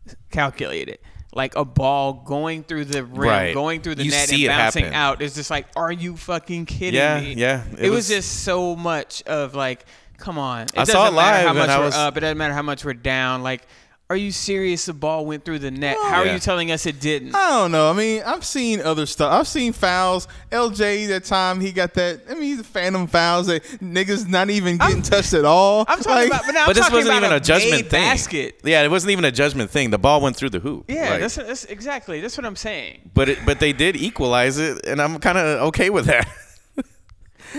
Speaker 3: miscalculated. Like a ball going through the rim,
Speaker 1: Right.
Speaker 3: going through the
Speaker 1: You
Speaker 3: net, and
Speaker 1: see it
Speaker 3: bouncing
Speaker 1: happen.
Speaker 3: out. It's just like, are you fucking kidding
Speaker 1: Yeah,
Speaker 3: me?
Speaker 1: yeah.
Speaker 3: It,
Speaker 1: It
Speaker 3: was,
Speaker 1: was-
Speaker 3: just so much of like, come on. It
Speaker 1: I
Speaker 3: doesn't
Speaker 1: saw it
Speaker 3: matter how
Speaker 1: live,
Speaker 3: much
Speaker 1: and I
Speaker 3: we're
Speaker 1: was-
Speaker 3: up. It doesn't matter how much we're down. Like, are you serious? The ball went through the net. How are
Speaker 1: Yeah.
Speaker 3: you telling us it didn't?
Speaker 2: I don't know. I mean, I've seen other stuff. I've seen fouls. LJ that time he got that. I mean, he's a phantom fouls that niggas not even getting touched at all.
Speaker 3: [laughs] I'm talking about, but, now I'm
Speaker 1: but this
Speaker 3: talking
Speaker 1: wasn't
Speaker 3: about
Speaker 1: even a, judgment
Speaker 3: made
Speaker 1: thing.
Speaker 3: Basket.
Speaker 1: Yeah, it wasn't even a judgment thing. The ball went through the hoop.
Speaker 3: Yeah,
Speaker 1: Like,
Speaker 3: that's, that's exactly that's what I'm saying.
Speaker 1: but it, but they did equalize it, and I'm kind of okay with
Speaker 3: [laughs]
Speaker 1: that.
Speaker 2: yeah,
Speaker 3: but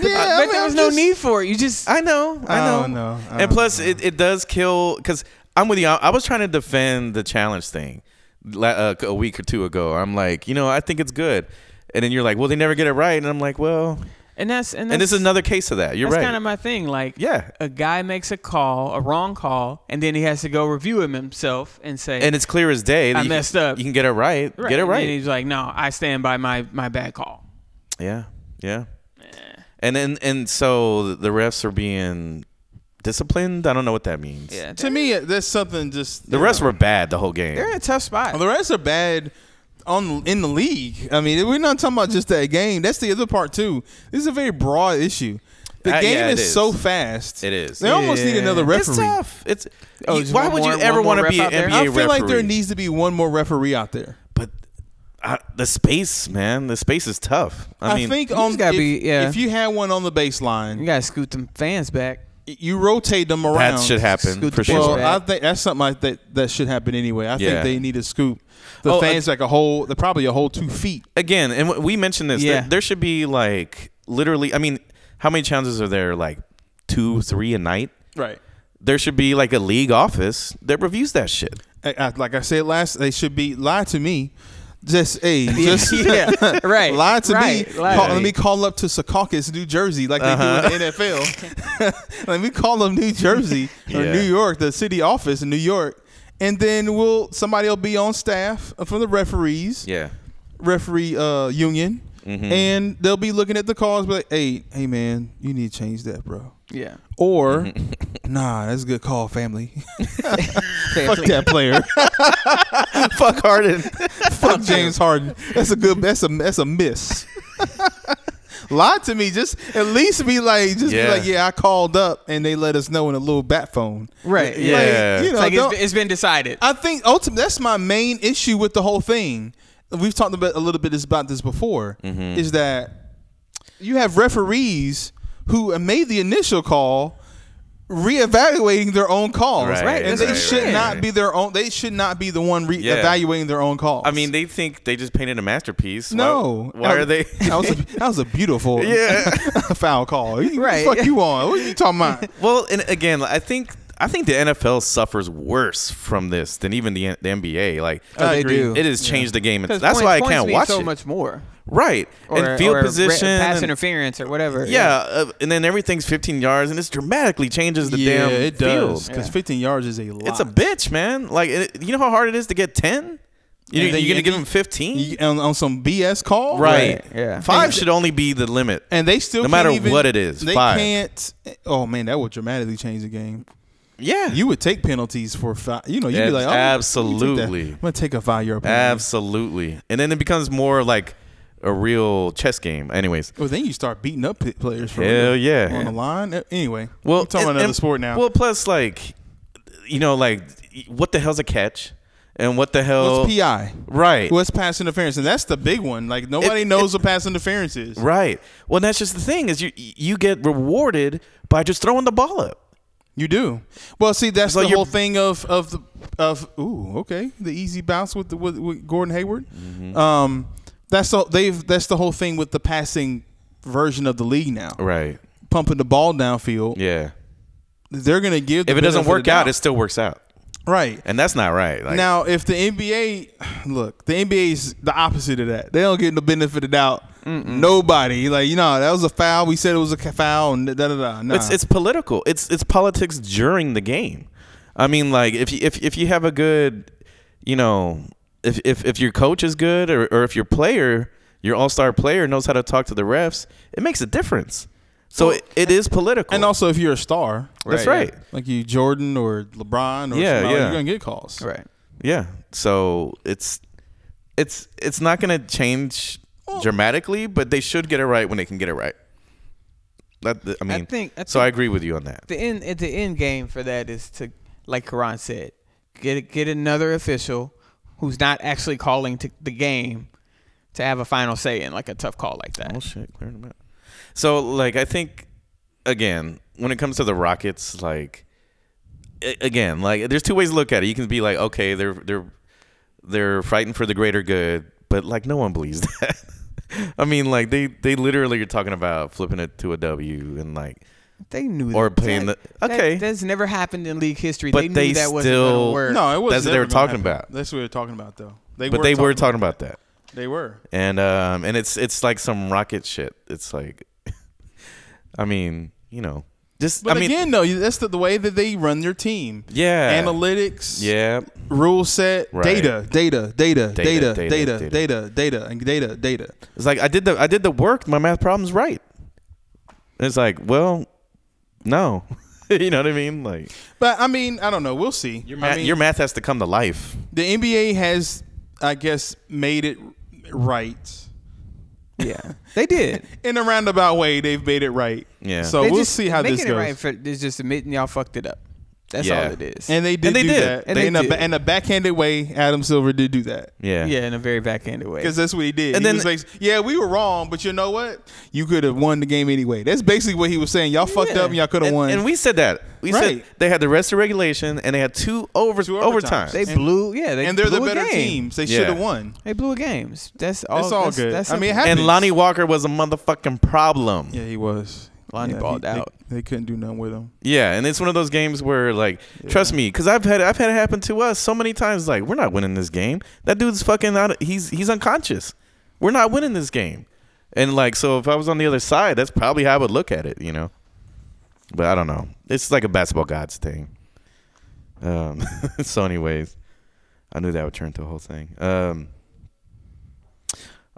Speaker 2: I mean,
Speaker 3: there
Speaker 2: I'm
Speaker 3: was no
Speaker 2: just-
Speaker 3: need for it. You just
Speaker 1: I know, I know.
Speaker 2: don't know. I
Speaker 1: and
Speaker 2: don't
Speaker 1: plus, It, it does kill because I'm with you. I, I was trying to defend the challenge thing la- uh, a week or two ago. I'm like, you know, I think it's good, and then you're like, well, they never get it right, and I'm like, well,
Speaker 3: and that's and, that's,
Speaker 1: and this is another case of that. You're
Speaker 3: That's
Speaker 1: right.
Speaker 3: kind of my thing. Like,
Speaker 1: Yeah.
Speaker 3: a guy makes a call, a wrong call, and then he has to go review him himself and say,
Speaker 1: and it's clear as day. that
Speaker 3: I
Speaker 1: you can-
Speaker 3: messed up.
Speaker 1: You can get it right.
Speaker 3: Right.
Speaker 1: Get it
Speaker 3: And
Speaker 1: right.
Speaker 3: then he's like, no, I stand by my my bad call.
Speaker 1: Yeah, yeah. And then and so the refs are being disciplined. I don't know what that means.
Speaker 3: Yeah,
Speaker 2: To me, that's something just
Speaker 1: The
Speaker 2: you
Speaker 1: refs
Speaker 2: know.
Speaker 1: were bad the whole game.
Speaker 3: they're in a tough spot.
Speaker 2: The rest are bad on in the league. I mean, we're not talking about just that game. That's the other part too. This is a very broad issue. The
Speaker 1: Uh,
Speaker 2: game
Speaker 1: yeah, it
Speaker 2: is,
Speaker 1: is.
Speaker 2: so fast.
Speaker 1: It is.
Speaker 2: They almost need
Speaker 3: Yeah.
Speaker 2: another referee.
Speaker 1: It's tough. It's
Speaker 3: Oh,
Speaker 1: you-
Speaker 3: just
Speaker 1: why
Speaker 3: one
Speaker 1: would
Speaker 3: more-
Speaker 1: you ever
Speaker 3: one more
Speaker 1: want to
Speaker 3: ref
Speaker 1: be an
Speaker 3: out there?
Speaker 1: NBA
Speaker 2: I feel
Speaker 1: referee?
Speaker 2: like there needs to be one more referee out there.
Speaker 1: but uh, the space, man, the space is tough. I,
Speaker 2: I,
Speaker 1: mean,
Speaker 2: think
Speaker 3: just
Speaker 2: on
Speaker 3: gotta
Speaker 2: if,
Speaker 3: be- yeah.
Speaker 2: if you had one on the baseline,
Speaker 3: you gotta scoot them
Speaker 1: [laughs]
Speaker 3: fans back.
Speaker 2: you rotate them around.
Speaker 1: that should happen
Speaker 3: Scoot
Speaker 1: for
Speaker 3: the ball
Speaker 1: sure.
Speaker 2: Well,
Speaker 3: back.
Speaker 2: I think that's something like that that should happen anyway. I
Speaker 1: Yeah.
Speaker 2: think they need to scoop the
Speaker 1: Oh,
Speaker 2: fans like a whole, they're probably a whole two feet.
Speaker 1: Again, and w- we mentioned this.
Speaker 3: Yeah.
Speaker 1: There, there should be like literally. I mean, how many challenges are there? Like two, three a night.
Speaker 2: Right.
Speaker 1: There should be like a league office that reviews that shit.
Speaker 2: I- I- like I said last, they should be lie to me. Just
Speaker 3: [laughs]
Speaker 2: hey, just
Speaker 3: Yeah, right,
Speaker 2: lie to
Speaker 3: right,
Speaker 2: me.
Speaker 3: lie
Speaker 2: Call-
Speaker 3: to
Speaker 2: let
Speaker 3: me.
Speaker 2: me call up to Secaucus, New Jersey, like they
Speaker 1: Uh-huh.
Speaker 2: do in the NFL. [laughs] let me call them New
Speaker 1: [laughs]
Speaker 2: Jersey or
Speaker 1: Yeah.
Speaker 2: New York, the city office in New York, and then we'll somebody will be on staff from the referees,
Speaker 1: Yeah.
Speaker 2: referee uh, union, and they'll be looking at the calls. But like, hey, hey man, you need to change that, bro.
Speaker 3: Yeah,
Speaker 2: Or nah, that's a good call, family. [laughs] Fuck that player. [laughs]
Speaker 1: Fuck Harden.
Speaker 2: Fuck James Harden. That's a good. That's a that's a miss. [laughs] Lie to me. Just at least be like, just
Speaker 1: Yeah.
Speaker 2: be like, yeah, I called up and they let us know in a little bat phone.
Speaker 3: right.
Speaker 2: Like,
Speaker 1: yeah.
Speaker 2: you know,
Speaker 3: It's like
Speaker 2: don't-
Speaker 3: it's, it's been decided.
Speaker 2: I think ultimately that's my main issue with the whole thing. We've talked about a little bit is- about this before.
Speaker 1: Mm-hmm.
Speaker 2: Is that you have referees who made the initial call reevaluating their own calls,
Speaker 1: Right, Right,
Speaker 2: and
Speaker 1: that's
Speaker 2: they
Speaker 1: what I'm
Speaker 2: should
Speaker 1: saying.
Speaker 2: not be their own. They should not be the one re-
Speaker 1: Yeah.
Speaker 2: evaluating their own calls.
Speaker 1: I mean, they think they just painted a masterpiece. Why-
Speaker 2: No.
Speaker 1: Why, are they?
Speaker 2: [laughs]
Speaker 1: [laughs]
Speaker 2: That was a, that was a beautiful
Speaker 1: Yeah.
Speaker 2: [laughs] foul call. You,
Speaker 3: Right.
Speaker 2: right. Fuck you on. What are you
Speaker 1: [laughs]
Speaker 2: talking about?
Speaker 1: well, and again, I think I think the NFL suffers worse from this than even the, the NBA. Like,
Speaker 3: Oh, they do.
Speaker 1: it has changed the game. That's
Speaker 3: 'Cause point-
Speaker 1: why I
Speaker 3: points
Speaker 1: can't
Speaker 3: mean
Speaker 1: watch
Speaker 3: so
Speaker 1: it.
Speaker 3: much more.
Speaker 1: right.
Speaker 3: Or,
Speaker 1: and field
Speaker 3: or re-
Speaker 1: position.
Speaker 3: pass
Speaker 1: and-
Speaker 3: interference, or whatever.
Speaker 1: yeah, uh, and then everything's 15 yards, and this dramatically changes the damn field.
Speaker 2: Because 15 yards is a lot.
Speaker 1: It's a bitch, man. Like, it, you know how hard it is to get 10? You,
Speaker 2: And then
Speaker 1: you're gonna
Speaker 2: and
Speaker 1: give him 15,
Speaker 2: you- on, on some BS call,
Speaker 1: right?
Speaker 3: yeah.
Speaker 1: Five
Speaker 2: And-
Speaker 1: should only be the limit.
Speaker 2: And they still
Speaker 1: No
Speaker 2: can't
Speaker 1: matter
Speaker 2: even-
Speaker 1: what it is,
Speaker 2: they
Speaker 1: five.
Speaker 2: can't. Oh man, that would dramatically change the game.
Speaker 1: Yeah,
Speaker 2: You would take penalties for five. You know, you'd be
Speaker 1: Ab-
Speaker 2: like, oh, you take that.
Speaker 1: absolutely.
Speaker 2: I'm gonna take a five yard penalty.
Speaker 1: absolutely. And then it becomes more like a real chess game. Anyways,
Speaker 2: Well, then you start beating up pit players. For
Speaker 1: Hell
Speaker 2: real.
Speaker 1: yeah.
Speaker 2: On the line. Uh, Anyway,
Speaker 1: well,
Speaker 2: we're talking
Speaker 1: and-
Speaker 2: about another
Speaker 1: and-
Speaker 2: sport now.
Speaker 1: Well, plus like, you know, like what the hell's a catch, and what the hell?
Speaker 2: What's PI?
Speaker 1: Right.
Speaker 2: What's pass interference? And that's the big one. Like nobody
Speaker 1: It-
Speaker 2: knows what pass interference is.
Speaker 1: Right. Well, that's just the thing is you you get rewarded by just throwing the ball up.
Speaker 2: You do. Well, see, that's
Speaker 1: So
Speaker 2: the
Speaker 1: you're-
Speaker 2: whole thing of of the of ooh, okay, the easy bounce with the, with, with Gordon Hayward.
Speaker 1: Mm-hmm.
Speaker 2: Um, that's the they've that's the whole thing with the passing version of the league now.
Speaker 1: Right.
Speaker 2: Pumping the ball downfield,
Speaker 1: Yeah.
Speaker 2: they're gonna give. The
Speaker 1: If it doesn't
Speaker 2: benefit of
Speaker 1: work
Speaker 2: the
Speaker 1: out,
Speaker 2: doubt.
Speaker 1: it still works out,
Speaker 2: right.
Speaker 1: and that's not right. Like,
Speaker 2: now, if the NBA, [sighs] look, the NBA is the opposite of that. They don't get the benefit of the doubt. Nobody like you know that was a foul. We said it was a ca- foul and da da da. Nah.
Speaker 3: Uh-huh.
Speaker 1: It's it's political. It's it's politics during the game. I mean, like if you, if if you have a good, you know, if if if your coach is good or or if your player, your all star player knows how to talk to the refs, it makes a difference. So it, it is political.
Speaker 2: and also if you're a star,
Speaker 1: that's
Speaker 3: Right,
Speaker 1: right.
Speaker 2: like you Jordan or LeBron or
Speaker 1: Yeah,
Speaker 2: somebody,
Speaker 1: yeah.
Speaker 2: you're gonna get calls.
Speaker 3: Right.
Speaker 1: Yeah. So it's it's it's not gonna change dramatically, but they should get it right when they can get it right. That I mean,
Speaker 3: think- I
Speaker 1: so I
Speaker 3: think-
Speaker 1: agree with you on that.
Speaker 3: The end at the end game for that is to like Karan said, get get another official who's not actually calling to the game to have a final say in like a tough call like that.
Speaker 1: Oh shit, cleared him out. So like I think again, when it comes to the Rockets, like a- again, like there's two ways to look at it. You can be like, okay, they're they're they're fighting for the greater good, but like no one believes [laughs] that. I mean, like they they literally are talking about flipping it to a W and like
Speaker 3: They knew
Speaker 1: Or
Speaker 3: that.
Speaker 1: playing the-
Speaker 3: That-
Speaker 1: okay.
Speaker 3: that's never happened in league history.
Speaker 1: But
Speaker 3: they knew
Speaker 1: they
Speaker 3: that wasn't gonna
Speaker 1: still-
Speaker 3: work.
Speaker 2: No, it was.
Speaker 1: That's what they were talking about.
Speaker 2: That's what they were talking about, though. They
Speaker 1: but they were talking about that.
Speaker 2: They were.
Speaker 1: and um and it's it's like some rocket shit it's like [laughs] i mean you know just
Speaker 2: But
Speaker 1: i mean
Speaker 2: again, though, you- that's the, the way that they run their team.
Speaker 1: yeah
Speaker 2: Analytics.
Speaker 1: yeah
Speaker 2: Rule set.
Speaker 1: Right.
Speaker 2: Data. Data. Data.
Speaker 1: Data,
Speaker 2: Data. Data.
Speaker 1: data,
Speaker 2: Data. Data. Data. And data. Data.
Speaker 1: it's like i did the i did the work my math problem's right And it's like well no [laughs] you know what i mean like
Speaker 2: But I mean, I don't know. We'll see.
Speaker 1: your
Speaker 2: I
Speaker 1: math,
Speaker 2: mean,
Speaker 1: your math has to come to life
Speaker 2: the NBA has, I guess, made it right.
Speaker 3: Yeah, they
Speaker 1: [laughs]
Speaker 3: did.
Speaker 2: In a roundabout way, they've made it right.
Speaker 1: Yeah.
Speaker 2: So
Speaker 3: They
Speaker 2: we'll
Speaker 3: just-
Speaker 2: see how
Speaker 3: making
Speaker 2: this
Speaker 3: it
Speaker 2: goes.
Speaker 3: right for, it's just admitting y'all fucked it up. That's
Speaker 1: Yeah.
Speaker 3: all it is.
Speaker 2: And they did
Speaker 1: And they
Speaker 2: do
Speaker 1: did.
Speaker 2: that.
Speaker 3: And
Speaker 2: They-
Speaker 3: they
Speaker 2: in, a,
Speaker 3: did.
Speaker 2: in a backhanded way, Adam Silver did do that.
Speaker 1: yeah
Speaker 3: yeah, in a very backhanded way.
Speaker 2: Because that's what he did.
Speaker 1: And
Speaker 2: he
Speaker 1: then-
Speaker 2: was like, yeah, we were wrong, but you know what? You could have won the game anyway. That's basically what he was saying. Y'all fucked
Speaker 3: Yeah.
Speaker 2: up and y'all could have
Speaker 1: and,
Speaker 2: won.
Speaker 1: and we said that we
Speaker 2: Right.
Speaker 1: said they had the rest of regulation and they had two over
Speaker 2: Two
Speaker 1: overtimes
Speaker 2: overtimes.
Speaker 3: They blew. Yeah, they
Speaker 2: and they're the
Speaker 3: blew a
Speaker 2: better
Speaker 3: game.
Speaker 2: teams. They
Speaker 1: Yeah.
Speaker 2: should have won.
Speaker 3: They blew a games. That's all.
Speaker 2: It's all
Speaker 3: that's,
Speaker 2: good.
Speaker 3: That's
Speaker 2: I mean, it
Speaker 3: simple.
Speaker 2: happens.
Speaker 1: and lonnie walker was a motherfucking problem
Speaker 2: Yeah, he was.
Speaker 3: Lonnie
Speaker 2: yeah,
Speaker 3: balled
Speaker 2: they-
Speaker 3: out.
Speaker 2: They couldn't do nothing with him.
Speaker 1: Yeah, and it's one of those games where, like, trust me, because I've had I've had it happen to us so many times. Like, we're not winning this game. That dude's fucking out. Of, he's he's unconscious. We're not winning this game. And like, so if I was on the other side, that's probably how I would look at it, you know. But I don't know. It's like a basketball gods thing. Um, [laughs] so, anyways, I knew that would turn to a whole thing. Um,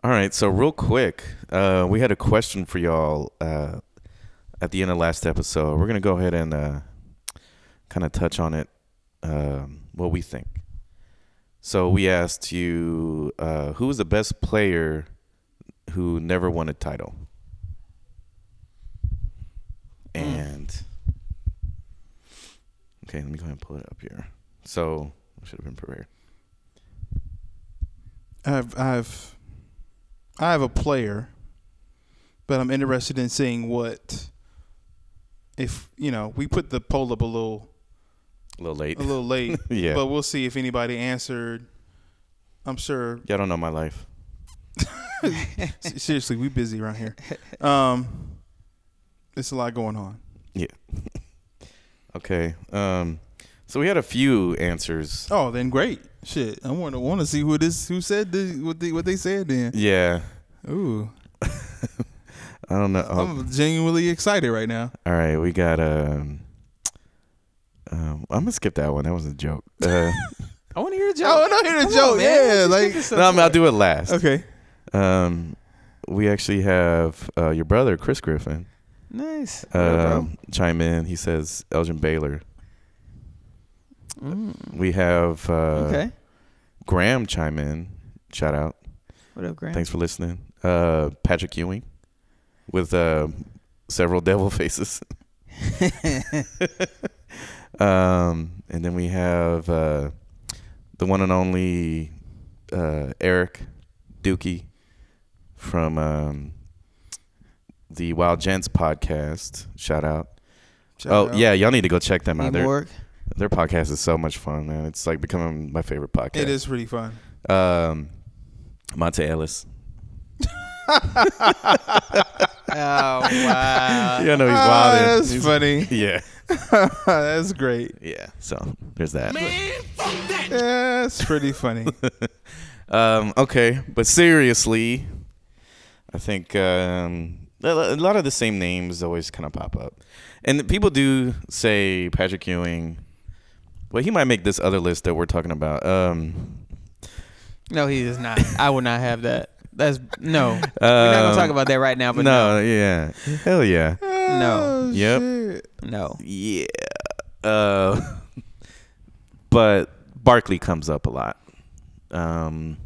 Speaker 1: all right, so real quick, uh, we had a question for y'all uh, at the end of last episode. We're gonna go ahead and uh, kind of touch on it, um, what we think. So we asked you uh, who was the best player who never won a title, and okay, let me go ahead and pull it up here. So I should have been prepared.
Speaker 2: I've, I've, I have a player, but I'm interested in seeing what, if, you know, we put the poll up a little
Speaker 1: A little
Speaker 2: [laughs]
Speaker 1: late.
Speaker 2: a little late.
Speaker 1: Yeah.
Speaker 2: But we'll see if anybody answered. I'm sure.
Speaker 1: Y'all don't know my life.
Speaker 3: [laughs]
Speaker 2: s- seriously, we busy around here. Um, it's a lot going on.
Speaker 1: Yeah. okay. Um. So we had a few answers.
Speaker 2: Oh, then great. Shit, I want to want to see who this who said this, what they what they said then.
Speaker 1: Yeah.
Speaker 2: Ooh,
Speaker 1: I don't know.
Speaker 3: Uh-huh.
Speaker 1: Oh,
Speaker 2: I'm genuinely excited right now.
Speaker 1: all right. We got um. Um, I'm gonna skip that one. That was a joke. Uh, [laughs]
Speaker 3: I want to hear a joke.
Speaker 2: Oh, I wanna hear a
Speaker 3: Come
Speaker 2: joke,
Speaker 3: on, man.
Speaker 2: yeah,
Speaker 3: Let's
Speaker 2: like-
Speaker 3: get this Oh,
Speaker 1: No, I mean, I'll do
Speaker 3: somewhere.
Speaker 1: it last.
Speaker 2: [laughs] Okay.
Speaker 1: Um, we actually have uh, your brother Chris Griffin
Speaker 3: Nice.
Speaker 1: uh, chime in. He says Elgin Baylor.
Speaker 2: uh,
Speaker 3: Mm,
Speaker 1: We have uh,
Speaker 3: okay.
Speaker 1: Graham chime in. Shout out.
Speaker 3: What up, Graham?
Speaker 1: Thanks for listening. Uh, Patrick Ewing with uh, several [laughs] devil
Speaker 2: [laughs]
Speaker 1: faces. um, and then we have uh, the one and only uh, Eric Dookie from um, the Wild Gents podcast. Shout out.
Speaker 2: Shout
Speaker 1: oh,
Speaker 2: out.
Speaker 1: yeah. Y'all need to go check them out.
Speaker 3: Need
Speaker 1: Their,
Speaker 3: more?
Speaker 1: their podcast is so much fun, man. It's like becoming my favorite podcast.
Speaker 2: It is pretty fun.
Speaker 1: Um, Monte Ellis.
Speaker 3: Oh
Speaker 1: [laughs]
Speaker 3: wow.
Speaker 1: Yeah, no, he's
Speaker 2: Ah,
Speaker 1: wild.
Speaker 2: that's
Speaker 1: He's-
Speaker 2: funny.
Speaker 1: Yeah.
Speaker 2: [laughs] that's great.
Speaker 1: Yeah. So there's that.
Speaker 2: Yeah, That's pretty
Speaker 3: [laughs]
Speaker 2: funny.
Speaker 1: Um, okay. But seriously, I think um, a lo- a lot of the same names always kind of pop up. And people do say Patrick Ewing. Well, he might make this other list that we're talking about. Um,
Speaker 3: No, he is not. I will not have that. That's no. We're not gonna
Speaker 1: um,
Speaker 3: talk about that right now. But no, Ah,
Speaker 1: no, yeah. Hell yeah.
Speaker 2: Oh,
Speaker 1: Yep.
Speaker 2: shit.
Speaker 3: no.
Speaker 1: Yeah. Uh, [laughs] but Barkley comes up a lot. Um,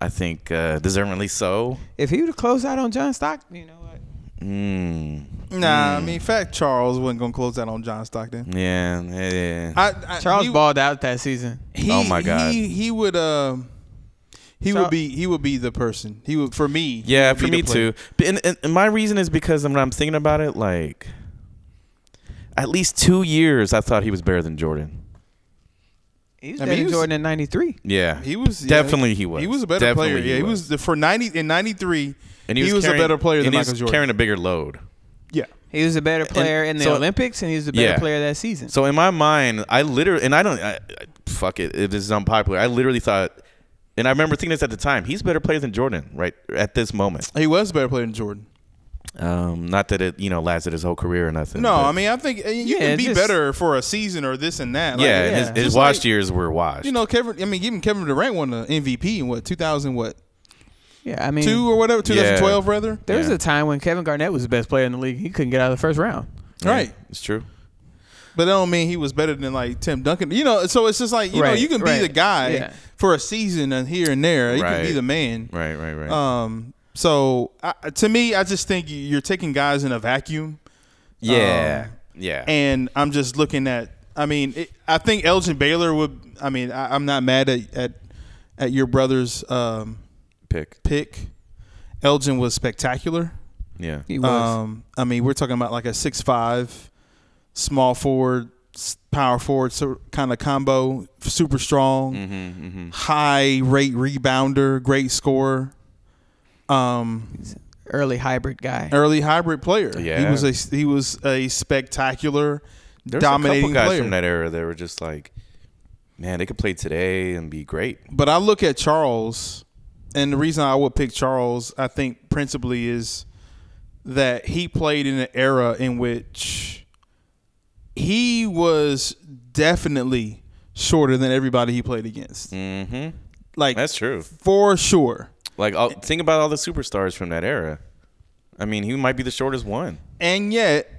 Speaker 1: I think uh, deservingly so.
Speaker 3: If he would have closed out on John Stockton, you know what?
Speaker 1: Mm.
Speaker 2: Nah, I
Speaker 1: Mm.
Speaker 2: mean, Fat Charles wasn't gonna close that on John Stockton.
Speaker 1: Yeah. yeah, yeah.
Speaker 2: I, I,
Speaker 3: Mm. Charles
Speaker 2: he-
Speaker 3: balled out that season.
Speaker 2: He,
Speaker 1: Oh, my God.
Speaker 2: He, he would um, he
Speaker 3: Char-
Speaker 2: would be he would be the person. He would for me. he
Speaker 1: yeah,
Speaker 2: would be
Speaker 1: for
Speaker 2: the
Speaker 1: me
Speaker 2: player.
Speaker 1: too. But and, and- and my reason is because when I'm thinking about it, like at least two years, I thought he was better than Jordan.
Speaker 3: He was
Speaker 2: I mean,
Speaker 3: better
Speaker 2: he
Speaker 3: than
Speaker 2: was-
Speaker 3: Jordan in '93.
Speaker 1: Yeah,
Speaker 2: He was yeah,
Speaker 1: definitely he was.
Speaker 2: He was a better
Speaker 1: Definitely
Speaker 2: player. Yeah, he was the, for ninety in ninety three.
Speaker 1: and
Speaker 2: he was a better player
Speaker 1: and
Speaker 2: than
Speaker 1: he
Speaker 2: Michael
Speaker 1: was
Speaker 2: Jordan.
Speaker 1: Carrying a bigger load.
Speaker 2: Yeah,
Speaker 3: He was a better player in the
Speaker 1: so-
Speaker 3: Olympics, and he was a better
Speaker 1: Yeah.
Speaker 3: player that season.
Speaker 1: So in my mind, I literally and I don't I, I- fuck it. If this is unpopular, I literally thought, and I remember thinking this at the time. He's a better player than Jordan, right at this moment.
Speaker 2: he was a better player than Jordan.
Speaker 1: Um, not that it you know lasted his whole career or nothing.
Speaker 2: No,
Speaker 1: but-
Speaker 2: I mean I think uh, you
Speaker 3: Yeah,
Speaker 2: can be
Speaker 3: just-
Speaker 2: better for a season or this and that.
Speaker 1: yeah,
Speaker 2: Like,
Speaker 1: and
Speaker 3: yeah.
Speaker 1: his, his
Speaker 2: Just
Speaker 1: washed
Speaker 2: like-
Speaker 1: years were washed.
Speaker 2: You know, Kevin. I mean, even Kevin Durant won an MVP in what two thousand what
Speaker 3: yeah, I mean,
Speaker 2: two or whatever two thousand twelve rather.
Speaker 3: there was
Speaker 1: Yeah.
Speaker 3: a time when Kevin Garnett was the best player in the league. He couldn't get out of the first round.
Speaker 1: Yeah,
Speaker 2: Right.
Speaker 1: it's true.
Speaker 2: But that don't mean he was better than like Tim Duncan. You know, so it's just like you know
Speaker 3: Right,
Speaker 2: you can
Speaker 3: right.
Speaker 2: be the guy
Speaker 3: Yeah.
Speaker 2: for a season and here and there. You can be
Speaker 1: Right.
Speaker 2: the man.
Speaker 1: Right, right, right.
Speaker 2: Um. So I, to me, I just think you're taking guys in a vacuum,
Speaker 1: yeah,
Speaker 2: um,
Speaker 1: yeah.
Speaker 2: and I'm just looking at. I mean, it, I think Elgin Baylor would. I mean, I, I'm not mad at at, at your brother's um,
Speaker 1: Pick.
Speaker 2: pick. Elgin was spectacular.
Speaker 1: Yeah,
Speaker 3: He was.
Speaker 2: Um, I mean, we're talking about like a six five, small forward, s- power forward so kind of combo, super strong,
Speaker 1: Mm-hmm,
Speaker 2: high rate rebounder, great scorer, um,
Speaker 3: early hybrid guy.
Speaker 2: early hybrid player.
Speaker 1: Yeah.
Speaker 2: he was a he was a spectacular,
Speaker 1: there's a
Speaker 2: dominating
Speaker 1: couple guys
Speaker 2: player.
Speaker 1: from that era that were just like, man, they could play today and be great.
Speaker 2: But I look at Charles, and the reason I would pick Charles, I think principally is that he played in an era in which he was definitely shorter than everybody he played against.
Speaker 1: hmm
Speaker 2: Like
Speaker 1: That's true.
Speaker 2: for sure.
Speaker 1: Like, all, think about all the superstars from that era. I mean, he might be the shortest one.
Speaker 2: And yet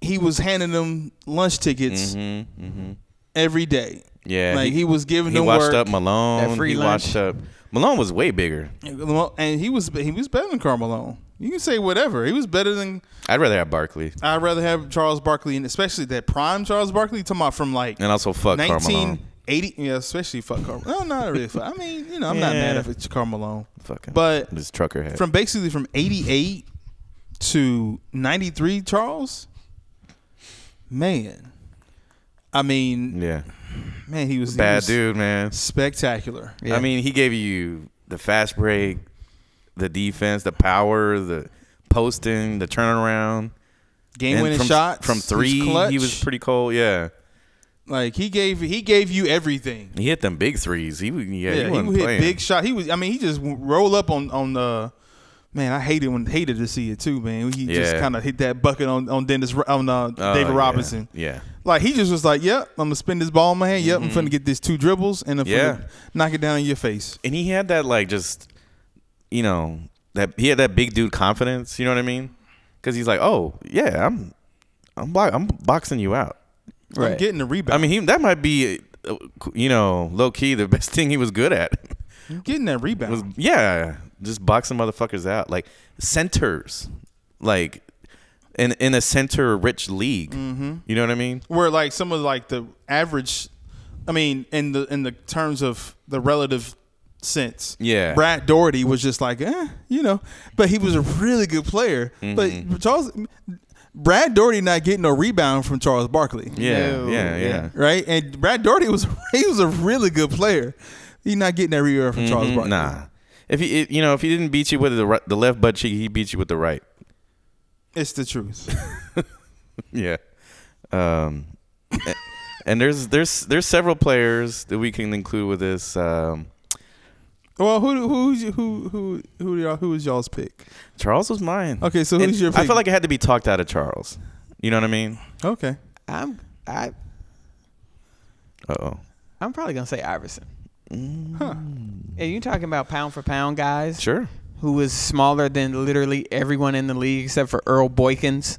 Speaker 2: he was handing them lunch tickets
Speaker 1: Mm-hmm. Mm-hmm.
Speaker 2: every day.
Speaker 1: Yeah,
Speaker 2: Like he, was giving
Speaker 1: he
Speaker 2: them
Speaker 1: washed
Speaker 2: work.
Speaker 1: up Malone.
Speaker 3: That free
Speaker 1: he
Speaker 3: lunch.
Speaker 1: washed up Malone was way bigger.
Speaker 2: and he was he was better than Carmelo. You can say whatever. He was better than
Speaker 1: I'd rather have Barkley,
Speaker 2: I'd rather have Charles Barkley, and especially that prime Charles Barkley, talking about from like
Speaker 1: and also fuck Carmelo.
Speaker 2: 1980. Yeah, especially fuck Carl. No, not really. Fuck. I mean, you know, I'm not
Speaker 1: Yeah.
Speaker 2: mad if it's Carl Malone.
Speaker 1: Fuck him.
Speaker 2: But
Speaker 1: this trucker head.
Speaker 2: From basically from 88 to 93, Charles, man. I mean,
Speaker 1: yeah,
Speaker 2: man, he was he
Speaker 1: bad
Speaker 2: was
Speaker 1: dude, man.
Speaker 2: Spectacular.
Speaker 3: Yeah.
Speaker 1: I mean, he gave you the fast break, the defense, the power, the posting, the turnaround.
Speaker 2: Game winning
Speaker 1: from,
Speaker 2: shots
Speaker 1: from
Speaker 2: he's
Speaker 1: three,
Speaker 2: clutch.
Speaker 1: he was pretty cold. Yeah,
Speaker 2: like he gave he gave you everything.
Speaker 1: he hit them big threes. He was- yeah,
Speaker 2: Yeah,
Speaker 1: he
Speaker 2: he,
Speaker 1: wasn't
Speaker 2: would hit
Speaker 1: playing.
Speaker 2: big shot. He was. I mean, he just w- roll up on on the. Man, I hated when hated to see it too, man. He just
Speaker 1: Yeah.
Speaker 2: kind of hit that bucket on on Dennis Ro- on uh,
Speaker 1: Oh,
Speaker 2: David
Speaker 1: yeah.
Speaker 2: Robinson.
Speaker 1: Yeah,
Speaker 2: Like he just was like, "Yep, I'm gonna spin this ball in my hand. Yep, I'm finna get these two dribbles and I'm
Speaker 1: Mm-hmm. Yeah.
Speaker 2: finna knock it down in your face."
Speaker 1: and he had that like just you know that he had that big dude confidence you know what i mean because he's like oh yeah i'm i'm bo- i'm boxing you out
Speaker 2: I'm getting the rebound.
Speaker 1: i mean he, that might be uh, you know low key the [laughs] best thing he was good at [laughs]
Speaker 2: I'm getting that rebound.
Speaker 1: was yeah just boxing motherfuckers out like centers like in in a center rich league you know what i mean
Speaker 2: where like some of like the average I mean in the in the terms of the relative sense.
Speaker 1: Yeah.
Speaker 2: Brad Doherty was just like, eh, you know, but he was a really good player.
Speaker 1: Mm-hmm.
Speaker 2: But Charles Brad Doherty not getting a rebound from Charles Barkley.
Speaker 1: yeah
Speaker 3: No,
Speaker 1: yeah yeah,
Speaker 3: yeah.
Speaker 2: Right? And Brad Doherty was [laughs] he was a really good player. He not getting that rebound from Charles
Speaker 1: Mm,
Speaker 2: Barkley.
Speaker 1: nah if he you know if he didn't beat you with the right, the left butt cheek he beat you with the right
Speaker 2: It's the truth.
Speaker 1: Yeah. Um, a- and there's there's there's several players that we can include with this. Um,
Speaker 2: well, who who who who who y'all who is y'all's pick?
Speaker 1: Charles was mine.
Speaker 2: Okay, so
Speaker 1: And
Speaker 2: who's your
Speaker 1: I
Speaker 2: pick?
Speaker 1: felt like I had to be talked out of Charles. You know what I mean?
Speaker 2: Okay.
Speaker 3: I'm I
Speaker 1: Uh oh.
Speaker 3: I'm probably gonna say Iverson. Huh. And you talking about pound for pound guys
Speaker 1: Hmm. Sure.
Speaker 3: who was smaller than literally everyone in the league except for Earl Boykins,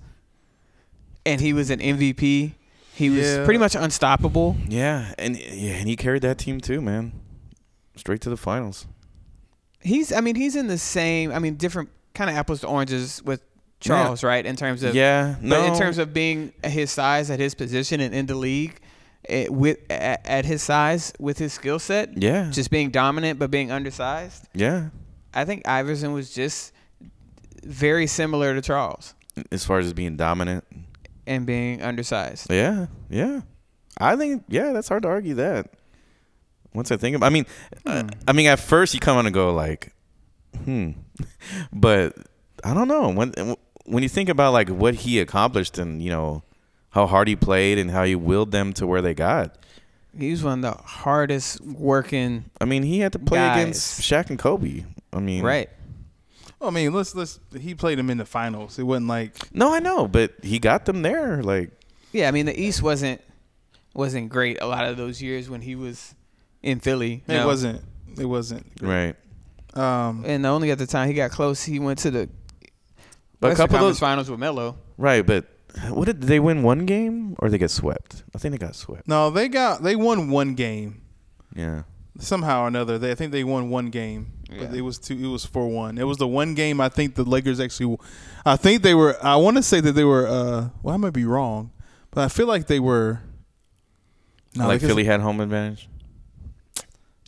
Speaker 3: and he was an MVP. He was
Speaker 2: Yeah.
Speaker 3: pretty much unstoppable.
Speaker 1: Yeah, and yeah, and he carried that team too, man. Straight to the finals.
Speaker 3: He's I mean he's in the same I mean different kind of apples to oranges with Charles right in terms of
Speaker 1: yeah. No.
Speaker 3: But in terms of being his size at his position and in the league, eh, with at, at his size with his skill set,
Speaker 1: Yeah.
Speaker 3: just being dominant but being undersized,
Speaker 1: yeah.
Speaker 3: I think Iverson was just very similar to Charles
Speaker 1: As far as being dominant.
Speaker 3: and being undersized.
Speaker 1: Yeah. Yeah. I think yeah, that's hard to argue that. Once I think about, I mean,
Speaker 3: Hmm.
Speaker 1: uh, I mean, at first you come on and go like, hmm, [laughs] but I don't know when when you think about like what he accomplished and you know how hard he played and how he willed them to where they got.
Speaker 3: He was one of the hardest working.
Speaker 1: I mean, he had to play
Speaker 3: Guys.
Speaker 1: against Shaq and Kobe. I mean,
Speaker 3: Right.
Speaker 2: I mean, let's let's he played him in the finals. It wasn't like
Speaker 1: No, I know, but he got them there. Like,
Speaker 3: Yeah, I mean the East wasn't wasn't great a lot of those years when he was in Philly.
Speaker 2: It
Speaker 3: No.
Speaker 2: wasn't. It wasn't.
Speaker 1: right.
Speaker 2: Um,
Speaker 3: and the only other time he got close, he went to the
Speaker 1: But a couple
Speaker 3: Western
Speaker 1: of
Speaker 3: Conference
Speaker 1: those,
Speaker 3: finals
Speaker 1: [laughs]
Speaker 3: with Melo.
Speaker 1: right? But what did, did they win? One game or they get swept? I think they got swept.
Speaker 2: no, they got they won one game
Speaker 1: Yeah.
Speaker 2: somehow or another. They I think they won one game, but
Speaker 3: Yeah.
Speaker 2: it was two. It was four one. It was the one game I think the Lakers actually. I think they were. I want to say that they were. uh Well, I might be wrong, but I feel like they were. No,
Speaker 1: like
Speaker 2: Lakers-
Speaker 1: Philly had home advantage.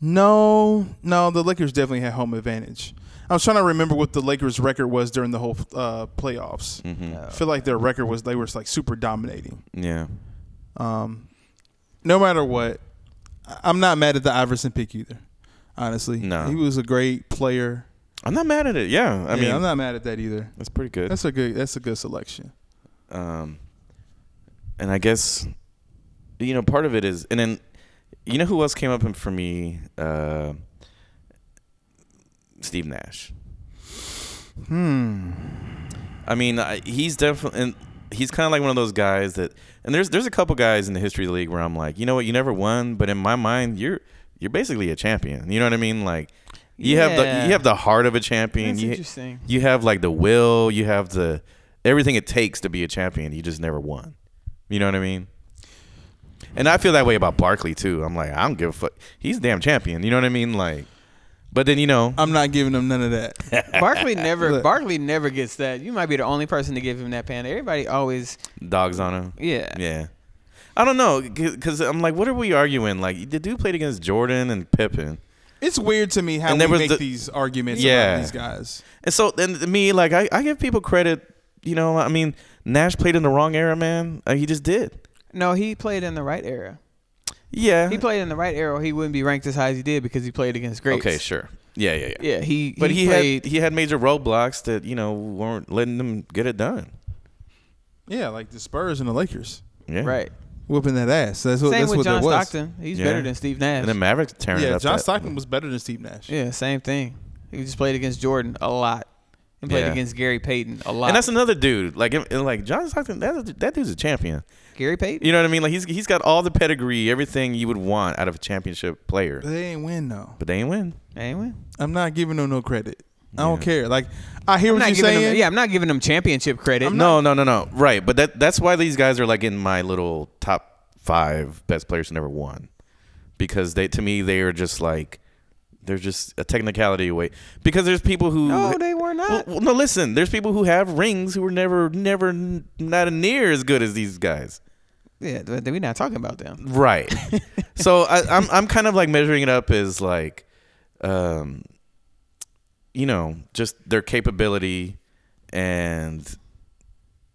Speaker 2: No, no, the Lakers definitely had home advantage. I was trying to remember what the Lakers' record was during the whole uh, playoffs. I feel like their record was they were like super dominating.
Speaker 1: Yeah.
Speaker 2: Um, no matter what, I- I'm not mad at the Iverson pick either. Honestly,
Speaker 1: No.
Speaker 2: he was a great player.
Speaker 1: I'm not mad at it. Yeah. I
Speaker 2: I mean,
Speaker 1: mean,
Speaker 2: I'm not mad at that either.
Speaker 1: that's pretty good.
Speaker 2: That's a good. That's a good selection.
Speaker 1: um, and I guess, you know, part of it is, and then, you know, who else came up for me? Uh, Steve Nash.
Speaker 2: Hmm.
Speaker 1: I mean, I, he's definitely, and he's kind of like one of those guys that, and there's there's a couple guys in the history of the league where I'm like, you know what, you never won, but in my mind, you're you're basically a champion. You know what I mean? Like, you have the
Speaker 3: Yeah.
Speaker 1: you have the heart of a champion.
Speaker 3: That's
Speaker 1: You-
Speaker 3: interesting.
Speaker 1: you have like the will, you have the everything it takes to be a champion. You just never won. You know what I mean? And I feel that way about Barkley too. I'm like, I don't give a fuck. He's a damn champion. You know what I mean? Like, but then you know,
Speaker 2: I'm not giving him none
Speaker 1: [laughs]
Speaker 2: of that.
Speaker 3: Barkley never
Speaker 2: Look.
Speaker 3: Barkley never gets that. You might be the only person to give him that pan. Everybody always
Speaker 1: dogs on him.
Speaker 3: yeah.
Speaker 1: Yeah. I don't know, because I'm like, what are we arguing? Like, the dude played against Jordan and Pippen.
Speaker 2: It's weird to me how
Speaker 1: And there
Speaker 2: we
Speaker 1: was
Speaker 2: make
Speaker 1: the-
Speaker 2: these arguments
Speaker 1: Yeah.
Speaker 2: about these guys.
Speaker 1: And so then to me, like I, I give people credit, you know, I mean, Nash played in the wrong era, man. Uh, he just did.
Speaker 3: No, he played in the right era.
Speaker 1: Yeah.
Speaker 3: He played in the right era. or He wouldn't be ranked as high as he did because he played against greats.
Speaker 1: okay, sure. Yeah, yeah, yeah.
Speaker 3: Yeah, he
Speaker 1: But he,
Speaker 3: played
Speaker 1: had he had major roadblocks that you know weren't letting them get it done.
Speaker 2: Yeah, like the Spurs and the Lakers
Speaker 1: Yeah,
Speaker 3: right.
Speaker 2: whooping that ass. That's what.
Speaker 3: same
Speaker 2: that's
Speaker 3: with
Speaker 2: what
Speaker 3: John
Speaker 2: that was.
Speaker 3: Stockton. He's
Speaker 1: Yeah.
Speaker 3: better than Steve Nash.
Speaker 1: And the Mavericks tearing it
Speaker 2: Yeah,
Speaker 1: up.
Speaker 2: John
Speaker 1: that-
Speaker 2: Stockton was better than Steve Nash.
Speaker 3: yeah, same thing. He just played against Jordan a lot. and played
Speaker 1: Yeah.
Speaker 3: against Gary Payton a lot.
Speaker 1: And that's another dude. Like, and- and like John Stockton, that, that dude's a champion.
Speaker 3: Gary Payton.
Speaker 1: You know what I mean? Like, he's he's got all the pedigree, everything you would want out of a championship
Speaker 2: But
Speaker 1: player.
Speaker 2: they ain't win though.
Speaker 1: But they ain't win.
Speaker 3: Anyway,
Speaker 2: I'm not giving them no credit. I don't
Speaker 1: Yeah.
Speaker 2: care. Like I hear
Speaker 3: I'm
Speaker 2: what
Speaker 3: not
Speaker 2: you're
Speaker 3: giving
Speaker 2: saying.
Speaker 3: them, yeah, I'm not giving them championship credit.
Speaker 1: no, no, no, no. Right, but that that's why these guys are like in my little top five best players who never won, because they to me they are just like they're just a technicality away. Because there's people who
Speaker 3: no, they were not.
Speaker 1: Well, well, no, listen. There's people who have rings who were never, never, n- not near as good as these guys.
Speaker 3: yeah, but we're not talking about them.
Speaker 1: Right. [laughs] so I, I'm I'm kind of like measuring it up as like, um, you know, just their capability and,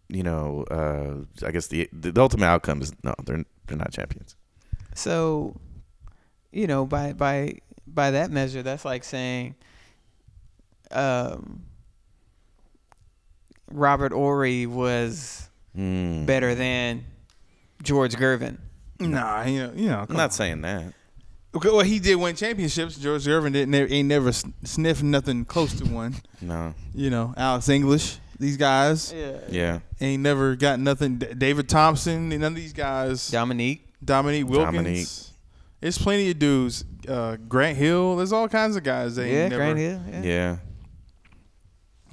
Speaker 1: you know, uh, I guess the the ultimate outcome is no, they're they're not champions.
Speaker 3: So, you know, by by by that measure, that's like saying, um, Robert Ory was
Speaker 1: Mm.
Speaker 3: better than George Gervin.
Speaker 2: Nah, you know, you know.
Speaker 1: I'm not saying that.
Speaker 2: Okay, well, he did win championships. George Irvin didn't ne- ain't never sn- sniffed nothing close to one.
Speaker 1: No.
Speaker 2: You know, Alex English, these guys
Speaker 3: Yeah.
Speaker 1: Yeah.
Speaker 2: ain't never got nothing. D- David Thompson, none of these guys.
Speaker 3: Dominique.
Speaker 2: Dominique Wilkins.
Speaker 1: Dominique.
Speaker 2: There's plenty of dudes. Uh, Grant Hill. There's all kinds of guys. They
Speaker 3: yeah,
Speaker 2: ain't never.
Speaker 3: Grant Hill. Yeah.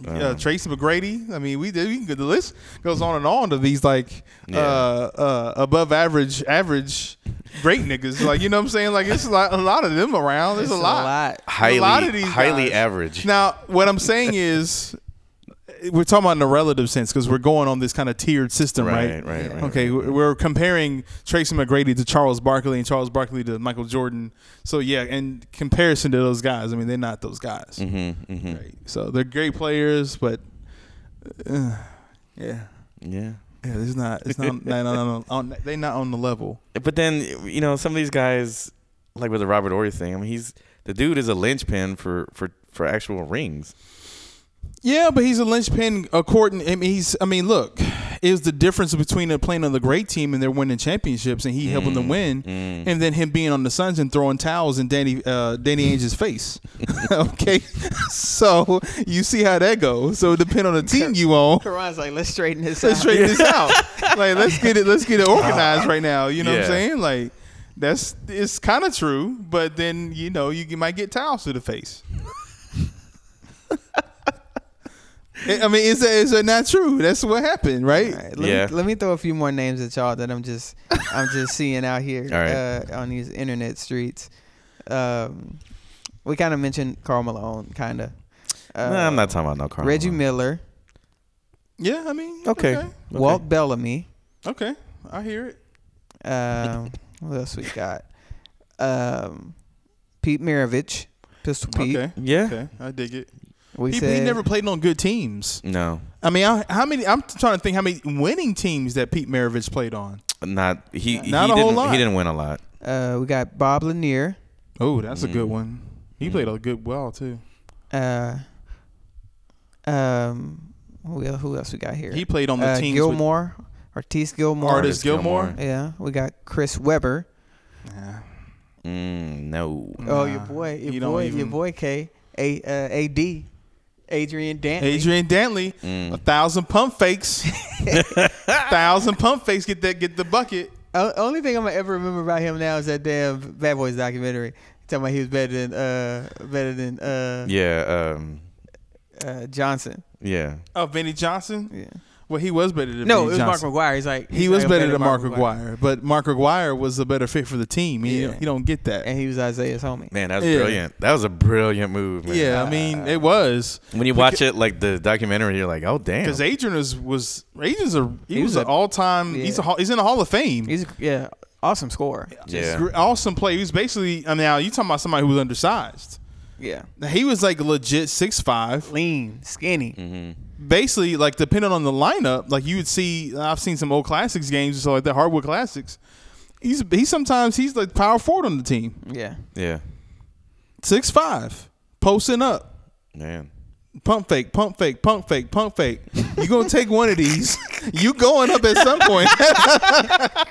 Speaker 1: Yeah.
Speaker 2: Uh, Tracy McGrady. I mean, we did. We can go, the list goes on and on to these like
Speaker 1: Yeah.
Speaker 2: uh, uh, above average, average great niggas. Like you know what I'm saying? Like it's a lot, a lot of them around. There's
Speaker 3: It's
Speaker 2: a lot.
Speaker 1: highly,
Speaker 2: a lot of these
Speaker 1: highly
Speaker 2: guys.
Speaker 1: average.
Speaker 2: Now, what I'm saying is, we're talking about in the relative sense because we're going on this kind of tiered system, right?
Speaker 1: Right, right, right,
Speaker 2: okay,
Speaker 1: right, right.
Speaker 2: we're- we're comparing Tracy McGrady to Charles Barkley and Charles Barkley to Michael Jordan. So yeah, in comparison to those guys, I mean they're not those guys.
Speaker 1: Mm-hmm, mm-hmm.
Speaker 2: Right. So they're great players, but uh, yeah,
Speaker 1: Yeah.
Speaker 2: yeah, it's not, it's not, [laughs] not, not on, on, they're not on the level.
Speaker 1: But then you know some of these guys, like with the Robert Ory thing. I mean, he's the dude is a linchpin for for for actual rings.
Speaker 2: Yeah, but he's a linchpin according. I mean, he's. I mean, look, is the difference between them playing on the great team and they're winning championships and he helping them win, and then him being on the Suns and throwing towels in Danny uh, Danny Ainge's face. [laughs] okay, so you see how that goes. So it depend on the team you on.
Speaker 3: Karan's like, [laughs] let's straighten this
Speaker 2: Let's
Speaker 3: out.
Speaker 2: straighten this out. Like let's get it. Let's get it organized right now. You know what
Speaker 1: Yeah.
Speaker 2: I'm saying? Like that's it's kind of true, but then you know you might get towels to the face. [laughs] I I mean, is that is that not true? That's what happened, right?
Speaker 3: All right, let,
Speaker 1: Yeah.
Speaker 3: me, let me throw a few more names at y'all that I'm just [laughs] I'm just seeing out here
Speaker 1: All right.
Speaker 3: uh, on these internet streets. Um, we kind of mentioned Carl Malone, kind of. Uh,
Speaker 1: nah, I'm not talking about no Carl.
Speaker 3: Reggie
Speaker 1: Malone.
Speaker 3: Miller,
Speaker 2: Yeah, I mean,
Speaker 1: Okay.
Speaker 2: okay,
Speaker 3: Walt Bellamy.
Speaker 2: okay, I hear it.
Speaker 3: Um, what else we got? Um, Pete Maravich, Pistol Pete.
Speaker 2: Okay,
Speaker 1: Yeah.
Speaker 2: okay, I dig it.
Speaker 3: We
Speaker 2: He,
Speaker 3: said
Speaker 2: he never played on good teams.
Speaker 1: No,
Speaker 2: I mean, I, how many? I'm trying to think how many winning teams that Pete Maravich played on.
Speaker 1: not he. he
Speaker 2: Not a
Speaker 1: didn't,
Speaker 2: whole lot.
Speaker 1: He didn't win a lot.
Speaker 3: Uh, we got Bob Lanier,
Speaker 2: Oh, that's a good one. He
Speaker 1: Mm.
Speaker 2: played a good well too.
Speaker 3: uh, um, who el- who else we got here?
Speaker 2: He played on the
Speaker 3: uh,
Speaker 2: teams with
Speaker 3: Gilmore, Ortiz Gilmore.
Speaker 2: Artis Gilmore.
Speaker 3: Yeah, we got Chris Webber.
Speaker 2: Yeah.
Speaker 1: Mm, no.
Speaker 3: Oh,
Speaker 2: Nah,
Speaker 3: your boy, your
Speaker 2: you don't
Speaker 3: boy, your
Speaker 2: even-
Speaker 3: boy K, A, uh, AD, Adrian Dantley.
Speaker 2: Adrian Dantley, a thousand pump
Speaker 3: [laughs]
Speaker 2: fakes, thousand pump fakes. Get that, get the bucket.
Speaker 3: O- only thing I'm gonna ever remember about him now is that damn Bad Boys documentary. Talking about he was better than uh better than uh,
Speaker 1: Yeah. Um.
Speaker 3: uh Johnson.
Speaker 1: Yeah.
Speaker 2: Oh, Vinny Johnson.
Speaker 3: Yeah.
Speaker 2: Well, he was better than
Speaker 3: No, it
Speaker 2: Vinny
Speaker 3: was Mark
Speaker 2: Johnson.
Speaker 3: McGuire. He's like
Speaker 2: He
Speaker 3: he's
Speaker 2: was
Speaker 3: like,
Speaker 2: better than Mark McGuire, but Mark McGuire was a better fit for the team. He,
Speaker 3: Yeah.
Speaker 2: he don't get that.
Speaker 3: and he was Isaiah's homie.
Speaker 1: Man, that was
Speaker 2: Yeah.
Speaker 1: brilliant. That was a brilliant move, man.
Speaker 2: yeah, I mean, it was
Speaker 1: When you watch it, like the documentary, you're like, oh damn.
Speaker 2: because Adrian was was Adrian's a he,
Speaker 3: He
Speaker 2: was,
Speaker 3: was
Speaker 2: an
Speaker 3: a-
Speaker 2: all time. He's a
Speaker 3: yeah.
Speaker 2: hall, he's in the Hall of Fame.
Speaker 3: He's yeah, awesome scorer.
Speaker 1: Yeah.
Speaker 2: Gr- awesome play. He was basically. I mean, now you talking about somebody who was undersized.
Speaker 3: Yeah,
Speaker 2: He was like legit six five.
Speaker 3: lean, skinny.
Speaker 2: basically like depending on the lineup, like you would see. I've seen some old classics games and stuff like that, hardwood classics. He's he sometimes he's like power forward on the team,
Speaker 3: Yeah,
Speaker 1: Yeah.
Speaker 2: six five, posting up,
Speaker 1: Man.
Speaker 2: pump fake, pump fake, pump fake, pump fake. You gonna take one of these? you going up at some point. [laughs]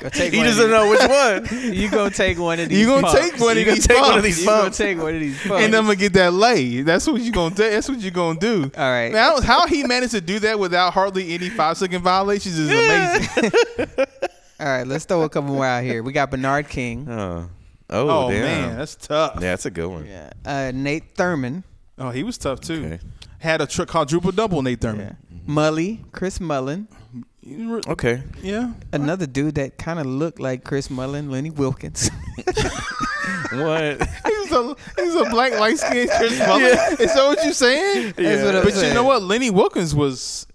Speaker 3: Go take
Speaker 1: He
Speaker 3: one of
Speaker 1: doesn't know which one.
Speaker 3: these- [laughs] You gonna take one of these.
Speaker 2: you gonna
Speaker 3: pumps.
Speaker 2: take one
Speaker 1: You
Speaker 2: of
Speaker 1: gonna
Speaker 2: these
Speaker 1: take one of
Speaker 2: bumps,
Speaker 1: these
Speaker 3: You gonna
Speaker 1: pumps.
Speaker 3: take one of these. [laughs] Pumps.
Speaker 2: and I'm gonna get that lay. That's what you gonna do. That's what you gonna do.
Speaker 3: All right.
Speaker 2: Now, how he managed to do that without hardly any five second violations is amazing.
Speaker 3: All right, let's throw a couple more out here. We got Bernard King,
Speaker 1: [laughs] Oh, oh,
Speaker 2: Oh
Speaker 1: damn.
Speaker 2: man, that's
Speaker 1: yeah,
Speaker 2: tough.
Speaker 1: that's a good one.
Speaker 3: yeah. uh, Nate Thurman,
Speaker 2: Oh, he was tough too.
Speaker 1: Okay.
Speaker 2: Had a tri- quadruple double, Nate
Speaker 3: yeah.
Speaker 2: Thurman.
Speaker 3: Mully, Chris Mullen,
Speaker 2: You re-
Speaker 1: Okay.
Speaker 2: [laughs] Yeah.
Speaker 3: another dude that kind of looked like Chris Mullen, Lenny Wilkins. [laughs]
Speaker 1: What?
Speaker 2: He's a he's a black light skinned Chris Mullin. Is that what you're saying?
Speaker 3: That's what I'm
Speaker 2: but you
Speaker 3: saying.
Speaker 2: know what? Lenny Wilkins was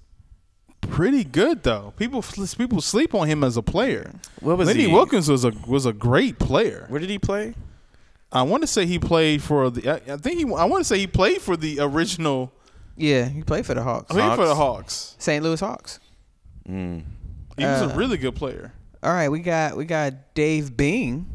Speaker 2: pretty good though. People f- people sleep on him as a player.
Speaker 1: What was
Speaker 2: Lenny
Speaker 1: he?
Speaker 2: Wilkins was a was a great player.
Speaker 1: Where did he play?
Speaker 2: I want to say he played for the. I, I think he. I want to say he played for the original.
Speaker 3: yeah, he played for the Hawks,
Speaker 2: I think for
Speaker 1: Hawks.
Speaker 2: the Hawks.
Speaker 3: St. Louis Hawks.
Speaker 1: Mm.
Speaker 2: He was
Speaker 3: Uh,
Speaker 2: a really good player.
Speaker 3: All right, we got we got Dave Bing.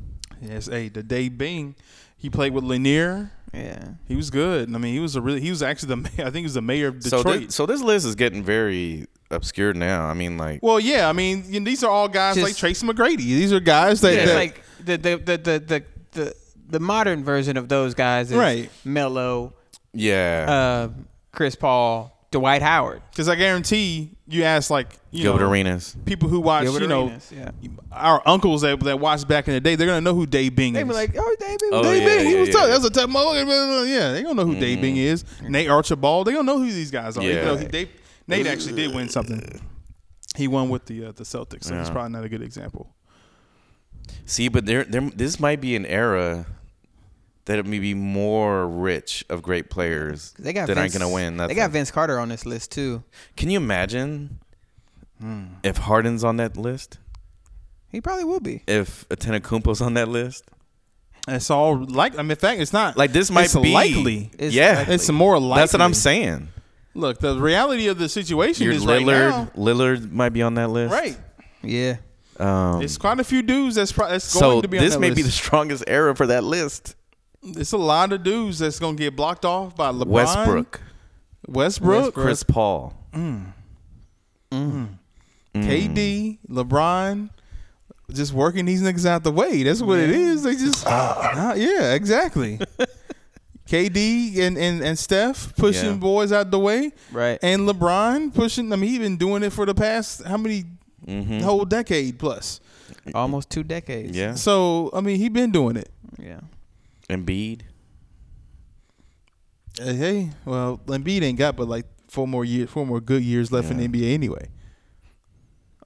Speaker 2: Yes, hey, the day Bing, he played with Lanier.
Speaker 3: Yeah,
Speaker 2: He was good. I mean, he was a really. He was actually the. ma- [laughs] I think he was the mayor of
Speaker 1: So
Speaker 2: Detroit.
Speaker 1: this, so this list is getting very obscure now. I mean, like,
Speaker 2: well, yeah. I mean, you know, these are all guys
Speaker 3: Just-
Speaker 2: like Tracy McGrady. These are guys that.
Speaker 3: yeah, it's
Speaker 2: that-
Speaker 3: like the the the the the. the the modern version of those guys is
Speaker 2: Right.
Speaker 3: Melo,
Speaker 1: yeah,
Speaker 3: uh, Chris Paul, Dwight Howard.
Speaker 2: Because I guarantee you ask like you
Speaker 1: Gilbert
Speaker 2: know
Speaker 1: Arenas.
Speaker 2: people who watch
Speaker 3: Gilbert
Speaker 2: you know
Speaker 3: Arenas, yeah.
Speaker 2: our uncles that that watched back in the day they're gonna know who Dave Bing
Speaker 3: They
Speaker 2: is.
Speaker 3: be like, oh, David,
Speaker 1: Oh,
Speaker 2: Dave
Speaker 1: yeah,
Speaker 2: Bing, he
Speaker 1: yeah,
Speaker 2: was
Speaker 1: yeah,
Speaker 2: tough.
Speaker 1: yeah.
Speaker 2: That's a tough motherfucker. Yeah, they don't know who Dave Bing is. Mm-hmm. Nate Archibald, they don't know who these guys are.
Speaker 1: Yeah.
Speaker 2: Even though he, Dave, Nate actually did win something. He won with the uh, the Celtics, so he's
Speaker 1: Yeah.
Speaker 2: probably not a good example.
Speaker 1: See, but there, there, this might be an era that it may be more rich of great players
Speaker 3: They got
Speaker 1: that
Speaker 3: Vince,
Speaker 1: aren't gonna win.
Speaker 3: They
Speaker 1: nothing.
Speaker 3: got Vince Carter on this list too.
Speaker 1: Can you imagine
Speaker 2: Hmm.
Speaker 1: if Harden's on that list?
Speaker 3: He probably will be.
Speaker 1: If Atenakumpo's on that list,
Speaker 2: It's all like I mean, in fact, it's not
Speaker 1: like this might
Speaker 2: it's
Speaker 1: be
Speaker 2: likely.
Speaker 3: It's
Speaker 1: yeah,
Speaker 3: likely.
Speaker 2: It's more likely.
Speaker 1: that's what I'm saying.
Speaker 2: Look, the reality of the situation
Speaker 1: Your
Speaker 2: is right now,
Speaker 1: Lillard, Lillard might be on that list,
Speaker 2: right?
Speaker 3: Yeah.
Speaker 1: Um,
Speaker 2: It's quite a few dudes that's pro- that's going
Speaker 1: so
Speaker 2: to be
Speaker 1: this
Speaker 2: on
Speaker 1: may
Speaker 2: that
Speaker 1: be the
Speaker 2: list.
Speaker 1: strongest era for that list.
Speaker 2: it's a lot of dudes that's going to get blocked off by LeBron,
Speaker 1: Westbrook,
Speaker 2: Westbrook,
Speaker 1: Chris Paul,
Speaker 2: KD,
Speaker 1: Mm.
Speaker 2: LeBron, just working these niggas out the way. That's what it is. They just, Nah,
Speaker 1: [laughs]
Speaker 2: yeah, exactly. KD and, and, and Steph pushing
Speaker 1: Yeah.
Speaker 2: boys out the way,
Speaker 3: Right.
Speaker 2: and LeBron pushing. I mean, he been doing it for the past how many whole decade plus.
Speaker 3: Almost two decades.
Speaker 1: Mm-hmm. yeah,
Speaker 2: So I mean, he been doing it.
Speaker 3: Yeah.
Speaker 1: Embiid.
Speaker 2: Uh, hey, well, Embiid ain't got but like four more years, four more good years left in the NBA anyway.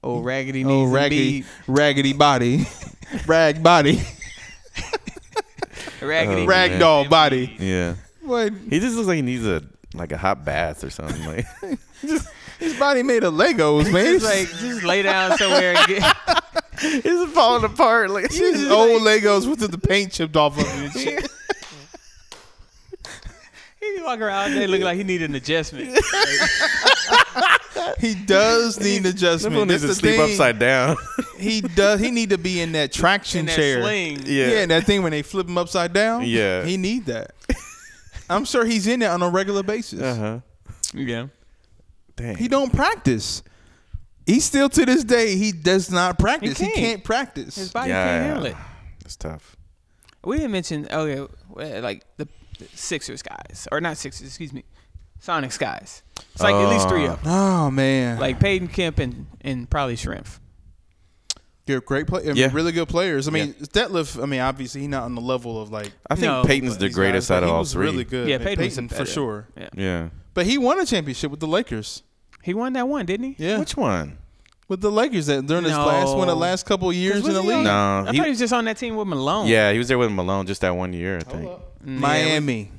Speaker 3: Oh, raggedy knees.
Speaker 2: Oh,
Speaker 3: and
Speaker 2: raggedy,
Speaker 3: beat.
Speaker 2: raggedy body, [laughs] rag body, [laughs]
Speaker 3: Raggedy.
Speaker 1: Oh,
Speaker 3: knees.
Speaker 1: man.
Speaker 2: ragdoll body.
Speaker 1: Yeah,
Speaker 2: What?
Speaker 1: he just looks like he needs a like a hot bath or something. [laughs] Like
Speaker 2: His body made of
Speaker 1: [laughs]
Speaker 2: Legos, man. [laughs]
Speaker 3: Just like, just lay down somewhere and get. [laughs]
Speaker 1: it's falling apart. Like [laughs]
Speaker 2: These old Legos with the- the paint chipped off of it. and shit.
Speaker 3: He be walking around all day looking like he needed an
Speaker 2: [laughs]
Speaker 3: adjustment.
Speaker 2: He does need
Speaker 1: That
Speaker 2: adjustment.
Speaker 1: fool needs
Speaker 2: That's
Speaker 1: to sleep
Speaker 2: the thing.
Speaker 1: upside [laughs] down.
Speaker 2: He does. He need to be in
Speaker 1: [laughs]
Speaker 2: that traction
Speaker 3: in that
Speaker 2: chair.
Speaker 3: sling.
Speaker 1: Yeah.
Speaker 2: Yeah. and that thing when they flip him upside down.
Speaker 1: Yeah.
Speaker 2: he need that. I'm sure he's in that on a regular basis.
Speaker 1: Uh huh.
Speaker 3: Yeah.
Speaker 1: Dang.
Speaker 2: He don't practice. He still to this day he does not practice. He
Speaker 3: can't.
Speaker 2: can't, practice.
Speaker 3: His body
Speaker 1: Yeah,
Speaker 3: can't
Speaker 1: yeah.
Speaker 3: handle it.
Speaker 1: That's tough.
Speaker 3: We didn't mention, okay, well, like the the Sixers guys. Or not Sixers, excuse me. Sonics guys. It's like at least three of them.
Speaker 2: oh man,
Speaker 3: Like Peyton Kemp and, and probably Shrimp.
Speaker 2: you're great player. I mean,
Speaker 1: Yeah.
Speaker 2: really good players. I mean, Detlef. I mean, obviously he's not on the level of like
Speaker 1: I think
Speaker 3: No,
Speaker 1: Peyton's the
Speaker 2: these
Speaker 1: greatest
Speaker 2: guys,
Speaker 1: out
Speaker 2: but
Speaker 1: of
Speaker 2: he
Speaker 1: all
Speaker 2: was
Speaker 1: three.
Speaker 2: Really good.
Speaker 3: Yeah,
Speaker 2: I mean,
Speaker 3: Peyton was
Speaker 2: for
Speaker 3: better.
Speaker 2: sure.
Speaker 3: Yeah.
Speaker 1: Yeah.
Speaker 2: But he won a championship with the Lakers.
Speaker 3: He won that one, didn't he?
Speaker 2: Yeah,
Speaker 1: Which one?
Speaker 2: with the Lakers that during his
Speaker 3: No.
Speaker 2: last one, the last couple of years in
Speaker 3: Wasn't
Speaker 2: the
Speaker 3: he
Speaker 2: league.
Speaker 1: No.
Speaker 3: on- I
Speaker 1: he-
Speaker 3: thought he was just on that team with Malone.
Speaker 1: Yeah, he was there with Malone just that one year, I think.
Speaker 2: Miami.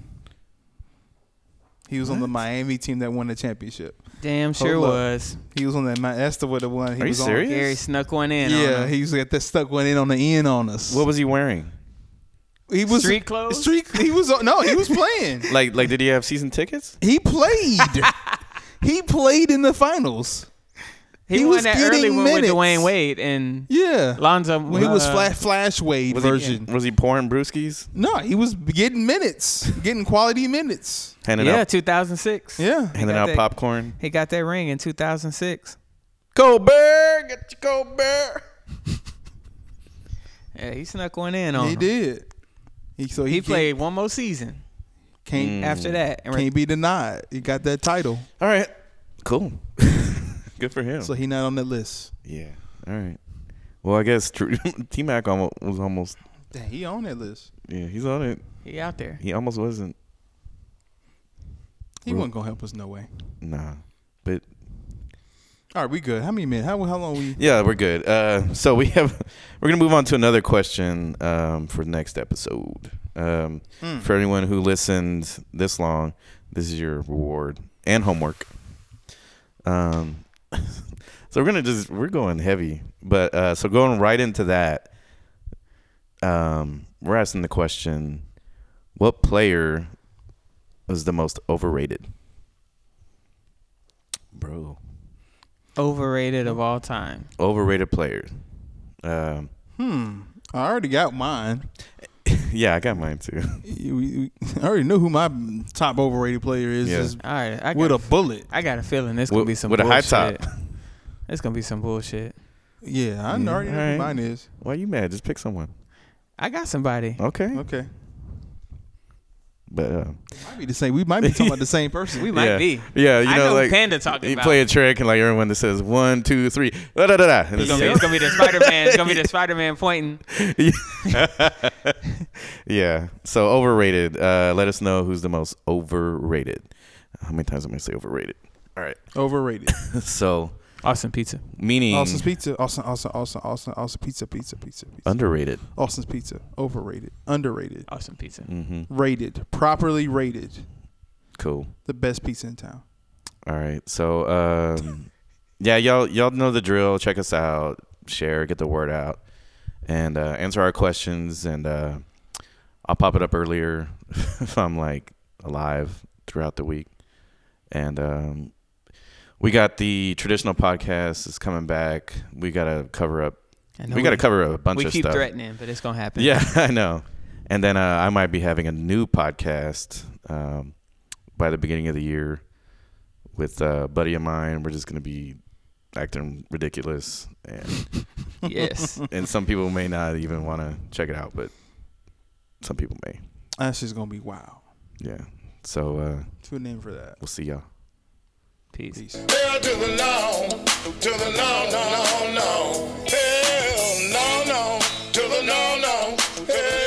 Speaker 2: He was on the Miami team that won the championship.
Speaker 3: Damn sure
Speaker 2: Hold up.
Speaker 3: was.
Speaker 2: He was on that. Mi- That's the what the one. He
Speaker 1: Are you
Speaker 2: was
Speaker 1: serious?
Speaker 2: On.
Speaker 3: Gary snuck one in.
Speaker 2: Yeah,
Speaker 3: on
Speaker 2: he
Speaker 3: him.
Speaker 2: was at that stuck one in on the end on us.
Speaker 1: What was he wearing?
Speaker 2: He was
Speaker 3: Street clothes?
Speaker 2: Street. He was on- no. He was [laughs] playing.
Speaker 1: Like, like, did he have season tickets?
Speaker 2: he [laughs] played. he played in the finals.
Speaker 3: he,
Speaker 2: he
Speaker 3: won
Speaker 2: was
Speaker 3: that early
Speaker 2: getting
Speaker 3: one with
Speaker 2: minutes.
Speaker 3: Dwayne Wade and
Speaker 2: Yeah.
Speaker 3: Lonzo.
Speaker 2: When he was
Speaker 3: uh,
Speaker 2: flash, flash wave
Speaker 1: Was
Speaker 2: version.
Speaker 1: he was he pouring brewskis,
Speaker 2: No, he was getting minutes, getting quality minutes.
Speaker 1: handing
Speaker 3: Yeah,
Speaker 1: out
Speaker 3: 2006.
Speaker 2: Yeah.
Speaker 1: handing
Speaker 3: got
Speaker 1: out
Speaker 3: that-
Speaker 1: popcorn?
Speaker 3: He got that ring in 2006.
Speaker 1: Colbert, get your Colbert.
Speaker 3: Yeah, he snuck one in on.
Speaker 2: He
Speaker 3: him.
Speaker 2: did. He so he, Mm.
Speaker 3: He
Speaker 2: can't-
Speaker 3: played one more season
Speaker 1: Mm.
Speaker 2: Can't
Speaker 3: after that. And
Speaker 2: can't be denied. He got that title,
Speaker 1: All right, cool. [laughs] Good for him.
Speaker 2: so he not on the list.
Speaker 1: yeah. All right. Well, I guess [laughs] T Mac almost was almost.
Speaker 2: Dang, he on that list.
Speaker 1: Yeah, he's on it.
Speaker 3: he out there.
Speaker 1: He almost wasn't.
Speaker 2: He wasn't gonna help us no way.
Speaker 1: Nah. But
Speaker 2: All right, we good. How many minutes? How how long we?
Speaker 1: yeah, we're good. Uh, so we have [laughs] we're gonna move on to another question um, for next episode. Um, For anyone who listened this long, this is your reward and homework. Um, [laughs] so we're gonna just we're going heavy, but uh, so going right into that, um, we're asking the question: What player was the most overrated? Bro,
Speaker 3: Overrated of all time.
Speaker 1: overrated player. Um,
Speaker 2: Hmm. I already got mine.
Speaker 1: yeah, I got mine too. [laughs]
Speaker 2: You- we- [laughs] I already know who my top overrated player is.
Speaker 1: Yeah.
Speaker 2: Just
Speaker 3: All right, I got,
Speaker 2: with a bullet.
Speaker 3: I got a feeling this gonna
Speaker 1: With-
Speaker 3: be some
Speaker 1: with a high
Speaker 3: bullshit.
Speaker 1: top.
Speaker 3: [laughs] It's gonna be some bullshit.
Speaker 2: Yeah, I
Speaker 1: Yeah,
Speaker 2: already know
Speaker 1: alright.
Speaker 2: who mine is.
Speaker 1: Why you mad? Just pick someone.
Speaker 3: I got somebody.
Speaker 1: Okay,
Speaker 2: [laughs] Okay.
Speaker 1: but uh,
Speaker 2: Might be the same. We might be talking about the same person.
Speaker 3: We
Speaker 2: We
Speaker 3: might
Speaker 1: yeah.
Speaker 3: be.
Speaker 1: Yeah, you
Speaker 3: I
Speaker 1: know,
Speaker 3: know who
Speaker 1: like
Speaker 3: Panda talking
Speaker 1: you
Speaker 3: about.
Speaker 1: play a trick and like everyone that says one, two, three, da da da da. and it's
Speaker 3: It's gonna, be,
Speaker 1: the
Speaker 3: it's gonna be the Spider Man.
Speaker 1: [laughs]
Speaker 3: It's gonna be the Spider Man pointing.
Speaker 1: same. yeah. So overrated. Uh, let us know who's the most overrated. How many times am I gonna say overrated? All right.
Speaker 2: [laughs] overrated.
Speaker 1: Hmm. So
Speaker 3: Awesome pizza.
Speaker 1: meaning
Speaker 2: Austin's Pizza. Austin, Austin, Austin, Austin, Austin Pizza, Pizza, Pizza, Pizza.
Speaker 1: underrated.
Speaker 2: Austin's Pizza. Overrated. Underrated.
Speaker 3: Awesome pizza.
Speaker 1: Mm-hmm.
Speaker 2: Rated. Properly rated.
Speaker 1: Cool.
Speaker 2: The best pizza in town.
Speaker 1: All right. So um, yeah, y'all y'all know the drill. Check us out. Share. Get the word out. And uh, answer our questions. And uh, I'll pop it up earlier [laughs] if I'm like alive throughout the week. And um, we got the traditional podcast is coming back. We got to cover up.
Speaker 3: I know
Speaker 1: We got to cover up a bunch
Speaker 3: We
Speaker 1: of
Speaker 3: keep
Speaker 1: stuff.
Speaker 3: threatening, but it's gonna
Speaker 1: [laughs]
Speaker 3: happen.
Speaker 1: Yeah, I know. And then uh, I might be having a new podcast um, by the beginning of the year with uh, a buddy of mine. We're just going to be acting ridiculous, and [laughs]
Speaker 3: Yes.
Speaker 1: and some people may not even want to check it out, but some people may.
Speaker 2: That's just gonna be wow.
Speaker 1: Yeah. So uh,
Speaker 2: Tune in for that.
Speaker 1: we'll see y'all.
Speaker 3: Peace.
Speaker 2: Peace.
Speaker 6: Hell to the no, to the no, no, no, no. Hell no, no, to the no, no. Hell